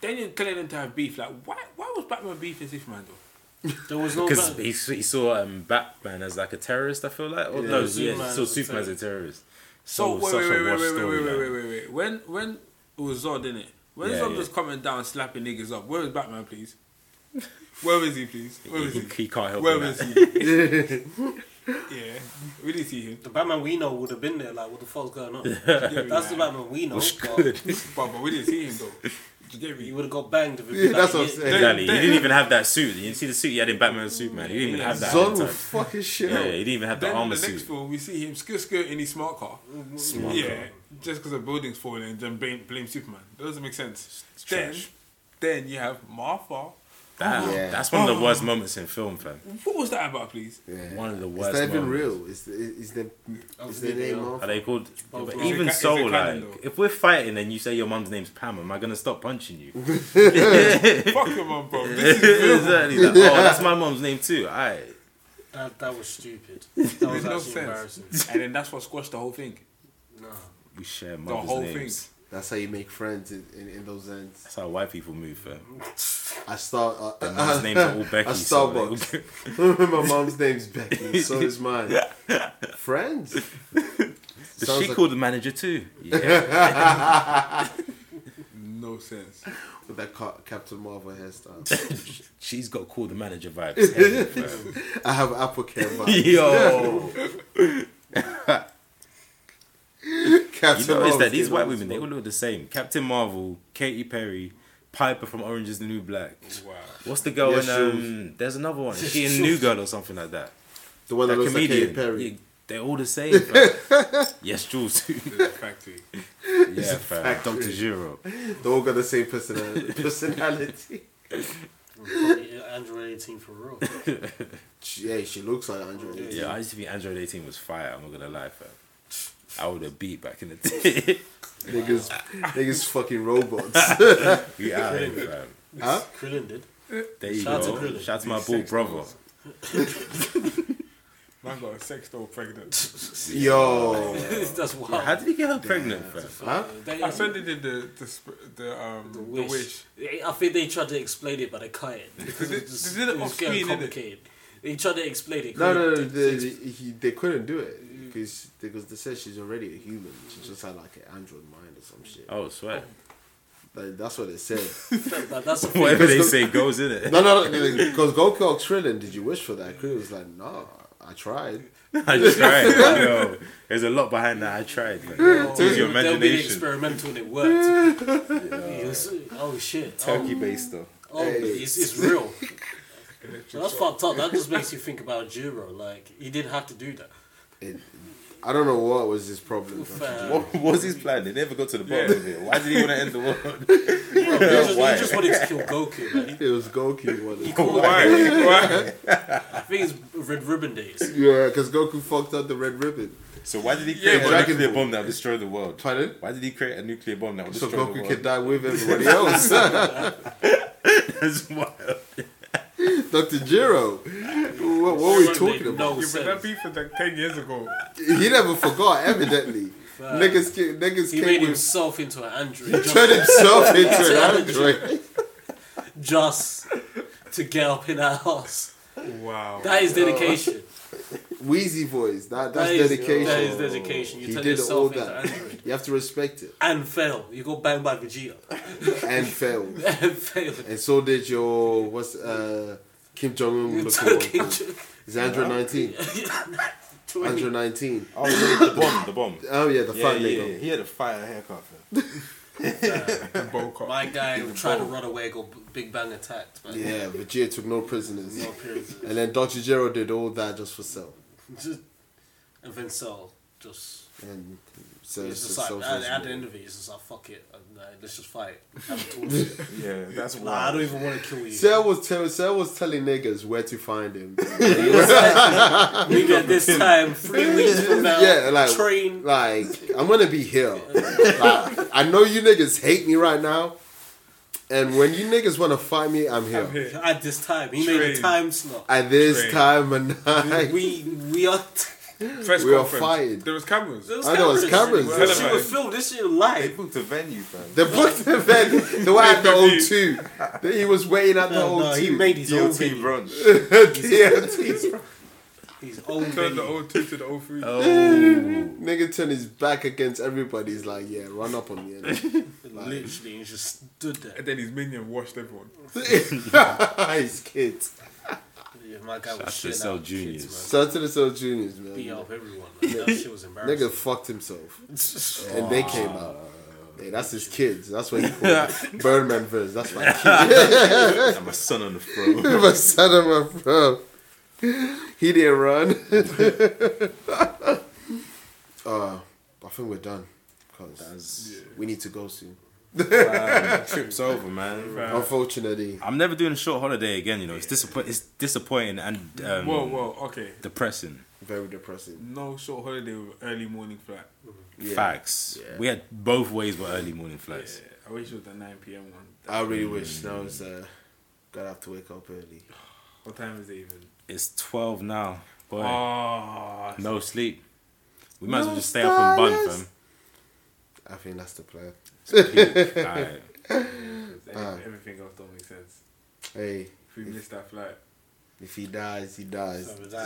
S5: then you're telling them to have beef. Like, why? Why was Batman beefing Superman though?
S7: There was no.
S4: Because
S7: Batman.
S4: he, s- he saw um, Batman as like a terrorist, I feel like. Or, no, yeah,
S7: Superman
S4: he saw
S7: as a
S4: Superman as a terrorist.
S5: So wait,
S4: such
S5: wait,
S4: a
S5: wait, wait,
S4: washed
S5: wait, wait, wait,
S4: storyline.
S5: wait, wait, wait. When when it was Zod in it, when
S4: Yeah,
S5: Zod
S4: yeah.
S5: was coming down slapping niggas up, where is Batman, please? Where is he, please? Where is
S4: He,
S5: he?
S4: he can't help
S5: Where
S4: him
S5: is
S4: out.
S5: he? yeah, we didn't see him.
S7: The Batman we know would have been there. Like, what the fuck's going on? That's the Batman we know. But
S5: But, but we didn't see him though. Do you get
S7: he
S5: me?
S7: would have got banged if it
S3: Yeah,
S7: like,
S3: that's what I'm
S7: yeah,
S3: saying.
S4: Exactly. He didn't even have that suit. You didn't see the suit he had in Batman and Superman. He didn't even have that.
S3: Zon
S4: at the
S3: will
S4: time.
S3: fucking shit
S4: Yeah,
S3: up.
S4: he didn't even have the
S5: Then in
S4: armor
S5: the next
S4: suit.
S5: film, we see him skirt skirt in his smart car.
S4: Smart
S5: yeah,
S4: car.
S5: just because the building's falling and then blame, blame Superman. That doesn't make sense. Then,
S4: trash.
S5: then you have Martha.
S4: That,
S3: Yeah.
S4: That's one
S5: Oh.
S4: of the worst moments in film, fam.
S5: What was that about, please?
S3: Yeah.
S4: One of the worst.
S3: Is that even
S4: moments.
S3: real? Is the, is the, is the name
S4: Are
S3: of?
S4: they called?
S7: Oh,
S4: but
S7: bro.
S4: even
S5: Is it
S4: so,
S5: ca- is it
S4: like,
S5: canon, though?
S4: if we're fighting and you say your mum's name's Pam, am I gonna stop punching you?
S5: Fuck him up, bro. This is
S4: exactly. Like, oh, that's my mum's name too. I.
S7: That, that was stupid. That was
S5: made no
S7: actually
S5: sense.
S7: embarrassing.
S5: And then that's what squashed the whole thing.
S7: No.
S4: We share
S5: The
S4: mother's
S5: whole
S4: names.
S5: thing.
S3: That's how you make friends in, in, in those ends.
S4: That's how white people move, fam.
S3: I start. Uh,
S4: Their mum's names are all Becky.
S3: At
S4: so they-
S3: Starbucks. my mom's name's Becky, so is mine. Friends.
S4: Does
S3: Sounds
S4: she
S3: like-
S4: called the manager too? Yeah.
S5: No sense.
S3: With that Ca- Captain Marvel hairstyle.
S4: She's got called the manager vibes. heavy, fam.
S3: I have apple care vibes.
S4: Yo.
S3: Captain
S4: You notice that
S3: Marvel's
S4: these
S3: getting
S4: white
S3: all
S4: women, they
S3: this
S4: all look the same. Captain Marvel, Katy Perry, Piper from Orange is the New Black.
S5: Wow.
S4: What's the girl
S3: Yeah,
S4: in um there's another one. Is she in New Girl or something like that?
S3: money. The one that,
S4: That
S3: looks like
S4: comedian.
S3: Katy Perry.
S4: Yeah, they're all the same, fam. yes, Jules.
S5: Factory.
S4: yeah, fam. Dr. Zero.
S3: They all got the same personality. personality.
S7: Android 18 for real.
S3: Yeah, she looks like Andrew.
S4: Yeah, I used to think Android 18 was fire, I'm not gonna lie, fam. I would have beat back in the day.
S3: Niggas, niggas fucking robots.
S4: we out here, fam.
S7: Krillin did.
S4: There you
S7: Shout out to
S4: go.
S7: Krillin.
S4: Shout out to my bull brother.
S5: Man got a sex doll pregnant.
S4: Oh,
S3: Yo.
S7: That's wild.
S4: How did he get her pregnant, fam?
S5: I said they did the the sp- the um the wish.
S7: I think they tried to explain it, but they can't. Because
S5: They-
S7: it was,
S5: they did it
S7: it was
S5: off
S7: getting
S5: screen, didn't they?
S7: complicated. They tried to explain it.
S3: No, no,
S7: couldn't.
S3: no. They, they, he, they couldn't do it.
S7: Mm.
S3: because because they said she's already a human. She just had like an android mind or some shit.
S4: Oh, sweat.
S7: Oh.
S3: Like, that's what it said.
S7: That, that, that's a
S4: Whatever they say goes, in it?
S3: no, no, no. Because Goku Krillin, did you wish for that? Krillin was like, no, I tried.
S4: I just tried. Yo, there's a lot behind that. I tried. Man. It's all your
S7: They'll be
S4: imagination.
S7: experimental and it worked. It was- oh shit.
S9: Turkey
S7: Oh,
S9: based though.
S7: oh, it's, it's real. That's fucked up. That just makes you think about Jiro. Like he didn't have to do that.
S3: It, I don't know what was his problem.
S7: Fair.
S9: What was his plan? They never got to the bottom of it. Why did he want to end the world?
S7: Bro, he, just, he
S9: Why?
S7: just wanted to kill Goku. Man.
S3: It was Goku who wanted.
S7: He called
S5: Why? Why?
S7: I think it's Red Ribbon Days.
S3: Yeah, because Goku fucked up the red ribbon.
S9: So why did he create
S3: but
S9: a
S3: Dragon
S9: nuclear
S3: Ball.
S9: bomb that would destroy the world?
S3: Pardon?
S9: Why did he create a nuclear bomb that would
S3: So
S9: destroy the
S3: Goku
S9: world?
S3: could die with everybody else.
S4: That's wild.
S3: Dr. Jiro. What, what were we
S7: Everyone
S3: talking
S7: made
S3: about?
S7: No
S5: Yeah, but that
S7: sense.
S5: beef was like 10 years ago.
S3: He never forgot, evidently. niggas ca- niggas
S7: He
S3: came
S7: made
S3: with.
S7: himself into an android
S3: Turned
S7: just,
S3: himself into an android.
S7: just to get up in our house.
S5: Wow.
S7: That is dedication.
S3: Wheezy voice. That, Oh that's
S7: That is-
S3: dedication.
S7: That is dedication. You
S3: He
S7: turn
S3: did all
S7: yourself into
S3: that.
S7: android.
S3: You have to respect it.
S7: and fail. You got banged by Vegeta
S3: And failed.
S7: and failed.
S3: And so did your. What's. uh Kim Jong Un
S7: You
S3: looking
S7: took
S3: one.
S7: it
S3: It's Android 19.
S7: to
S3: Android 19.
S9: Oh, yeah, the bomb, the bomb.
S3: Oh, yeah, the
S9: Yeah,
S3: fat
S9: yeah,
S3: nigga.
S9: yeah. He had a fire haircut. fam.
S7: My guy tried to run away, got Big Bang attacked. Man.
S3: Yeah, Vegeta took no prisoners.
S7: No appearance.
S3: And then Dr. Jiro did all that just for self.
S7: Just- and then Cell just.
S3: And so
S7: It's
S3: so-
S7: just like,
S3: so-
S7: at,
S3: so-
S7: at the end of it, it's just like, fuck it. and, uh, let's just fight. Have a talk.
S9: Yeah, that's wild.
S7: nah, I don't even want to kill you.
S3: Cell was telling Cell was telling niggas where to find him.
S7: we get this time, three weeks from now,
S3: yeah, like
S7: train.
S3: Like I'm gonna be here. Like, I know you niggas hate me right now, and when you niggas wanna fight me, I'm here.
S7: At this time, he made a
S5: Train.
S7: time slot.
S3: At this
S5: Great.
S3: time of night,
S7: We we are.
S5: Press
S3: We are
S5: conference.
S3: fired.
S5: There was cameras.
S7: There was
S3: I know, it's cameras.
S7: This shit was filmed. This shit was live.
S9: They booked a venue, fam.
S3: the booked event. The one at the O2. He was waiting at the
S7: No, no, he
S3: O2.
S7: made his own
S9: DLT
S7: venue.
S9: brunch.
S3: DLT.
S7: His own
S5: Turned the
S7: venue.
S5: old two to the old three.
S3: Nigga turned his back against everybody. He's like, yeah, run up on me. And
S7: Literally, he just stood there.
S5: And then his minion washed everyone.
S3: his kids.
S7: Yeah, my guy was
S4: That's
S7: shitting
S4: just how
S7: out
S4: juniors.
S7: kids, man.
S3: Shout out to the Soul Juniors, man.
S7: Beat up everyone. Like, that shit was embarrassing.
S3: Nigga fucked himself. And they came out. Hey, that's his kids. That's what he called it. Birdman verse. That's my kid.
S4: I'm a son on the throne.
S3: my son of my bro. He didn't run. uh, I think we're done. 'Cause we need to go soon.
S4: Trip's over, man.
S3: Unfortunately.
S4: I'm never doing a short holiday again. You know, it's disappoint. It's disappointing and um,
S5: Whoa, whoa, okay.
S4: depressing.
S3: Very depressing.
S5: No short holiday with early morning flight.
S4: Facts. We had both ways were early morning
S5: Yeah,
S4: flights.
S5: I wish it was the 9 p.m. one.
S3: I really wish now it's uh gotta have to wake up early.
S5: What time is it even?
S4: It's 12 now, boy.
S5: Oh,
S4: no sleep. We might as well just stay up and bun, fam.
S3: I think that's the plan.
S4: Peak. Alright.
S5: everything else don't make sense.
S3: Hey,
S5: If we missed that flight,
S3: if he dies, he dies.
S7: Over there.